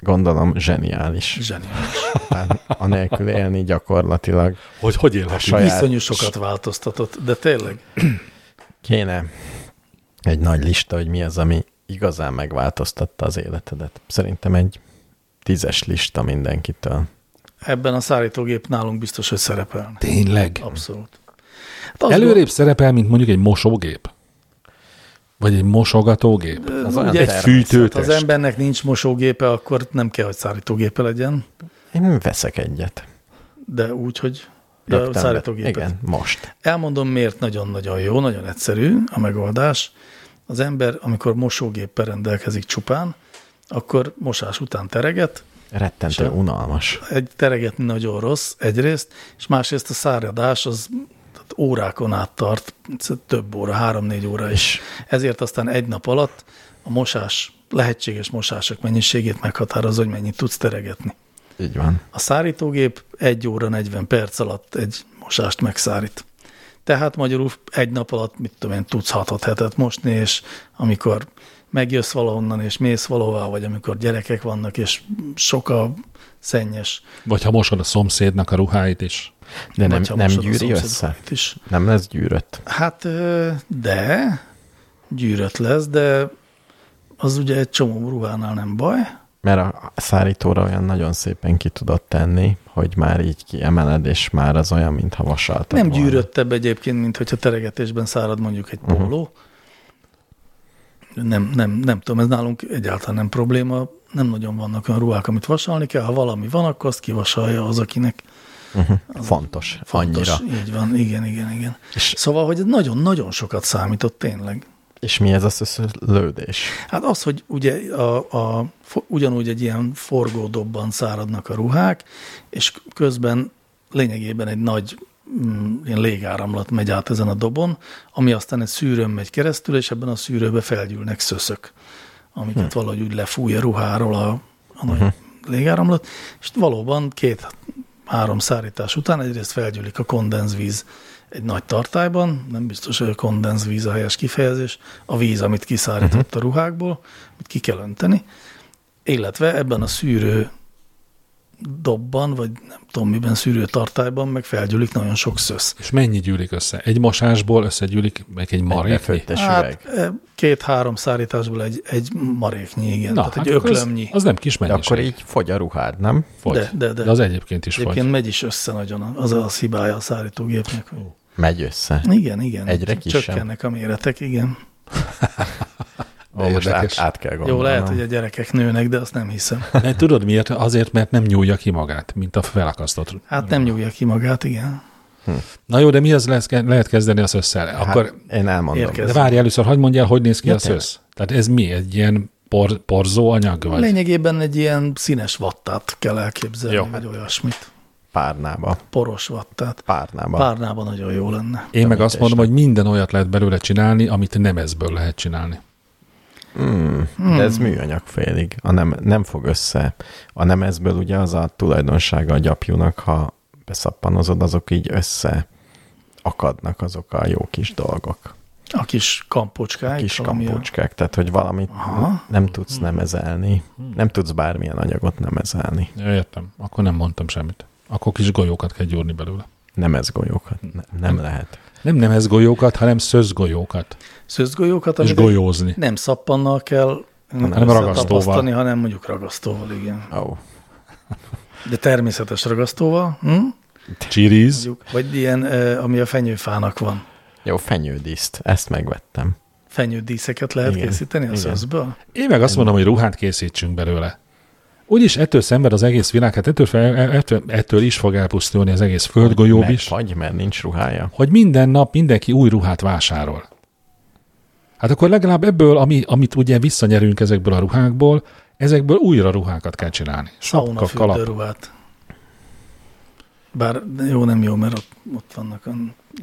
Gondolom zseniális.
Zseniális.
Hát, anélkül élni gyakorlatilag
Hogy hogy élhetünk?
Saját-
Iszonyú sokat változtatott, de tényleg.
kéne egy nagy lista, hogy mi az, ami igazán megváltoztatta az életedet. Szerintem egy tízes lista mindenkitől.
Ebben a szárítógép nálunk biztos, hogy szerepelne.
Tényleg.
Abszolút. Hát az
Előrébb szerepel, mint mondjuk egy mosógép. Vagy egy mosogatógép.
Az
Ugye
olyan
egy volt,
természet.
ha Hát az
Fűtőtest.
embernek nincs mosógépe, akkor nem kell, hogy szárítógépe legyen,
Én veszek egyet.
de úgy, hogy de
Rögtön
szárítógépet.
Igen, most.
Elmondom, miért nagyon-nagyon jó, nagyon egyszerű a megoldás. Az ember, amikor mosógéppel rendelkezik csupán, akkor mosás után tereget,
Rettentő
Sem.
unalmas.
egy teregetni nagyon rossz egyrészt, és másrészt a száradás az tehát órákon át tart, több óra, három-négy óra is. Ezért aztán egy nap alatt a mosás, lehetséges mosások mennyiségét meghatároz, hogy mennyit tudsz teregetni.
Így van.
A szárítógép 1 óra 40 perc alatt egy mosást megszárít. Tehát magyarul egy nap alatt, mit tudom én, tudsz 6 hetet mosni, és amikor megjössz valahonnan, és mész valahová, vagy amikor gyerekek vannak, és sok a szennyes,
Vagy ha mosod a szomszédnak a ruháit is.
De nem,
vagy ha
nem
mosod a
gyűri
szomszéd
össze?
ruháit Is.
Nem lesz gyűrött.
Hát ö, de, gyűrött lesz, de az ugye egy csomó ruhánál nem baj.
Mert a szárítóra olyan nagyon szépen ki tudod tenni, hogy már így kiemeled, és már az olyan, mintha vasaltad
Nem
volna.
gyűröttebb egyébként, mint hogyha teregetésben szárad mondjuk egy
Mhm.
póló. Nem, nem, nem tudom, ez nálunk egyáltalán nem probléma. Nem nagyon vannak olyan ruhák, amit vasalni kell. Ha valami van, akkor azt kivasalja az, akinek
Fontos,
fontos.
annyira.
Így van, igen, igen, igen.
És-
Szóval, hogy ez nagyon-nagyon sokat számított tényleg.
És mi ez a szöszölődés?
Hát az, hogy ugye a, a, fo- ugyanúgy egy ilyen forgódobban száradnak a ruhák, és közben lényegében egy nagy mm, ilyen légáramlat megy át ezen a dobon, ami aztán egy szűrőn megy keresztül, és ebben a szűrőbe felgyűlnek szöszök, amiket valahogy úgy lefúj a ruháról a, a nagy légáramlat, és valóban két-három szárítás után egyrészt felgyűlik a kondenzvíz egy nagy tartályban, nem biztos, hogy a kondenzvíz a helyes kifejezés, a víz, amit kiszárított a
Mhm.
ruhákból, amit ki kell önteni, illetve ebben a szűrő dobban, vagy nem tudom miben, szűrőtartályban, meg felgyűlik nagyon sok szösz.
És mennyi gyűlik össze? Egy masásból összegyűlik meg egy maréknyi?
befőttes üveg.
Hát e, két-három szárításból egy, egy maréknyi, igen, tehát egy
hát akkor az,
öklömnyi.
az nem kis
De
mennyiség.
akkor így fogy a ruhád, nem?
fogy.
De- de- de.
de az egyébként is
Egyébként
fogy.
megy is össze nagyon, az az hibája a szárítógépnek. hogy-
Megy össze.
Igen, igen.
Egyre kisebb.
Csökkennek a méretek, igen.
Ó, most át,
Érdekes.
át kell gondolnom.
Jó, lehet, hogy a gyerekek nőnek, de azt nem hiszem.
De tudod miért? Azért, mert nem nyúlja ki magát, mint a felakasztott.
Hát nem nyúlja ki magát, igen.
Na jó, de mi az lesz, lehet kezdeni a szösszel? Akkor,
Hát, én elmondom.
Érkező.
de
ez-
várj először, hagyd mondjál, hogy néz ki
Ja,
a
tényleg.
szössz. Tehát ez mi? Egy ilyen por, porzó anyag? Vagy?
Lényegében egy ilyen színes vattát kell elképzelni,
Jó.
Jó. vagy olyasmit.
Párnába.
Poros vattát.
Párnába.
Párnában nagyon jó lenne.
Én meg
mint
azt
te
mondom, hogy minden olyat lehet belőle csinálni, amit nem ezből lehet csinálni.
Hmm.
De ez műanyag félig. A nem, nem fog össze. A nemezből ugye az a tulajdonsága a gyapjúnak, ha beszappanozod, azok így össze akadnak azok a jó kis dolgok.
A kis kampocskák.
Kis
valami a-
kampocskák, tehát hogy valamit
Aha. Hmm.
nem tudsz nemezelni. Nem tudsz bármilyen anyagot nemezelni.
Ja, értem, akkor nem mondtam semmit. Akkor kis golyókat kell gyúrni belőle.
Hmm.
Nemezgolyókat. Ne, nem lehet.
Nem nem ez golyókat, hanem szözgolyókat.
Szőzgolyókat,
És
amit
golyózni.
nem szappannal kell
Hanem
ragasztóval.
összetapasztani, hanem mondjuk ragasztóval, igen.
Ó, oh,
De természetes ragasztóval, hm?
Csiriz.
mondjuk, vagy ilyen, eh, ami a fenyőfának van.
Jó, fenyődíszt, ezt megvettem.
Fenyődíszeket lehet
Igen,
igen, készíteni a
igen.
szőzből?
Én meg azt mondom, hogy ruhát készítsünk belőle. Úgyis ettől szenved az egész világ, hát ettől, fel, ettől, ettől is fog elpusztulni az egész földgolyó is,
Megfagy, mert nincs ruhája.
hogy minden nap mindenki új ruhát vásárol. Hát akkor legalább ebből, ami, amit ugye visszanyerünk ezekből a ruhákból, ezekből újra ruhákat kell csinálni.
Sauna
Sapka, kalap.
fürdőruhát. Bár jó, nem jó, mert ott, ott vannak a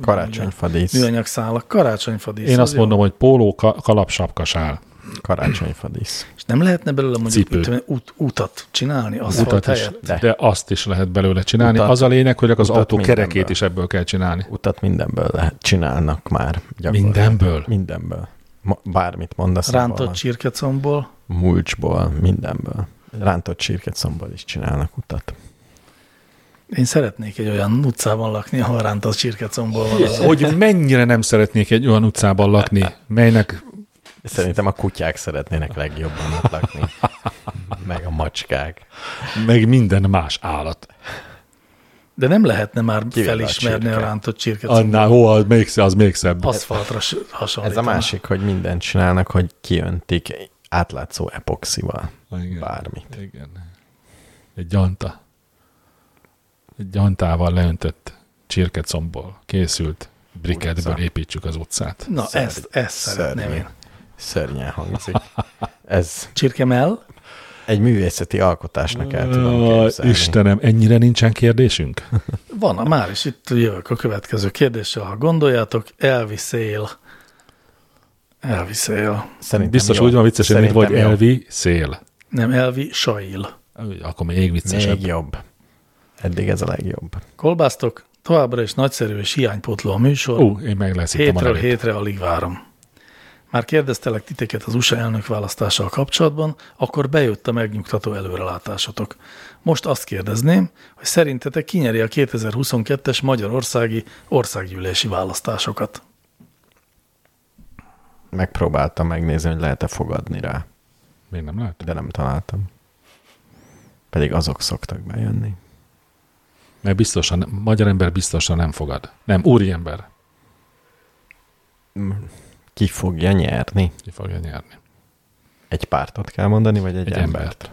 Karácsonyfadísz.
műanyag szálak, karácsonyfadísz.
Én
az
azt
jó.
mondom, hogy póló, ka- kalap, sapka, sál.
Karácsonyfadísz.
És nem lehetne belőle mondjuk
Cipő.
mit, tudom én, út, utat csinálni, az
utat
volt
is,
helyett.
De.
de. de azt is lehet belőle csinálni.
Utat-
Utat, az a lényeg, hogy az
utat
autó kerekét
mindenből.
is ebből kell csinálni.
Utat mindenből lehet, csinálnak már. gyakorlatilag.
Mindenből?
Mindenből. Ma- Bármit mondasz. abban
Rántott
van.
csirkecomból.
Mulcsból, mindenből. Rántott csirkecomból is csinálnak utat.
Én szeretnék egy olyan utcában lakni, ahol rántott csirkecomból van. az.
Hogy mennyire nem szeretnék egy olyan utcában lakni, melynek
Szerintem a kutyák szeretnének legjobban ott lakni. Meg a macskák.
meg minden más állat.
Hát,
De nem lehetne már
Kivéve a
felismerni a,
csirke.
rántott csirkecomból.
Annál, hó, az még, szebb- az még szebb.
Aszfaltra s-
Ez a
hasonlítana.
másik, hogy mindent csinálnak, hogy kiöntik átlátszó epoxival.
Ah, Igen.
Bármit.
Igen. Egy gyanta. Egy gyantával leöntött csirkecomból készült briketből
Utca.
építsük az utcát.
Na,
Szörny-
ezt, ezt szeretném
szörnyű.
én.
Szörnyen hangzik. Ez
Csirkemell?
egy művészeti alkotásnak el tudom
Ó,
képzelni.
Istenem, ennyire nincsen kérdésünk?
Van, már is itt jövök a következő kérdéssel. Ha gondoljátok, Elvis él. Elvis él.
Szerintem
Biztos
jó.
úgy van vicces, mint
Szerintem
vagy
jó.
Elvi szél.
Nem, Elvi Sail.
Akkor még égviccesebb.
Még jobb. Eddig ez a legjobb.
Kolbásztok, továbbra is nagyszerű és hiánypotló a műsor.
Ó, én megleszítem a
Hétről
nevét.
hétre alig várom. Már kérdeztelek titeket az USA elnök választással kapcsolatban, akkor bejött a megnyugtató előrelátásotok. Most azt kérdezném, hogy szerintetek kinyeri a 2022-es magyarországi országgyűlési választásokat?
Megpróbáltam megnézni, hogy lehet-e fogadni rá,
Még nem lehet?
de nem találtam. Pedig azok szoktak bejönni.
Mert biztosan, magyar ember biztosan nem fogad. Nem, úriember
Ki fogja nyerni?
ki fogja nyerni.
Egy pártot kell mondani, vagy egy,
Egy
egy embert?
embert.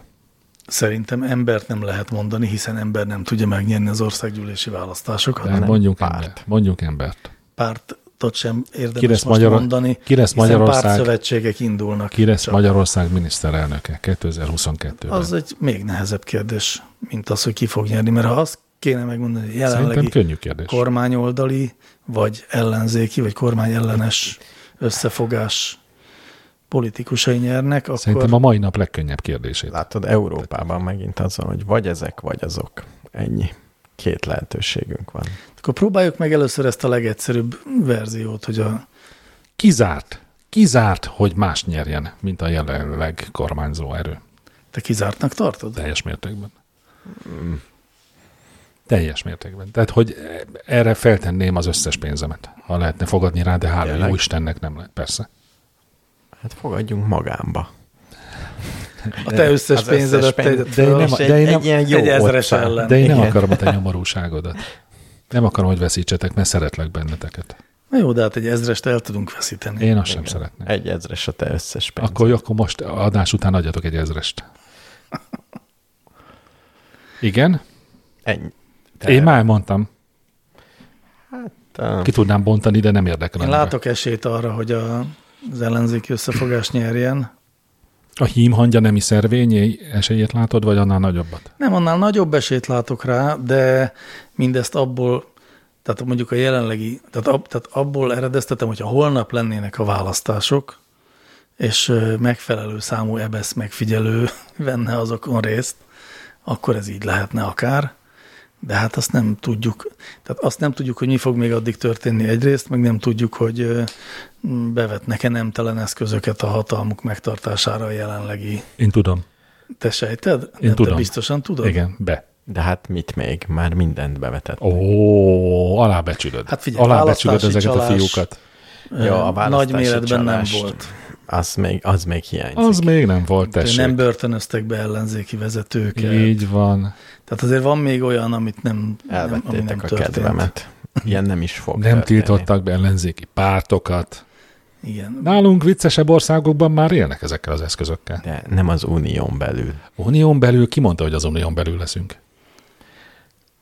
Szerintem embert nem lehet mondani, hiszen ember nem tudja megnyerni az országgyűlési választásokat.
De
Nem.
nem
mondjunk
párt.
embert. Mondjunk embert.
Pártot sem érdemes
Ki lesz
most
Magyar-
mondani,
ki lesz
hiszen
Magyarország-
pártszövetségek indulnak.
Ki lesz
Csak
Magyarország miniszterelnöke 2022-ben?
Az egy még nehezebb kérdés, mint az, hogy ki fog nyerni, mert ha azt kéne megmondani, hogy
Szerintem
jelenlegi
könnyű kérdés.
kormányoldali, vagy ellenzéki, vagy kormányellenes összefogás politikusai nyernek, akkor
Szerintem a mai nap legkönnyebb kérdését.
Látod, Európában megint az van, hogy vagy ezek, vagy azok. Ennyi. Két lehetőségünk van.
Akkor próbáljuk meg először ezt a legegyszerűbb verziót, hogy a
Kizárt, kizárt, hogy más nyerjen, mint a jelenleg kormányzó erő.
te kizártnak tartod?
Teljes mértékben. Teljes mértékben. Tehát, hogy erre feltenném az összes pénzemet, ha lehetne fogadni rá, de hála
Tényleg?
jó Istennek nem lehet, persze.
Hát fogadjunk magámba.
A te összes
Az összes
pénzedet
pénz-
tegyed
de én
föl.
nem-
És
de
egy,
én nem-
egy ilyen jó
egy ezres
otca.
ellen.
De én nem
Igen.
akarom a te nyomorúságodat. Nem akarom, hogy veszítsetek, mert szeretlek benneteket.
Na jó, de hát egy ezrest el tudunk veszíteni.
Én azt sem szeretném.
Egy ezres a te összes pénz.
Akkor, akkor most adás után adjatok egy ezrest. Igen?
Ennyi.
Te én már mondtam.
Te- hát,
Ki tudnám bontani, de nem érdekel.
Én
annyira.
látok esélyt arra, hogy a, az ellenzéki összefogás nyerjen.
A hímhangya nemi szervényé esélyét látod, vagy annál nagyobbat?
Nem, annál nagyobb esélyt látok rá, de mindezt abból, tehát mondjuk a jelenlegi, tehát, ab, tehát abból eredeztetem, hogyha holnap lennének a választások, és ö, megfelelő számú EBSZ megfigyelő venne azokon részt, akkor ez így lehetne akár, de hát azt nem tudjuk, tehát azt nem tudjuk, hogy mi fog még addig történni egyrészt, meg nem tudjuk, hogy ö, m, bevetnek-e nemtelen eszközöket a hatalmuk megtartására a jelenlegi.
Én tudom.
Te sejted? Én
tudom.
Te biztosan tudod?
Igen, be.
De hát mit még? Már mindent bevetett.
Ó, alábecsülöd.
Hát figyelj,
alábecsülöd
választási
ezeket a
csalás.
fiúkat.
Ö,
Ja, a választási
Nagy méretben nem
csalást
volt.
Az még, az még hiányzik.
Az még nem volt, tessék.
Nem börtönöztek be ellenzéki vezetőket.
Így van.
Tehát azért van még olyan, amit nem nem, ami nem
Elvettétek a
történt.
kedvemet. Ilyen nem is fog
Nem
történni.
tiltottak be ellenzéki pártokat.
Igen.
Nálunk viccesebb országokban már élnek ezekkel az eszközökkel.
De nem az unión belül.
Unión belül, ki mondta, hogy az unión belül leszünk?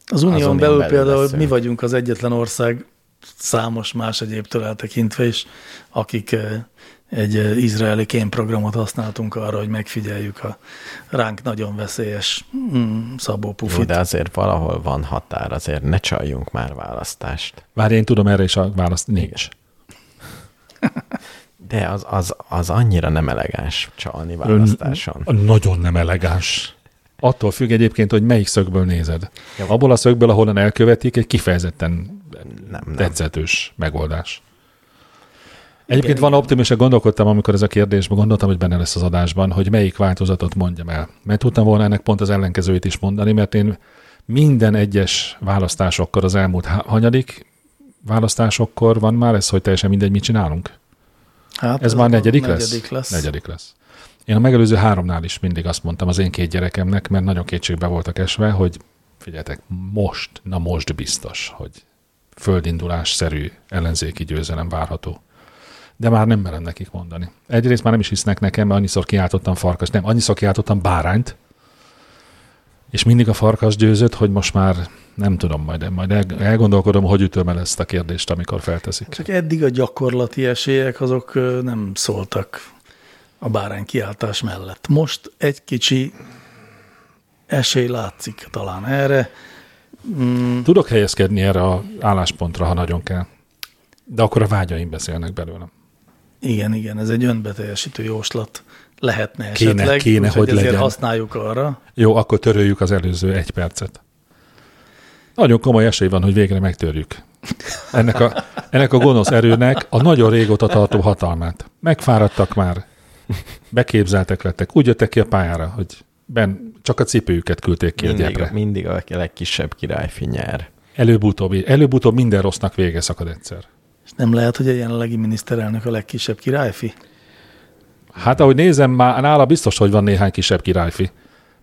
Az unión
Unión
belül,
belül
például
leszünk.
mi vagyunk az egyetlen ország, számos más egyébtől eltekintve is, akik eh, egy eh, izraeli kémprogramot használtunk arra, hogy megfigyeljük a ránk nagyon veszélyes mm, Szabó
Jó,
Pufit.
de azért valahol van határ, azért ne csaljunk már választást.
Várj, én tudom erre is a választ. Nincs.
De az, az, az annyira nem elegáns csalni választáson.
Nagyon nem elegáns. Attól függ egyébként, hogy melyik szögből nézed.
Jó.
Abból a szögből, ahonnan elkövetik, egy kifejezetten
Nem, nem.
tetszetős megoldás. Egyébként van optimista, gondolkodtam, amikor ez a kérdésben gondoltam, hogy benne lesz az adásban, hogy melyik változatot mondjam el. Mert tudtam volna ennek pont az ellenkezőjét is mondani, mert én minden egyes választásokkor az elmúlt há- hanyadik választásokkor van már ez, hogy teljesen mindegy, mit csinálunk.
Hát
Ez már
a
negyedik,
Negyedik lesz.
Negyedik lesz. Én a megelőző háromnál is mindig azt mondtam az én két gyerekemnek, mert nagyon kétségbe voltak esve, hogy figyeljetek, most, na most biztos, hogy földindulásszerű ellenzéki győzelem várható. De már nem merem nekik mondani. Egyrészt már nem is hisznek nekem, mert annyiszor kiáltottam farkas, nem, annyiszor kiáltottam bárányt, és mindig a farkas győzött, hogy most már nem tudom, majd, majd el- elgondolkodom, hogy ütöm el ezt a kérdést, amikor felteszik.
Csak eddig a gyakorlati esélyek azok ö, nem szóltak a bárány kiáltás mellett. Most egy kicsi esély látszik talán erre.
Tudok helyezkedni erre a álláspontra, ha nagyon kell. De akkor a vágyaim beszélnek belőlem.
Igen, igen, ez egy önbeteljesítő jóslat lehetne
Kéne-
esetleg.
kéne,
úgyhogy
hogy
ezért
legyen.
használjuk arra.
Jó, akkor töröljük az előző egy percet. Nagyon komoly esély van, hogy végre megtörjük. Ennek a, ennek a gonosz erőnek a nagyon régóta tartó hatalmát. Megfáradtak már, beképzeltek lettek, úgy jöttek ki a pályára, hogy ben, csak a cipőjüket küldték ki a
Mindig,
gyebre.
mindig a legkisebb királyfi nyer.
Előbb-utóbb, előbb-utóbb minden rossznak vége szakad egyszer.
És nem lehet, hogy a jelenlegi miniszterelnök a legkisebb királyfi?
Hát ahogy nézem, már nála biztos, hogy van néhány kisebb királyfi.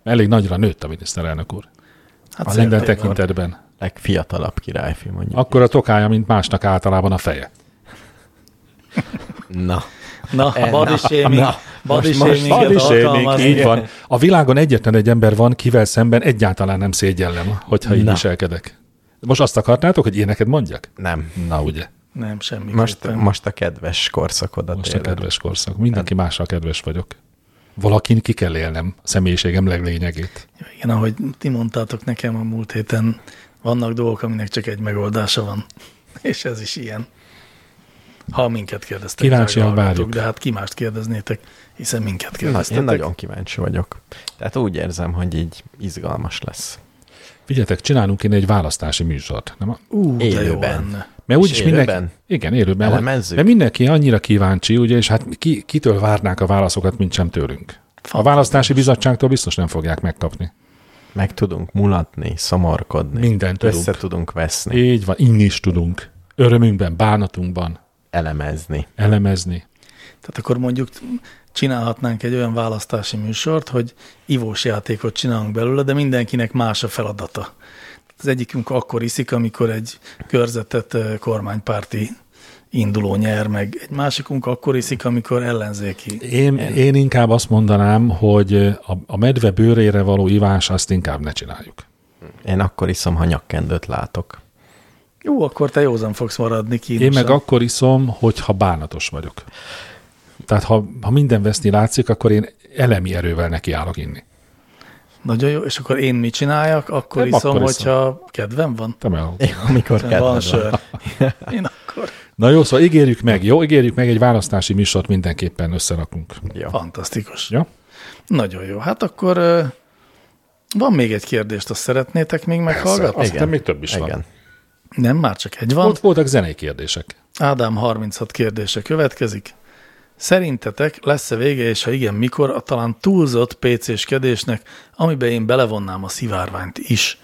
Elég nagyra nőtt a miniszterelnök úr.
Hát
a minden
szerte van.
tekintetben.
Legfiatalabb királyfi mondjuk.
Akkor a tokája, mint másnak általában a feje.
Na,
Na, a body shaming,
na,
body
most- most
shaminget alkalmazni.
így van. A világon egyetlen egy ember van, kivel szemben egyáltalán nem szégyellem, hogyha így
Na.
viselkedek. Most azt akartátok, hogy én neked mondjak?
nem.
Na ugye,
Nem, semmi.
Most, most a kedves korszakodat
most a
éled.
kedves korszak. Mindenki mással kedves vagyok. Valakin ki kell élnem a személyiségem leglényegét.
Igen, ahogy ti mondtátok nekem a múlt héten, vannak dolgok, aminek csak egy megoldása van. És ez is ilyen. Ha minket kérdeztek.
Kíváncsian
drága hallgatók,
várjuk.
De hát ki mást kérdeznétek, hiszen minket
Na,
kérdeztetek.
én nagyon kíváncsi vagyok. Tehát úgy érzem, hogy így izgalmas lesz.
Figyeljetek, csinálunk kéne egy választási műsort. Nem?
Ú, de jó
Élőben.
lenne.
Mert
És
úgyis mindenki,
élőben?
igen, élőben.
Elemezzük?
Mert mindenki annyira kíváncsi, ugye, és hát ki, kitől várnák a válaszokat, mint sem tőlünk. A választási bizottságtól biztos nem fogják megkapni.
meg tudunk mulatni, szomorkodni.
Mindent tudunk.
Össze tudunk veszni,
Így van, inni is tudunk. Örömünkben, bánatunkban
elemezni.
elemezni.
Tehát akkor mondjuk csinálhatnánk egy olyan választási műsort, hogy ivós játékot csinálunk belőle, de mindenkinek más a feladata. Tehát Az egyikünk akkor iszik, amikor egy körzetet ö, kormánypárti induló nyer meg, egy másikunk akkor iszik, amikor ellenzéki.
Én, én inkább azt mondanám, hogy a, a medve bőrére való ivás azt inkább ne csináljuk.
Én akkor iszom, ha nyakkendőt látok.
Jó, akkor te józan fogsz maradni eh? kínosan.
Én meg akkor iszom, hogyha bánatos vagyok. Tehát ha, ha minden veszni látszik, akkor én elemi erővel nekiállok inni.
Nagyon jó, és akkor én mit csináljak? Akkor
Nem,
iszom,
akkor iszom.
hogyha kedvem van.
Te mell-
Amikor
Van, van
kedved van.
sör. Én akkor.
Na jó, szóval ígérjük meg, jó? Ígérjük meg, egy választási műsort mindenképpen összerakunk.
Jó.
Fantasztikus.
Ja?
Nagyon jó. Hát akkor ö, van még egy kérdést, azt szeretnétek még meghallgatni?
Azt
Igen.
hiszem, még több is van.
Igen.
Nem, már csak egy van.
Ott voltak zenei kérdések.
Ádám 36 kérdése következik. Szerintetek lesz-e vége, és ha igen, mikor a talán túlzott PC-skedésnek, amiben én belevonnám a szivárványt is?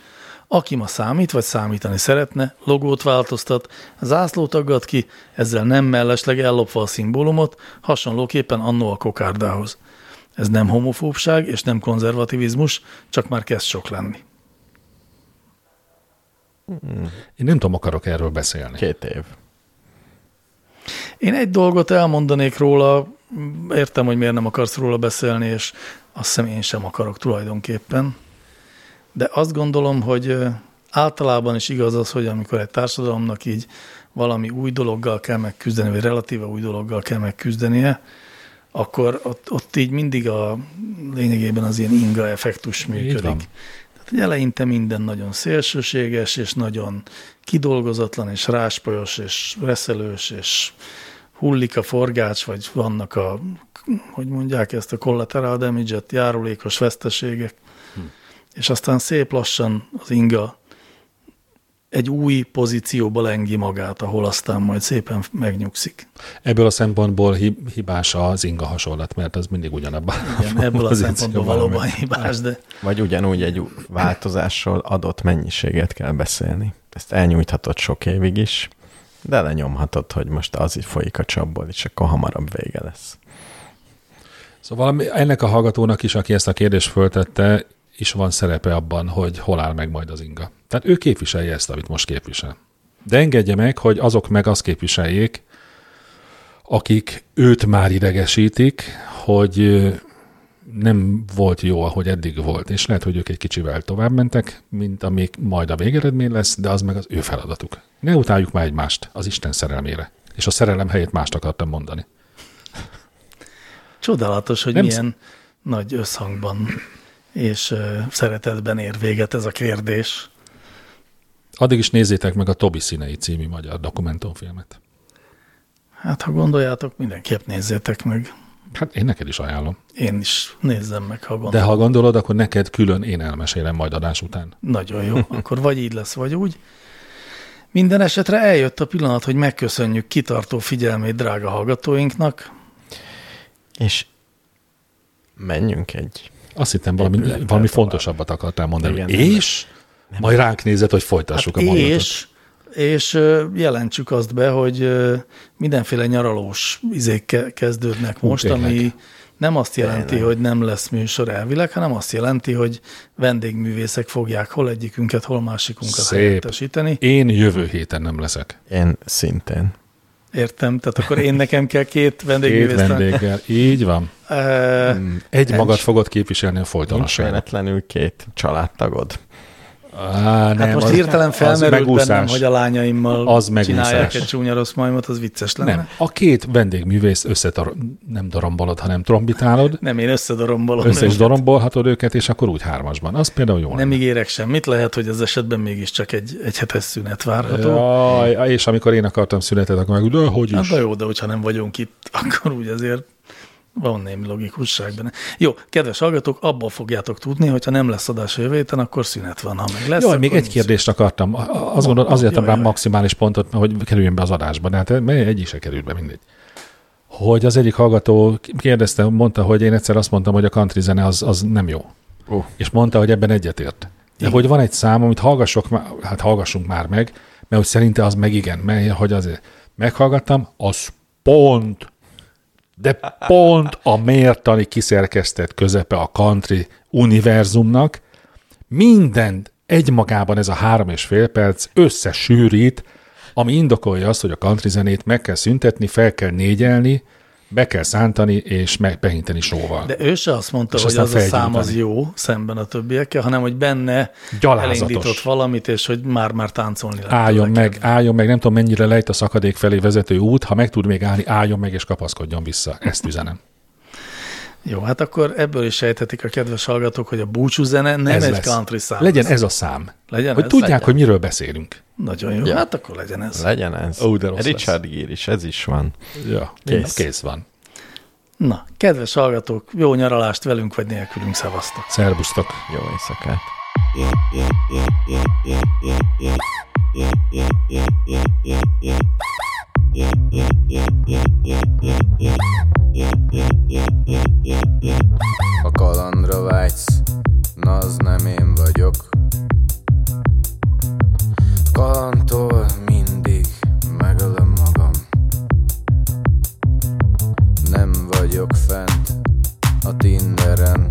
Aki ma számít, vagy számítani szeretne, logót változtat, zászlót aggat ki, ezzel nem mellesleg ellopva a szimbólumot, hasonlóképpen annó a kokárdához. Ez nem homofóbság és nem konzervativizmus, csak már kezd sok lenni.
Én nem tudom, akarok erről beszélni.
Két év.
Én egy dolgot elmondanék róla, m, értem, hogy miért nem akarsz róla beszélni, és azt hiszem én sem akarok tulajdonképpen. De azt gondolom, hogy ö, általában is igaz az, hogy amikor egy társadalomnak így valami új dologgal kell megküzdeni, vagy relatíve új dologgal kell megküzdenie, akkor ott, ott így mindig a lényegében az ilyen inga effektus
van.
működik. Tehát hogy eleinte minden nagyon szélsőséges, és nagyon kidolgozatlan, és ráspolyos, és reszelős, és hullik a forgács, vagy vannak a, hogy mondják ezt, a collateral damage járulékos veszteségek, és aztán szép lassan az inga egy új pozícióba lengi magát, ahol aztán majd szépen megnyugszik.
Ebből a szempontból hib- hibás az inga hasonlat, mert az mindig ugyanabban.
Igen, ebből a
pozícióban
szempontból
van,
valóban
ami-
hibás, de
Vagy ugyanúgy egy ú- változásról adott mennyiséget kell beszélni. Ezt elnyújthatod sok évig is, de lenyomhatod, hogy most az így folyik a csapból, és akkor hamarabb vége lesz.
Szóval ami- ennek a hallgatónak is, aki ezt a kérdést föltette, is van szerepe abban, hogy hol áll meg majd az inga. Tehát ő képviselje ezt, amit most képvisel. De engedje meg, hogy azok meg azt képviseljék, akik őt már idegesítik, hogy ö, nem volt jó, ahogy eddig volt, és lehet, hogy ők egy kicsivel tovább mentek, mint amik majd a végeredmény lesz, de az meg az ő feladatuk. Ne utáljuk már egymást az Isten szerelmére. És a szerelem helyét mást akartam mondani.
csodálatos, hogy
Nem
Nem milyen nagy összhangban és ö, szeretetben ér véget ez a kérdés.
Addig is nézzétek meg a Tobi színei című magyar dokumentumfilmet.
Hát, ha gondoljátok, mindenképp nézzétek meg.
Hát én neked is ajánlom.
Én is nézzem meg, ha
De
gondoljátok.
ha gondolod, akkor neked külön én elmesélem majd adás után.
Nagyon jó, akkor vagy így lesz, vagy úgy. Minden esetre eljött a pillanat, hogy megköszönjük kitartó figyelmét drága hallgatóinknak.
És menjünk egy...
Azt hittem valami,
Épülettel
valami
tovább.
fontosabbat akartál mondani.
Igen, nem
és? Majd ránk nézed, hogy folytassuk a mondatot.
Hát és, és ö, jelentsük azt be, hogy ö, mindenféle nyaralós izék ke- kezdődnek
Hú,
most,
tényleg.
ami nem azt jelenti, hogy nem lesz műsor elvileg, hanem azt jelenti, hogy vendégművészek fogják hol egyikünket, hol másikunkat
Szép.
helyettesíteni.
Én jövő héten nem leszek.
Én szintén.
Értem, tehát akkor én nekem kell két
Két
vendégművész.
vendéggel. Így van.
Ö, hát
Egy
Nincs-
magad fogod képviselni a
Nincs
folytonosságot.
véletlenül két családtagod.
Á,
Hát
nem,
most
az-
hirtelen
az
felmerült
megúszás.
bennem, hogy a lányaimmal
Az
az
megúszás.
csinálják egy csúnya rossz majmot, az vicces lenne.
Nem,
Nem,
a két vendégművész összetar... nem darombolod, hanem trombitálod,
nem én összedarombolom.
össze is
őket.
darombolhatod őket, és akkor úgy hármasban. Az például jó.
Nem ígérek semmit, lehet, hogy ez esetben mégiscsak egy, egy hetes szünet várható. Ja,
Jaj, és amikor én akartam szünetet, akkor meg, de hogy
hát
is.
na jó, de hogyha nem vagyunk itt, akkor úgy azért van némi logikusság benne. Jó, kedves hallgatók, abból fogjátok tudni, hogyha nem lesz adás a jövő héten, akkor szünet van, ha meg lesz.
Jaj, még
akkor
egy
nincs.
kérdést akartam. A- a- Azt gondolom, azért adtam
Jaj,
rá
jaj.
maximális pontot, hogy kerüljön be az adásba, de hát egy is se került be, mindegy. Hogy az egyik hallgató kérdezte, mondta, hogy én egyszer azt mondtam, hogy a country zene az, az nem jó.
Ó.
És mondta, hogy ebben egyetért. De hogy van egy szám, amit hallgassok, már- hát hallgassunk már meg, mert hogy szerinte az meg igen, mert hogy azért meghallgattam, az pont, de pont a mértani kiszerkesztett közepe a country univerzumnak, mindent egymagában ez a három és fél perc összesűrít, ami indokolja azt, hogy a country zenét meg kell szüntetni, fel kell négyelni, be kell szántani és meg behinteni sóval.
De ő se azt mondta,
És
hogy
aztán
az a szám az
felgyújtani.
jó szemben a többiekkel, hanem hogy benne
Gyalázatos.
elindított valamit, és hogy már-már táncolni lehet.
Álljon
ezeken.
meg, álljon meg, nem tudom mennyire lejt a szakadék felé vezető út, ha meg tud még állni, álljon meg és kapaszkodjon vissza. Ezt üzenem.
Jó, hát akkor ebből is sejthetik a kedves hallgatók, hogy a búcsú zene nem
ez
egy
lesz.
country szám.
Legyen ez a szám.
Legyen
hogy
ez,
tudják,
legyen.
hogy miről beszélünk.
Nagyon jó,
Ja.
hát akkor legyen ez.
Legyen ez.
Ó, de rossz
Richard Gere is, ez is van.
Ja,
Kész.
kész. kész van.
Na, kedves hallgatók, jó nyaralást velünk vagy nélkülünk, szevasztok!
Szerbusztok.
Jó éjszakát.
Ha kalandra vágysz, na az nem én vagyok Kalandtól mindig megölöm magam Nem vagyok fent a Tinderen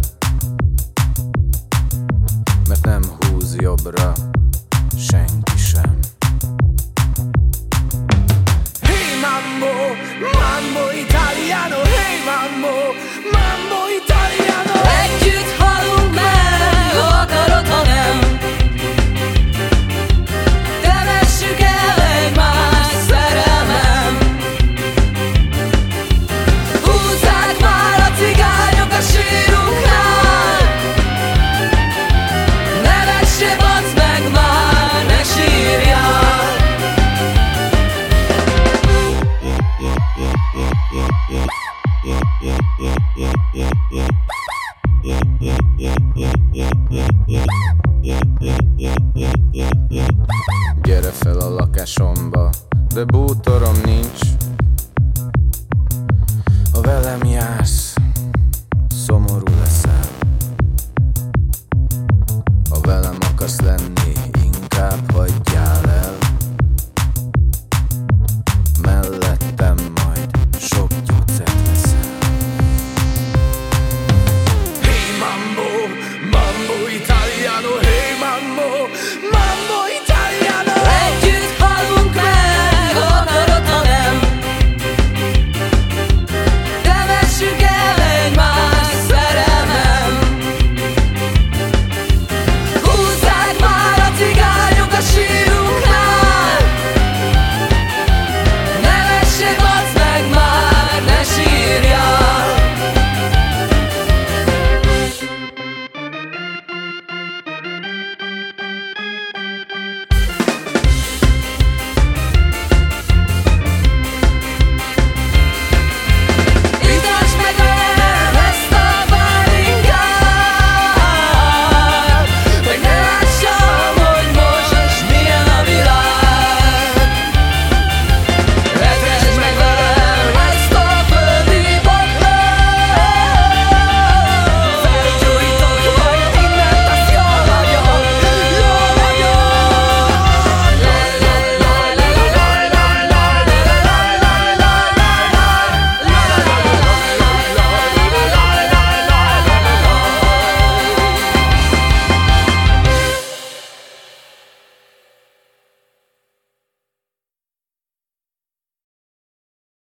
Mert nem húz jobbra senki sem
Hey mambo, mambo italiano, hey mambo, mambo italiano.
Együtt halunk meg, ha akarod, ha nem Temessük el egymás szerelmem Húzzák már a cigányok a sírunknál Nevet se bacd meg már, ne sírjál
Gyere fel a lakásomba, de bútorom nincs Ha velem jársz, szomorú lesz